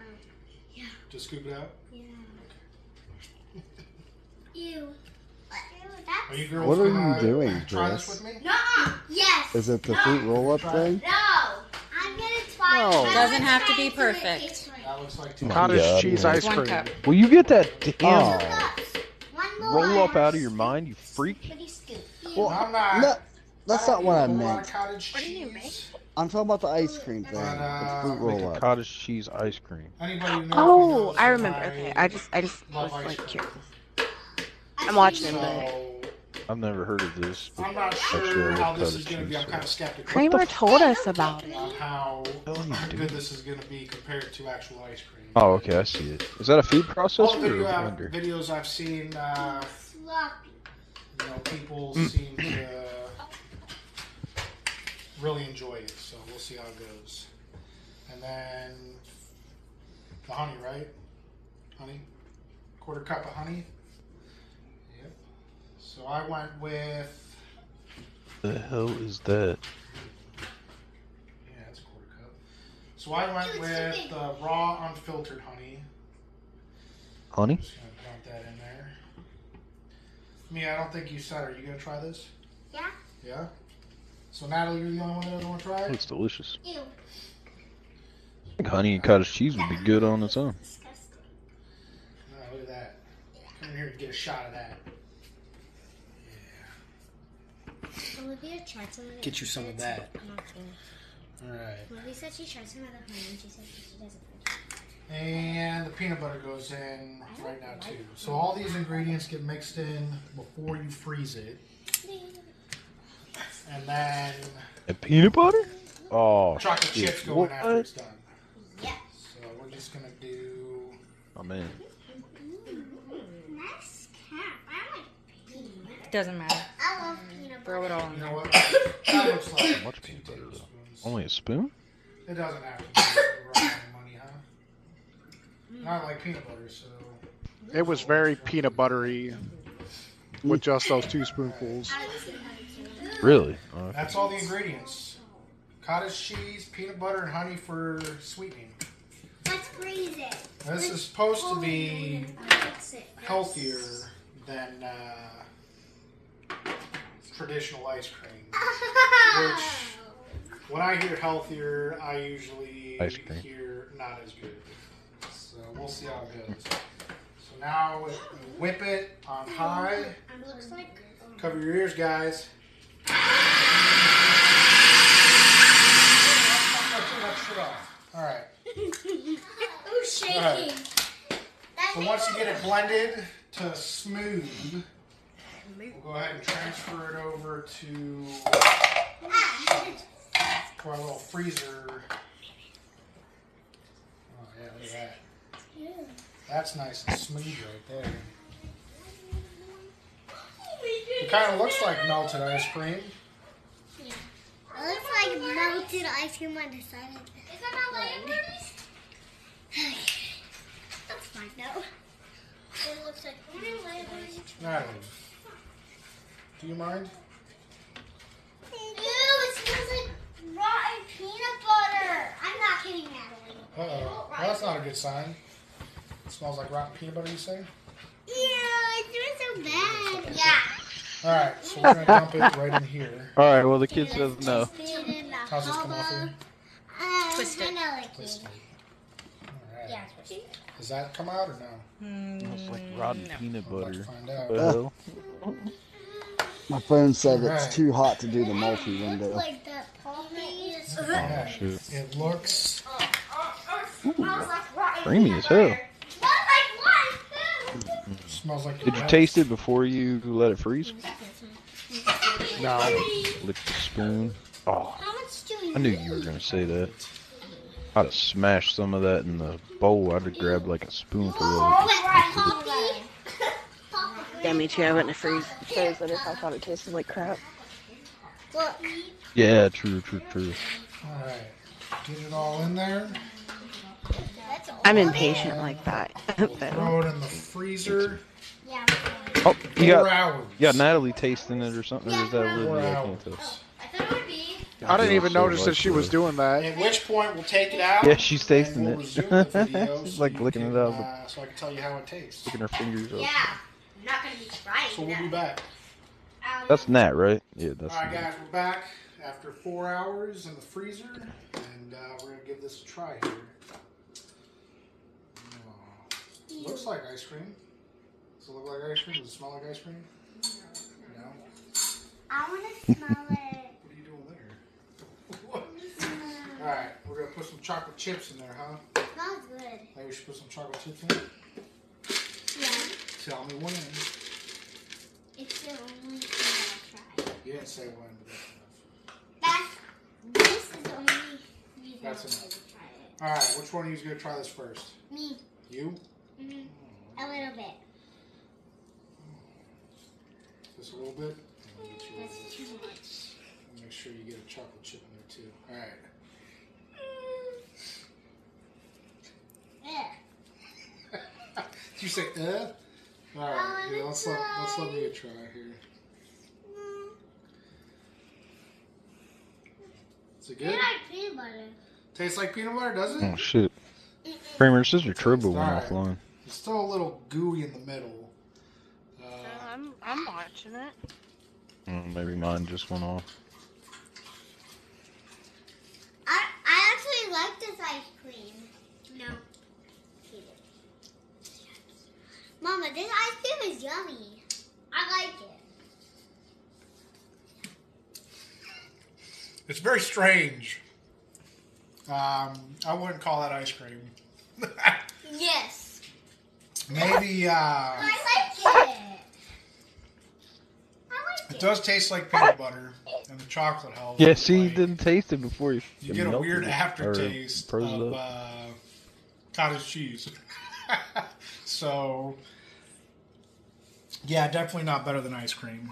Speaker 8: yeah.
Speaker 2: Just scoop it out.
Speaker 8: Yeah. Ew. That's...
Speaker 2: Are you girls
Speaker 3: What are you
Speaker 2: gonna
Speaker 3: doing,
Speaker 2: Try this
Speaker 3: Chris?
Speaker 2: with me.
Speaker 8: Nuh-uh. Yes.
Speaker 3: Is it the
Speaker 8: No.
Speaker 3: fruit roll up thing?
Speaker 8: No. I'm gonna try.
Speaker 3: No.
Speaker 8: I'm
Speaker 9: Doesn't
Speaker 8: gonna
Speaker 9: have to
Speaker 8: try
Speaker 9: be
Speaker 8: and do it
Speaker 9: perfect.
Speaker 8: this way.
Speaker 2: That looks like two
Speaker 3: My
Speaker 2: cottage
Speaker 4: God.
Speaker 2: cheese
Speaker 3: Yeah.
Speaker 2: ice
Speaker 9: One
Speaker 2: cream.
Speaker 9: cup.
Speaker 4: Will you get that
Speaker 8: Two
Speaker 4: damn
Speaker 3: Oh.
Speaker 8: cups. One more.
Speaker 4: roll up out of your mind, you freak?
Speaker 8: Pretty scoop.
Speaker 2: No,
Speaker 3: Well,
Speaker 2: I'm not.
Speaker 3: No, that's
Speaker 2: I
Speaker 3: not
Speaker 2: don't
Speaker 3: what
Speaker 2: eat a
Speaker 3: I
Speaker 2: whole lot of
Speaker 3: meant.
Speaker 2: Cottage
Speaker 1: What do you
Speaker 2: cheese.
Speaker 3: I'm talking about the ice cream thing,
Speaker 8: But,
Speaker 2: uh,
Speaker 3: with the fruit
Speaker 4: Make
Speaker 3: roll
Speaker 4: a
Speaker 3: up.
Speaker 4: cottage cheese ice cream.
Speaker 2: Anybody who knows me
Speaker 1: Oh,
Speaker 2: knows
Speaker 1: I
Speaker 2: that
Speaker 1: remember. Okay, I just, I just
Speaker 2: love
Speaker 1: was
Speaker 2: ice
Speaker 1: like
Speaker 2: cream.
Speaker 1: curious. I'm watching him, but
Speaker 2: So
Speaker 4: I've never heard of this.
Speaker 2: I'm not
Speaker 4: Actually, I
Speaker 2: sure
Speaker 4: love
Speaker 2: how this
Speaker 4: cottage
Speaker 2: is going to be.
Speaker 4: cheese,
Speaker 2: I'm
Speaker 4: so-
Speaker 2: kind of skeptical
Speaker 1: Kramer told us about it.
Speaker 2: on how
Speaker 4: What the hell are you doing?
Speaker 2: good this is going to be compared to actual ice cream.
Speaker 4: Oh, okay, I see it. Is that a food
Speaker 2: All the
Speaker 4: processor or
Speaker 2: video,
Speaker 4: a
Speaker 2: uh,
Speaker 4: blender?
Speaker 2: videos I've seen, uh,
Speaker 8: Sloppy.
Speaker 2: you know, people seem to really enjoy it. So we'll see how it goes. And then the honey, right? Honey, quarter cup of honey. Yep. So I went with
Speaker 4: The hell is that?
Speaker 2: yeah, that's a quarter cup. So I went
Speaker 8: Dude, it's
Speaker 2: with
Speaker 8: so
Speaker 2: uh, raw unfiltered honey.
Speaker 4: Honey?
Speaker 2: Just gonna dump that in there. Mia, I don't think you said. Are you gonna try this?
Speaker 8: Yeah.
Speaker 2: Yeah. So Natalie, you're the only one that doesn't want to try it.
Speaker 4: Oh, It's delicious.
Speaker 8: Ew.
Speaker 4: I think honey and cottage cheese would be good on its own.
Speaker 8: Disgusting.
Speaker 2: No, look at that. Come in here and get a shot of that.
Speaker 8: Olivia tried some of it.
Speaker 2: Get you some of that.
Speaker 8: I'm not kidding.
Speaker 2: All right.
Speaker 8: Olivia said she tried some of the honey and she said that she doesn't like it.
Speaker 2: And the peanut butter goes in right now too. So all these ingredients get mixed in before you freeze it, and then
Speaker 4: And peanut butter? Oh,
Speaker 2: chocolate
Speaker 4: shit.
Speaker 2: chips go in after
Speaker 4: What?
Speaker 2: it's done.
Speaker 8: Yeah.
Speaker 2: So we're just gonna do.
Speaker 4: Oh, man.
Speaker 8: Nice cap. I like peanut butter.
Speaker 9: Doesn't matter.
Speaker 8: I love peanut butter.
Speaker 9: Throw it all in
Speaker 2: You
Speaker 9: there.
Speaker 2: know what? That looks like two
Speaker 4: Much peanut butter, though.
Speaker 2: tablespoons.
Speaker 4: Only a spoon?
Speaker 2: It doesn't have to be right on the money, huh? And I like peanut butter, so
Speaker 10: It was very peanut buttery with just those two spoonfuls.
Speaker 4: Really? Oh, okay.
Speaker 2: that's all the ingredients: cottage cheese, peanut butter, and honey for sweetening.
Speaker 8: Let's freeze it.
Speaker 2: This is supposed to
Speaker 8: Hold
Speaker 2: be
Speaker 8: it and mix it.
Speaker 2: healthier than uh, traditional ice cream. When I hear healthier, I usually
Speaker 4: Ice cream.
Speaker 2: hear not as good. So we'll see how it goes. So now whip it on high.
Speaker 8: Looks like
Speaker 2: Cover your ears, guys. All right.
Speaker 8: Oh, shoot. shaking. That
Speaker 2: So
Speaker 8: makes
Speaker 2: once you get it blended to smooth, we'll go ahead and transfer it over to,
Speaker 8: Ah,
Speaker 2: to our little freezer. Oh yeah, look at that.
Speaker 8: Oh
Speaker 2: That's nice and smooth right there. It kind of looks like melted ice cream.
Speaker 8: It looks like melted ice cream on the side. Is that not lemons? That's fine, no. It looks like lemons.
Speaker 2: Natalie, do you mind?
Speaker 8: Ew, it smells like rotten peanut butter. I'm not kidding, Natalie.
Speaker 2: Uh oh. Well, that's not a good sign. It smells like rotten peanut butter, you say?
Speaker 8: Ew, it smells so bad. Yeah.
Speaker 2: Alright, so we're going to dump it right in here.
Speaker 4: All right. Well, the kid says no.
Speaker 2: Oh. How's this come off here?
Speaker 8: Twist it.
Speaker 2: Twist it. Alright.
Speaker 8: Uh, Yeah, twist it.
Speaker 2: Does that come out or no?
Speaker 4: It's like rotten peanut
Speaker 2: We're about to
Speaker 4: butter.
Speaker 2: find out.
Speaker 4: The hell?
Speaker 3: My phone said
Speaker 2: Right.
Speaker 3: it's too hot to do the multi
Speaker 8: It looks
Speaker 3: window.
Speaker 8: like the palmy.
Speaker 4: Oh,
Speaker 2: Alright.
Speaker 4: shoot.
Speaker 2: It looks
Speaker 8: Smells like rotten
Speaker 4: Creamy
Speaker 8: peanut
Speaker 4: as hell.
Speaker 8: butter. Smells like rotten
Speaker 2: smells like
Speaker 4: Did you taste it before you let it freeze?
Speaker 2: No.
Speaker 4: Lick the spoon. Oh,
Speaker 8: How much do
Speaker 4: I knew you were gonna say that. I'd have smashed some of that in the bowl. I'd have grabbed like a spoonful of it.
Speaker 8: Poppy.
Speaker 1: Yeah, me too. I went in the freeze, freeze it if I thought it tasted like crap.
Speaker 8: Look.
Speaker 4: Yeah, true, true, true.
Speaker 2: Alright. Get it all in there.
Speaker 8: That's all.
Speaker 1: I'm impatient like that. But
Speaker 2: Throw it in the freezer.
Speaker 8: Yeah.
Speaker 4: Oh, you
Speaker 2: Four
Speaker 4: got
Speaker 2: hours.
Speaker 4: you got Natalie tasting it or something, or is that Olivia? I can't tell.
Speaker 8: I thought it would be.
Speaker 10: I didn't even
Speaker 4: So
Speaker 10: notice that
Speaker 4: like
Speaker 10: she was
Speaker 4: the-
Speaker 10: doing that.
Speaker 2: At which point we'll take it out.
Speaker 4: Yeah, she's tasting
Speaker 2: and we'll
Speaker 4: it.
Speaker 2: resume the video
Speaker 4: She's
Speaker 2: so
Speaker 4: like
Speaker 2: you
Speaker 4: licking
Speaker 2: can,
Speaker 4: it up.
Speaker 2: uh, so I can tell you how it tastes.
Speaker 4: Sticking her fingers up.
Speaker 8: Yeah. I'm not going to be trying
Speaker 2: So we'll be back.
Speaker 8: Um,
Speaker 4: That's Nat, right? Yeah, that's
Speaker 2: All right,
Speaker 4: Nat.
Speaker 2: guys, we're back after four hours in the freezer, and uh, we're gonna give this a try here. Oh, looks like ice cream. Does it look like ice cream? Does it smell like ice cream? No.
Speaker 8: I want to smell it.
Speaker 2: What are you doing there? All right, we're gonna put some chocolate chips in there, huh?
Speaker 8: It smells good.
Speaker 2: Maybe we should put some chocolate chips in. it?
Speaker 8: Yeah.
Speaker 2: Tell me when.
Speaker 8: It's the only thing I'll try.
Speaker 2: You didn't say when, but that's enough.
Speaker 8: That's, this is the only reason
Speaker 2: That's
Speaker 8: I'll
Speaker 2: enough.
Speaker 8: try it.
Speaker 2: All right, which one of you is gonna try this first?
Speaker 8: Me.
Speaker 2: You?
Speaker 8: Mm, a little bit.
Speaker 2: Just a little bit. I'm gonna get you a little bit.
Speaker 8: That's too much.
Speaker 2: Make sure you get a chocolate chip in there too. All right.
Speaker 8: Mm. Ugh.
Speaker 2: Did you say uh? All
Speaker 8: Oh,
Speaker 2: right. Yeah, let's let let's let me try here. Is it
Speaker 8: They
Speaker 2: good?
Speaker 8: like peanut butter.
Speaker 2: Tastes like peanut butter, does
Speaker 4: Oh
Speaker 2: it?
Speaker 4: shit! Kramer, this is your turbo went
Speaker 2: Alright.
Speaker 4: offline.
Speaker 2: It's still a little gooey in the middle. Uh,
Speaker 1: I'm I'm watching it.
Speaker 4: Mm, Maybe mine just went off.
Speaker 8: I, I actually like this ice cream. No. Hate it. Mama, this ice cream is yummy. I like it.
Speaker 2: it's very strange. Um, I wouldn't call that ice cream.
Speaker 8: Yes.
Speaker 2: Maybe uh,
Speaker 8: I like it. I like
Speaker 2: it
Speaker 8: it.
Speaker 2: does taste like peanut butter, and the chocolate helps.
Speaker 4: Yeah,
Speaker 2: but,
Speaker 4: see, you
Speaker 2: like,
Speaker 4: didn't taste it before you.
Speaker 2: You get a
Speaker 4: melted
Speaker 2: weird
Speaker 4: it, or
Speaker 2: aftertaste
Speaker 4: froze
Speaker 2: of
Speaker 4: it up.
Speaker 2: uh, cottage cheese. so, yeah, definitely not better than ice cream.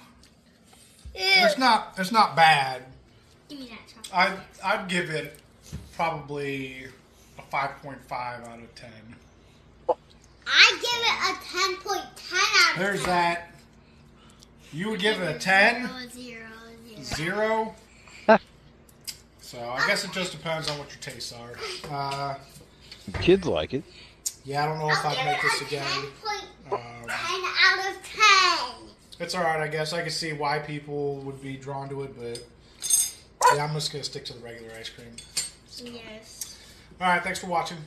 Speaker 2: It's not. It's not bad.
Speaker 8: Give me that chocolate.
Speaker 2: I I'd give it probably a five point five out of ten.
Speaker 8: I give it a 10.10 out of 10.
Speaker 2: There's that. You would give it a ten.
Speaker 8: Zero, zero, zero.
Speaker 2: Zero. So I guess it just depends on what your tastes are. Uh,
Speaker 4: Kids like it.
Speaker 2: yeah, I don't know if I'd make this again. Um,
Speaker 8: 10 out of 10.
Speaker 2: It's all right, I guess. I can see why people would be drawn to it, but yeah, I'm just gonna stick to the regular ice cream.
Speaker 8: Yes.
Speaker 2: All right, thanks for watching.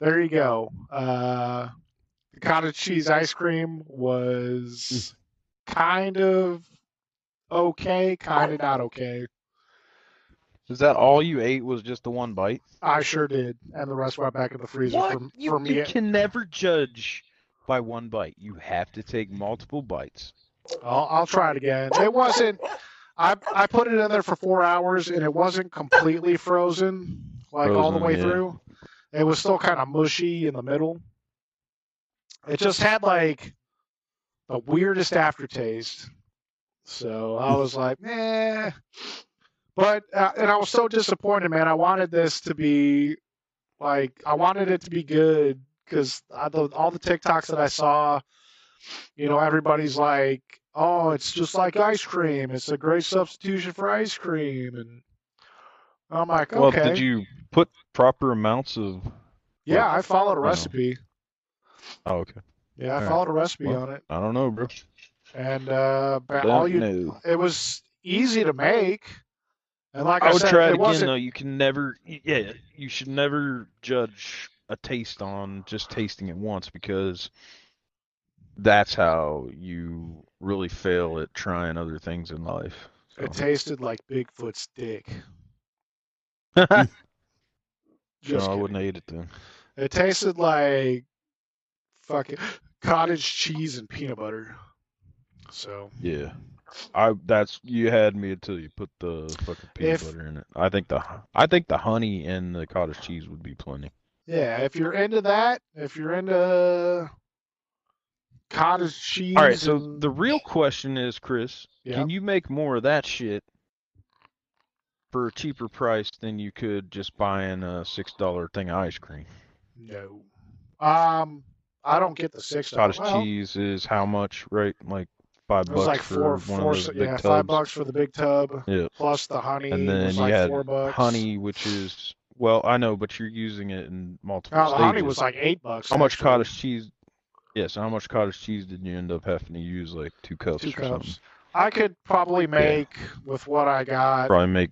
Speaker 10: There you go. Uh, the cottage cheese ice cream was kind of
Speaker 2: okay, kind of not okay.
Speaker 4: Is that all you ate? Was just the one bite?
Speaker 2: I sure did, and the rest went back in the freezer
Speaker 4: What?
Speaker 2: for,
Speaker 4: you,
Speaker 2: for
Speaker 4: you
Speaker 2: me.
Speaker 4: can never judge by one bite. You have to take multiple bites.
Speaker 2: I'll, I'll try it again. It wasn't. I I put it in there for four hours, and it wasn't completely frozen, like all the
Speaker 4: Frozen,
Speaker 2: way
Speaker 4: yeah.
Speaker 2: through. It was still kind of mushy in the middle. It just had like the weirdest aftertaste. So I was like, nah. But uh, and I was so disappointed, man. I wanted this to be like I wanted it to be good because all the TikToks that I saw, you know, everybody's like, "Oh, it's just like ice cream. It's a great substitution for ice cream." And I'm like,
Speaker 4: Well,
Speaker 2: "Okay,
Speaker 4: did you put proper amounts of?
Speaker 2: yeah, I followed a
Speaker 4: Wow.
Speaker 2: recipe.
Speaker 4: Oh, okay.
Speaker 2: Yeah, I
Speaker 4: Alright.
Speaker 2: followed a recipe
Speaker 4: Well,
Speaker 2: on it,
Speaker 4: I don't know, bro.
Speaker 2: and uh, but all
Speaker 4: Don't
Speaker 2: you
Speaker 4: know.
Speaker 2: it was easy to make, and like I,
Speaker 4: I would
Speaker 2: said,
Speaker 4: try
Speaker 2: it
Speaker 4: it again
Speaker 2: wasn't.
Speaker 4: though. You can never, yeah, you should never judge a taste on just tasting it once because that's how you really fail at trying other things in life.
Speaker 2: It tasted like Bigfoot's dick.
Speaker 4: no,
Speaker 2: Just
Speaker 4: I
Speaker 2: kidding.
Speaker 4: wouldn't eat it then.
Speaker 2: It tasted like fucking cottage cheese and peanut butter. So
Speaker 4: Yeah, I that's you had me until you put the fucking peanut
Speaker 2: If-
Speaker 4: butter in it. I think the I think the honey and the cottage cheese would be plenty.
Speaker 2: yeah, if you're into that, if you're into cottage cheese,
Speaker 4: All right, so
Speaker 2: and-
Speaker 4: the real question is, Chris,
Speaker 2: Yeah.
Speaker 4: can you make more of that shit for a cheaper price than you could just buying a six dollar thing of ice cream?
Speaker 2: no, um, I don't get the six dollars.
Speaker 4: Cottage cheese is how much, right? Like five
Speaker 2: It was
Speaker 4: bucks
Speaker 2: like
Speaker 4: for
Speaker 2: four,
Speaker 4: one
Speaker 2: four,
Speaker 4: of those big
Speaker 2: yeah,
Speaker 4: tubs.
Speaker 2: five bucks for the big tub
Speaker 4: Yeah.
Speaker 2: plus the honey
Speaker 4: And
Speaker 2: was
Speaker 4: then you
Speaker 2: like
Speaker 4: had
Speaker 2: four bucks.
Speaker 4: honey, which is well, I know, but you're using it in multiple
Speaker 2: No, Oh, the honey
Speaker 4: stages.
Speaker 2: was like eight bucks.
Speaker 4: how much
Speaker 2: actually.
Speaker 4: cottage cheese? Yes, how much cottage cheese did you end up having to use? Like two cups
Speaker 2: Two
Speaker 4: or something.
Speaker 2: cups. I could probably make with what I got
Speaker 4: Probably make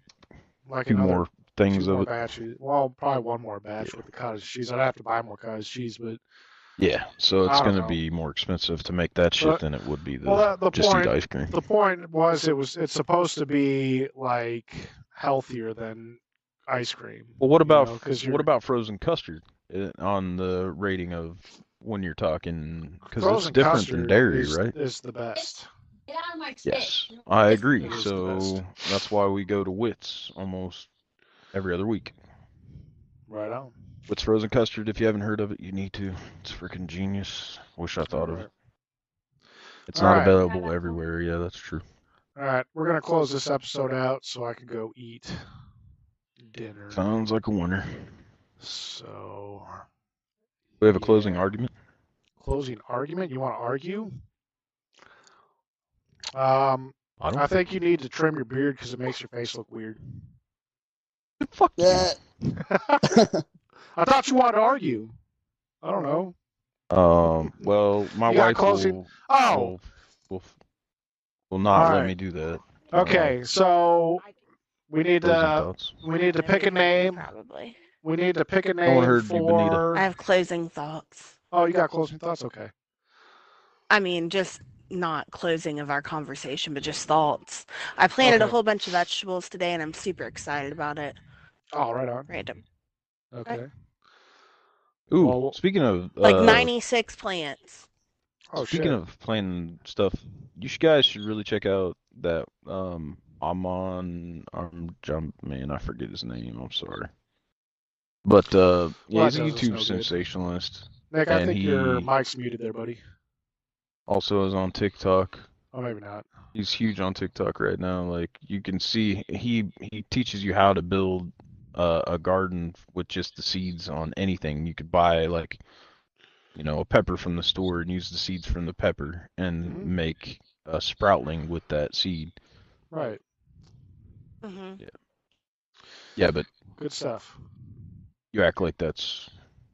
Speaker 2: like
Speaker 4: two
Speaker 2: another
Speaker 4: more things
Speaker 2: two
Speaker 4: of
Speaker 2: more
Speaker 4: it.
Speaker 2: batches. Well, probably one more batch with the cottage cheese. I'd have to buy more cottage cheese, but
Speaker 4: Yeah, so
Speaker 2: I
Speaker 4: it's
Speaker 2: don't
Speaker 4: going to
Speaker 2: know.
Speaker 4: be more expensive to make that shit
Speaker 2: But-
Speaker 4: than it would be the
Speaker 2: well, that, the
Speaker 4: just
Speaker 2: point
Speaker 4: eat ice cream.
Speaker 2: the point was it was it's supposed to be like healthier than ice cream.
Speaker 4: Well, what
Speaker 2: you
Speaker 4: about
Speaker 2: know,
Speaker 4: f-
Speaker 2: 'cause you're-
Speaker 4: what about frozen custard uh, on the rating of when you're talking because it's
Speaker 2: frozen
Speaker 4: different
Speaker 2: custard
Speaker 4: than dairy,
Speaker 2: is,
Speaker 4: right?
Speaker 2: is the best.
Speaker 7: Get out of my shit.
Speaker 4: Yes, I agree.
Speaker 2: It is the best.
Speaker 4: So that's why we go to Wits almost every other week.
Speaker 2: Right on.
Speaker 4: Wits frozen custard. If you haven't heard of it, you need to. It's freaking genius. Wish I thought of it. It's not
Speaker 2: Alright.
Speaker 4: available everywhere. Yeah, that's true.
Speaker 2: All right, we're gonna close this episode out so I can go eat dinner.
Speaker 4: Sounds like a winner.
Speaker 2: So
Speaker 4: We have a
Speaker 2: Yeah.
Speaker 4: closing argument.
Speaker 2: closing argument. You want to argue? Um,
Speaker 4: I don't.
Speaker 2: I think you need to trim your beard because it makes your face look weird.
Speaker 4: Fuck you.
Speaker 3: Yeah.
Speaker 2: I thought you wanted to argue. I don't know.
Speaker 4: Um. Well, my
Speaker 2: You got
Speaker 4: wife
Speaker 2: closing-
Speaker 4: will,
Speaker 2: Oh,
Speaker 4: will, will, will not let
Speaker 2: Alright.
Speaker 4: me do that. Uh,
Speaker 2: okay. So we need
Speaker 4: closing
Speaker 2: to
Speaker 4: thoughts.
Speaker 2: we need to pick a name.
Speaker 1: Probably.
Speaker 2: We need to pick a
Speaker 4: one
Speaker 2: name
Speaker 4: heard you, Benita.
Speaker 1: I
Speaker 2: for.
Speaker 1: have closing thoughts.
Speaker 2: Oh, you got closing thoughts. Okay.
Speaker 1: I mean, just not closing of our conversation, but just thoughts. I planted a
Speaker 2: Okay.
Speaker 1: whole bunch of vegetables today and I'm super excited about it.
Speaker 2: Oh, right on.
Speaker 1: Random.
Speaker 2: Okay.
Speaker 4: Ooh,
Speaker 2: Well,
Speaker 4: speaking of
Speaker 1: Like
Speaker 4: uh,
Speaker 1: 96 plants.
Speaker 2: Oh
Speaker 4: speaking
Speaker 2: shit.
Speaker 4: of planning stuff, you sh- guys should really check out that um Amon um jump man. I forget his name. I'm sorry. But uh, yeah,
Speaker 2: Well, that does us
Speaker 4: he's a
Speaker 2: no
Speaker 4: YouTube
Speaker 2: good.
Speaker 4: sensationalist.
Speaker 2: Nick, I
Speaker 4: and
Speaker 2: think your
Speaker 4: he-
Speaker 2: mic's muted there, buddy.
Speaker 4: Also is on TikTok.
Speaker 2: Oh, maybe not.
Speaker 4: He's huge on TikTok right now. Like you can see, he he teaches you how to build uh, a garden with just the seeds on anything. You could buy like, you know, a pepper from the store and use the seeds from the pepper and
Speaker 2: Mhm.
Speaker 4: make a sproutling with that seed.
Speaker 2: Right.
Speaker 1: hmm
Speaker 4: Yeah, but
Speaker 2: Good stuff.
Speaker 4: you act like that's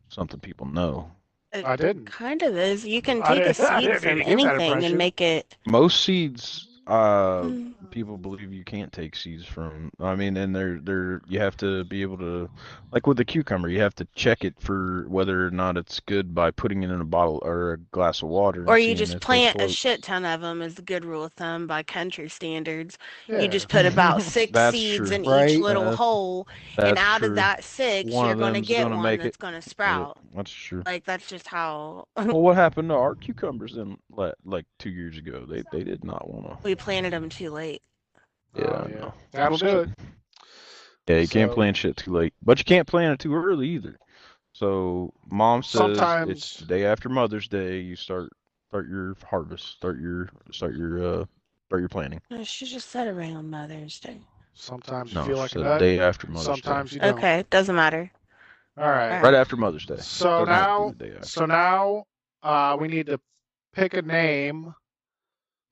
Speaker 4: something people know.
Speaker 2: I didn't.
Speaker 1: Kind of is. You can
Speaker 2: I
Speaker 1: take a
Speaker 2: didn't- I
Speaker 1: seed
Speaker 2: didn't
Speaker 1: from
Speaker 2: mean to give that
Speaker 1: anything
Speaker 2: impression.
Speaker 1: and make it. Mm.
Speaker 4: Most seeds uh, people believe you can't take seeds from. I mean, and they're they're you have to be able to, like with the cucumber, you have to check it for whether or not it's good by putting it in a bottle or a glass of water. and
Speaker 1: Or you
Speaker 4: seeing
Speaker 1: just
Speaker 4: if it
Speaker 1: plant a
Speaker 4: floats.
Speaker 1: shit ton of them is the good rule of thumb by country standards.
Speaker 2: Yeah.
Speaker 1: You just put about six
Speaker 4: That's
Speaker 1: seeds
Speaker 4: true.
Speaker 1: in
Speaker 3: Right.
Speaker 1: each little
Speaker 4: That's-
Speaker 1: hole, and
Speaker 4: That's
Speaker 1: out
Speaker 4: true.
Speaker 1: of that 6
Speaker 4: One
Speaker 1: you're
Speaker 4: of
Speaker 1: going to
Speaker 4: them's
Speaker 1: get
Speaker 4: gonna
Speaker 1: one
Speaker 4: make
Speaker 1: that's
Speaker 4: it.
Speaker 1: going to
Speaker 4: Yeah,
Speaker 1: sprout.
Speaker 4: that's true.
Speaker 1: Like that's just how
Speaker 4: Well, what happened to our cucumbers in like, like two years ago? They they did not want to.
Speaker 1: we planted them too late.
Speaker 4: Yeah,
Speaker 2: Oh,
Speaker 4: I
Speaker 2: yeah.
Speaker 4: know.
Speaker 2: That'll do it.
Speaker 4: Yeah, you can't
Speaker 2: So-
Speaker 4: plan shit too late, but you can't plan it too early either. So mom says it's
Speaker 2: Sometimes-
Speaker 4: the day after Mother's Day you start start your harvest, start your start your uh start your planning.
Speaker 1: No, she just said around Mother's Day.
Speaker 2: Sometimes you
Speaker 4: No,
Speaker 2: feel like
Speaker 4: it's
Speaker 2: a
Speaker 4: the
Speaker 2: nut.
Speaker 4: day after Mother's
Speaker 2: Sometimes
Speaker 4: Day.
Speaker 2: you don't.
Speaker 1: Okay, doesn't matter.
Speaker 2: All right.
Speaker 4: Right after Mother's Day.
Speaker 2: So
Speaker 4: Doesn't have to be
Speaker 2: now
Speaker 4: the day after.
Speaker 2: So now uh, we need to pick a name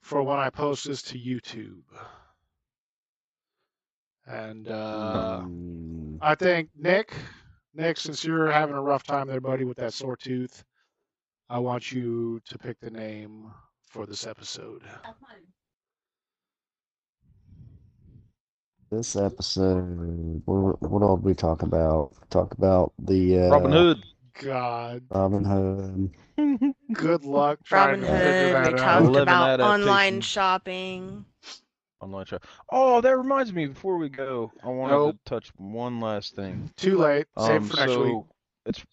Speaker 2: for when I post this to YouTube. And uh,
Speaker 4: Hmm.
Speaker 3: Mm,
Speaker 2: I think Nick, Nick, since you're having a rough time there, buddy, with that sore tooth, I want you to pick the name for this episode.
Speaker 3: this episode, what, what all we talk about? Talk about the uh,
Speaker 4: Robin Hood.
Speaker 2: God,
Speaker 3: Robin Hood.
Speaker 2: good luck
Speaker 1: Robin
Speaker 2: trying to
Speaker 1: Hood,
Speaker 2: figure
Speaker 1: we
Speaker 2: that out.
Speaker 4: Robin
Speaker 1: talked
Speaker 4: Eleven
Speaker 1: about
Speaker 4: adaptation.
Speaker 1: online shopping.
Speaker 4: Online shop. Oh, that reminds me. Before we go, I wanted
Speaker 2: Nope.
Speaker 4: to touch one last thing.
Speaker 2: Too late. Save
Speaker 4: Um,
Speaker 2: for next
Speaker 4: so
Speaker 2: week.
Speaker 4: it's.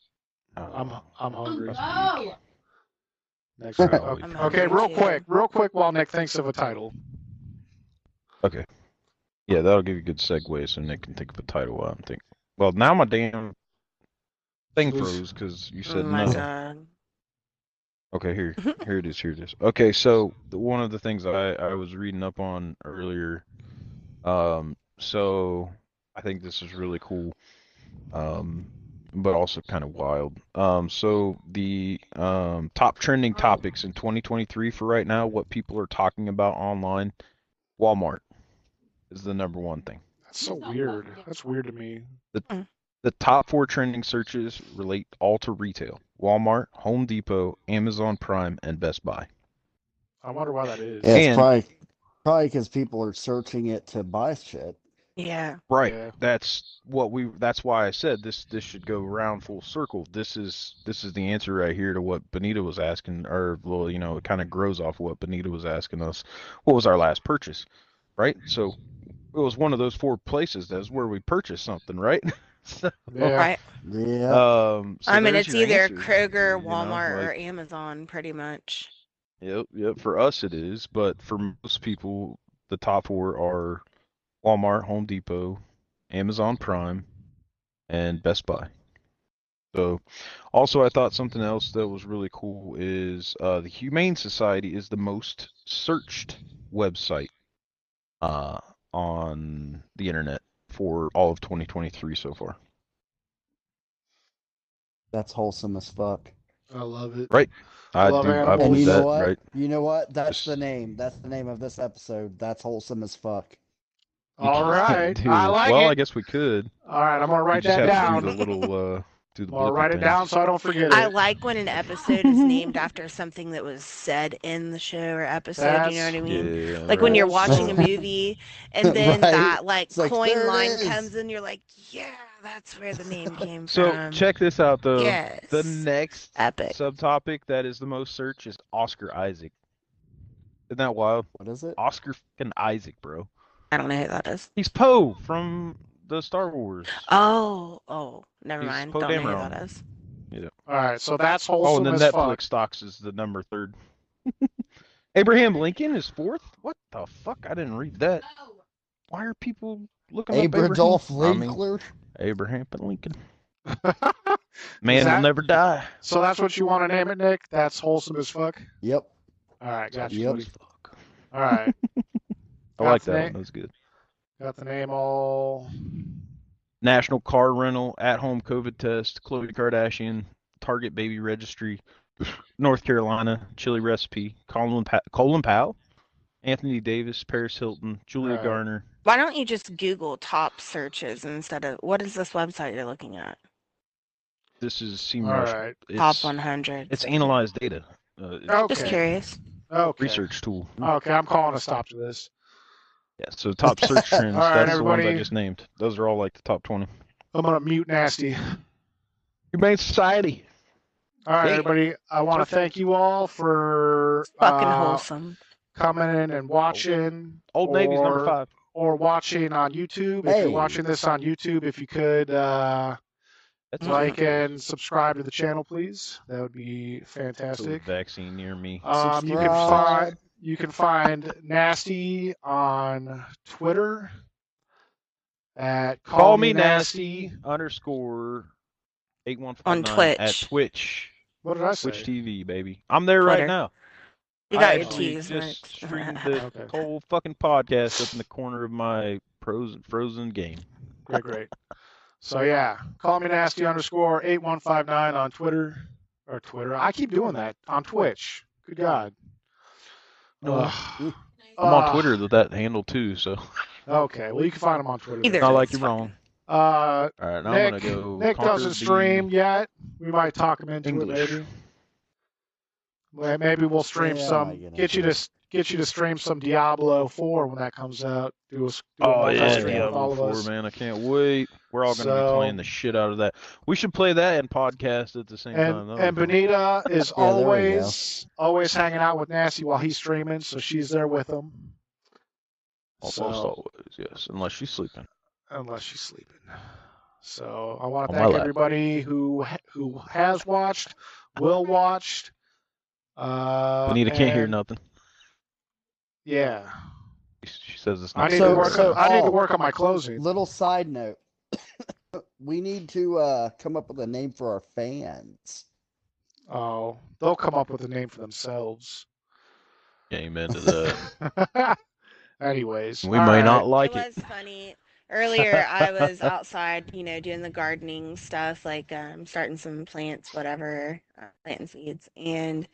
Speaker 4: uh,
Speaker 2: I'm I'm hungry.
Speaker 7: No.
Speaker 2: Next
Speaker 3: I'm
Speaker 2: week. Okay,
Speaker 1: hungry
Speaker 2: okay, real
Speaker 1: too.
Speaker 2: quick, real quick, while Nick thinks of a title.
Speaker 4: Yeah, that'll give you a good segue so Nick can think of a title while I'm thinking. Well, now my damn thing
Speaker 2: Who's-
Speaker 4: froze because you
Speaker 1: Oh
Speaker 4: said
Speaker 1: my
Speaker 4: no.
Speaker 1: god.
Speaker 4: Okay, here, here it is, here it is. Okay, so the, one of the things I I was reading up on earlier, um, so I think this is really cool, um, but also kind of wild. Um, so the um top
Speaker 1: Oh.
Speaker 4: trending topics in 2023 for right now, what people are talking about online, Walmart is the number one thing.
Speaker 2: That's so weird. That's weird to me.
Speaker 4: The top four trending searches relate all to retail Walmart, Home Depot, Amazon Prime, and Best Buy.
Speaker 2: I wonder why that is.
Speaker 3: Yeah,
Speaker 4: And-
Speaker 3: it's probably probably because people are searching it to buy shit.
Speaker 1: Yeah.
Speaker 4: Right.
Speaker 2: Yeah.
Speaker 4: That's what we that's why I said this this should go round full circle. This is this is the answer right here to what Benita was asking or well, you know, it kind of grows off what Benita was asking us. What was our last purchase? Right? So it was one of those four places that's where we purchased something, right? So,
Speaker 2: Yeah.
Speaker 1: Right.
Speaker 3: Yeah.
Speaker 4: um so
Speaker 1: I mean,
Speaker 4: there's
Speaker 1: it's
Speaker 4: your
Speaker 1: either
Speaker 4: answer,
Speaker 1: Kroger,
Speaker 4: you know,
Speaker 1: Walmart,
Speaker 4: like-
Speaker 1: or Amazon, pretty much.
Speaker 4: Yep, yep. For us, it is, but for most people, the top four are Walmart, Home Depot, Amazon Prime, and Best Buy. So, also, I thought something else that was really cool is uh, the Humane Society is the most searched website uh, on the internet for all of 2023 so far.
Speaker 3: That's wholesome as fuck.
Speaker 2: I love it.
Speaker 4: Right. I
Speaker 2: Love
Speaker 4: do, I
Speaker 2: animals.
Speaker 3: And
Speaker 4: believe
Speaker 3: you
Speaker 4: that,
Speaker 3: know what?
Speaker 4: right?
Speaker 3: You know what? That's
Speaker 4: Just-
Speaker 3: the name. That's the name of this episode. That's wholesome as fuck.
Speaker 2: All right.
Speaker 4: Dude,
Speaker 2: I like
Speaker 4: well,
Speaker 2: it.
Speaker 4: I guess we could.
Speaker 2: All right. I'm going to
Speaker 4: We
Speaker 2: write
Speaker 4: just
Speaker 2: that
Speaker 4: have to do
Speaker 2: down.
Speaker 4: the little, uh, do the
Speaker 2: I'll
Speaker 4: blooper
Speaker 2: write it
Speaker 4: thing.
Speaker 2: down so I don't forget
Speaker 1: I
Speaker 2: it.
Speaker 1: like when an episode is named after something that was said in the show or episode. you know
Speaker 2: That's-
Speaker 1: what I mean?
Speaker 4: Yeah,
Speaker 1: Like when you're
Speaker 2: right.
Speaker 1: watching a movie and then
Speaker 3: Right.
Speaker 1: that like
Speaker 3: It's like, "There
Speaker 1: coin
Speaker 3: it
Speaker 1: line
Speaker 3: is."
Speaker 1: comes in, you're like, yeah, that's where the name came
Speaker 4: So
Speaker 1: from.
Speaker 4: check this out though.
Speaker 1: um, yes.
Speaker 4: The next
Speaker 1: Epic.
Speaker 4: subtopic that is the most searched is Oscar Isaac. Isn't that wild?
Speaker 3: What is it?
Speaker 4: Oscar fucking Isaac, bro.
Speaker 1: I don't know who that is.
Speaker 4: He's Poe from the Star Wars.
Speaker 1: Oh, oh, never
Speaker 4: He's
Speaker 1: mind.
Speaker 4: Poe
Speaker 1: Don't know who
Speaker 4: Dameron.
Speaker 1: that is.
Speaker 2: All right. So that's
Speaker 4: oh,
Speaker 2: wholesome
Speaker 4: and then
Speaker 2: as
Speaker 4: Netflix
Speaker 2: fuck.
Speaker 4: stocks is the number third. Abraham Lincoln is fourth. What the fuck? I didn't read that.
Speaker 1: Oh.
Speaker 4: Why are people looking up Abraham?
Speaker 3: Abradolf
Speaker 4: I mean,
Speaker 3: Linkler?
Speaker 4: Abraham Lincoln. Man
Speaker 2: that-
Speaker 4: will never die.
Speaker 2: so that's what you want to name it, Nick? That's wholesome as fuck?
Speaker 3: Yep.
Speaker 2: All right. Gotcha.
Speaker 3: Yep.
Speaker 2: buddy.
Speaker 4: Fuck.
Speaker 2: All right.
Speaker 4: I like
Speaker 2: That's
Speaker 4: that
Speaker 2: na-
Speaker 4: one. That's good.
Speaker 2: Got the name all.
Speaker 4: National Car Rental, At Home COVID Test, Khloe Kardashian, Target Baby Registry, North Carolina, Chili Recipe, Colin, pa- Colin Powell, Anthony Davis, Paris Hilton, Julia
Speaker 2: Right.
Speaker 4: Garner.
Speaker 1: Why don't you just Google top searches instead of what is this website you're looking at?
Speaker 4: This is
Speaker 2: All
Speaker 4: seem
Speaker 2: right.
Speaker 4: It's,
Speaker 1: top 100.
Speaker 4: It's analyzed data. Uh, it's-
Speaker 2: Okay.
Speaker 1: Just curious.
Speaker 2: Okay.
Speaker 4: research tool.
Speaker 2: Okay, I'm calling a stop to this.
Speaker 4: Yeah, so top search trends.
Speaker 2: All right,
Speaker 4: that's the ones
Speaker 2: everybody.
Speaker 4: I just named. Those are all like the top 20.
Speaker 2: I'm gonna mute nasty.
Speaker 4: Humane Society.
Speaker 2: All right,
Speaker 4: Hey.
Speaker 2: everybody. I want to thank you all for
Speaker 1: Fucking
Speaker 2: uh,
Speaker 1: wholesome.
Speaker 2: coming in and watching.
Speaker 4: Old Navy's number
Speaker 2: or-
Speaker 4: five.
Speaker 2: Or watching on YouTube. If
Speaker 3: Hey.
Speaker 2: you're watching this on YouTube, if you could uh,
Speaker 4: That's
Speaker 2: like
Speaker 4: it.
Speaker 2: and subscribe to the channel, please. That would be fantastic.
Speaker 4: Vaccine near me.
Speaker 2: Um, you can
Speaker 3: Subscribe.
Speaker 2: find you can find Nasty on Twitter at Call, Me Nasty.
Speaker 4: underscore eight one five
Speaker 1: On
Speaker 4: at
Speaker 1: Twitch.
Speaker 4: Twitch.
Speaker 2: What did I say?
Speaker 4: Twitch TV, baby. I'm there right
Speaker 1: Twitter.
Speaker 4: now.
Speaker 1: You got
Speaker 4: I
Speaker 1: your
Speaker 4: actually
Speaker 1: T's
Speaker 4: just
Speaker 1: next.
Speaker 4: streamed the
Speaker 2: Okay.
Speaker 4: whole fucking podcast up in the corner of my frozen frozen game.
Speaker 2: Great, great. So yeah, Call Me Nasty underscore eight one five nine on Twitter or Twitter. I keep doing that on Twitch. Good God.
Speaker 4: No.
Speaker 2: Ugh.
Speaker 4: I'm on
Speaker 2: Ugh.
Speaker 4: Twitter with that handle too, so
Speaker 2: Okay, well you can find him on Twitter.
Speaker 1: Either.
Speaker 4: not like
Speaker 1: it's
Speaker 4: you're wrong.
Speaker 2: Uh,
Speaker 4: All right, now I'm
Speaker 2: Nick,
Speaker 4: gonna go.
Speaker 2: Nick
Speaker 4: conquer
Speaker 2: doesn't
Speaker 4: the
Speaker 2: stream yet. We might talk him into it
Speaker 4: English.
Speaker 2: later. Well, maybe we'll stream
Speaker 3: Yeah, I
Speaker 2: some.
Speaker 3: might get
Speaker 2: Get you
Speaker 3: into
Speaker 2: to s- get you to stream some Diablo Four when that comes out. Do a, s- do a
Speaker 4: Oh yeah,
Speaker 2: multi-stream with
Speaker 4: Diablo
Speaker 2: all of
Speaker 4: 4,
Speaker 2: us.
Speaker 4: man! I can't wait. We're all gonna
Speaker 2: So-
Speaker 4: be playing the shit out of that. We should play that and podcast at the same time.
Speaker 2: And
Speaker 4: That
Speaker 2: and
Speaker 4: would be
Speaker 2: Benita is
Speaker 3: Yeah, there we go.
Speaker 2: always always hanging out with Nasty while he's streaming, so she's there with him.
Speaker 4: almost
Speaker 2: So
Speaker 4: always, yes, unless she's sleeping.
Speaker 2: unless she's sleeping. So I want
Speaker 4: On
Speaker 2: to
Speaker 4: Oh, my
Speaker 2: thank
Speaker 4: lap.
Speaker 2: everybody who ha- who has watched, will watched. Uh,
Speaker 4: Benita can't hear
Speaker 2: and-
Speaker 4: nothing.
Speaker 2: Yeah.
Speaker 4: She says it's
Speaker 2: I
Speaker 4: not.
Speaker 2: need
Speaker 3: So-
Speaker 2: to work.
Speaker 3: so-
Speaker 2: on, I need to
Speaker 3: oh.
Speaker 2: work on my closing.
Speaker 3: Little side note. we need to uh come up with a name for our fans.
Speaker 2: Oh, they'll come up with a name for themselves.
Speaker 4: Came into the.
Speaker 2: Anyways,
Speaker 4: Uh, We
Speaker 2: all
Speaker 4: may
Speaker 2: right.
Speaker 4: not like
Speaker 1: it
Speaker 4: it.
Speaker 1: was funny. Earlier, I was outside, you know, doing the gardening stuff, like um, starting some plants, whatever, uh, planting seeds. And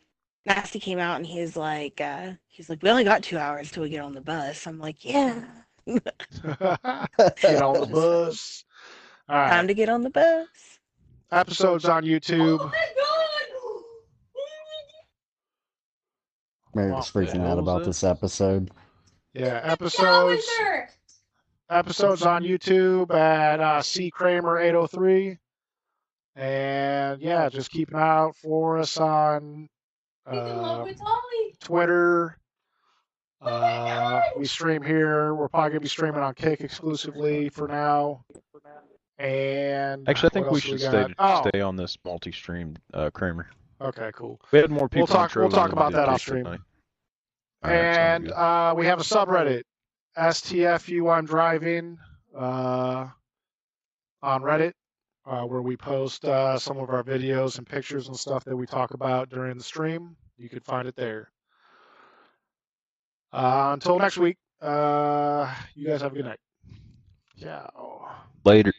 Speaker 1: Nasty came out and he's like, uh, he's like, we only got two hours till we get on the bus. I'm like, yeah,
Speaker 2: Get on the bus. All
Speaker 1: time
Speaker 2: right,
Speaker 1: to get on the bus.
Speaker 2: episodes on YouTube.
Speaker 7: Oh my god!
Speaker 3: Mary was freaking out
Speaker 4: What was
Speaker 3: about
Speaker 4: that?
Speaker 3: this episode.
Speaker 2: Yeah,
Speaker 7: Calendar!
Speaker 2: episodes episodes on YouTube at uh, C Kramer eight hundred three, and yeah, just keep an eye out for us on
Speaker 7: He's in love
Speaker 2: uh,
Speaker 7: with Ollie!
Speaker 2: Twitter.
Speaker 7: my
Speaker 2: Uh,
Speaker 7: God.
Speaker 2: we stream here. We're probably gonna be streaming on Kick exclusively for now. And
Speaker 4: Actually, I think
Speaker 2: what
Speaker 4: we
Speaker 2: else
Speaker 4: should
Speaker 2: got?
Speaker 4: stay
Speaker 2: Oh,
Speaker 4: stay on this multi-stream, uh, Kramer.
Speaker 2: okay, cool.
Speaker 4: We had more people. on
Speaker 2: talk- we'll
Speaker 4: Trovo
Speaker 2: talk
Speaker 4: than
Speaker 2: about
Speaker 4: we did
Speaker 2: that off
Speaker 4: Tuesday
Speaker 2: stream.
Speaker 4: night. All right, sounds
Speaker 2: And
Speaker 4: good.
Speaker 2: uh, we have a subreddit, STFU I'm driving, uh, on Reddit, uh, where we post uh, some of our videos and pictures and stuff that we talk about during the stream. You can find it there. Uh, until next week, uh, you guys have a good night. Ciao.
Speaker 4: later.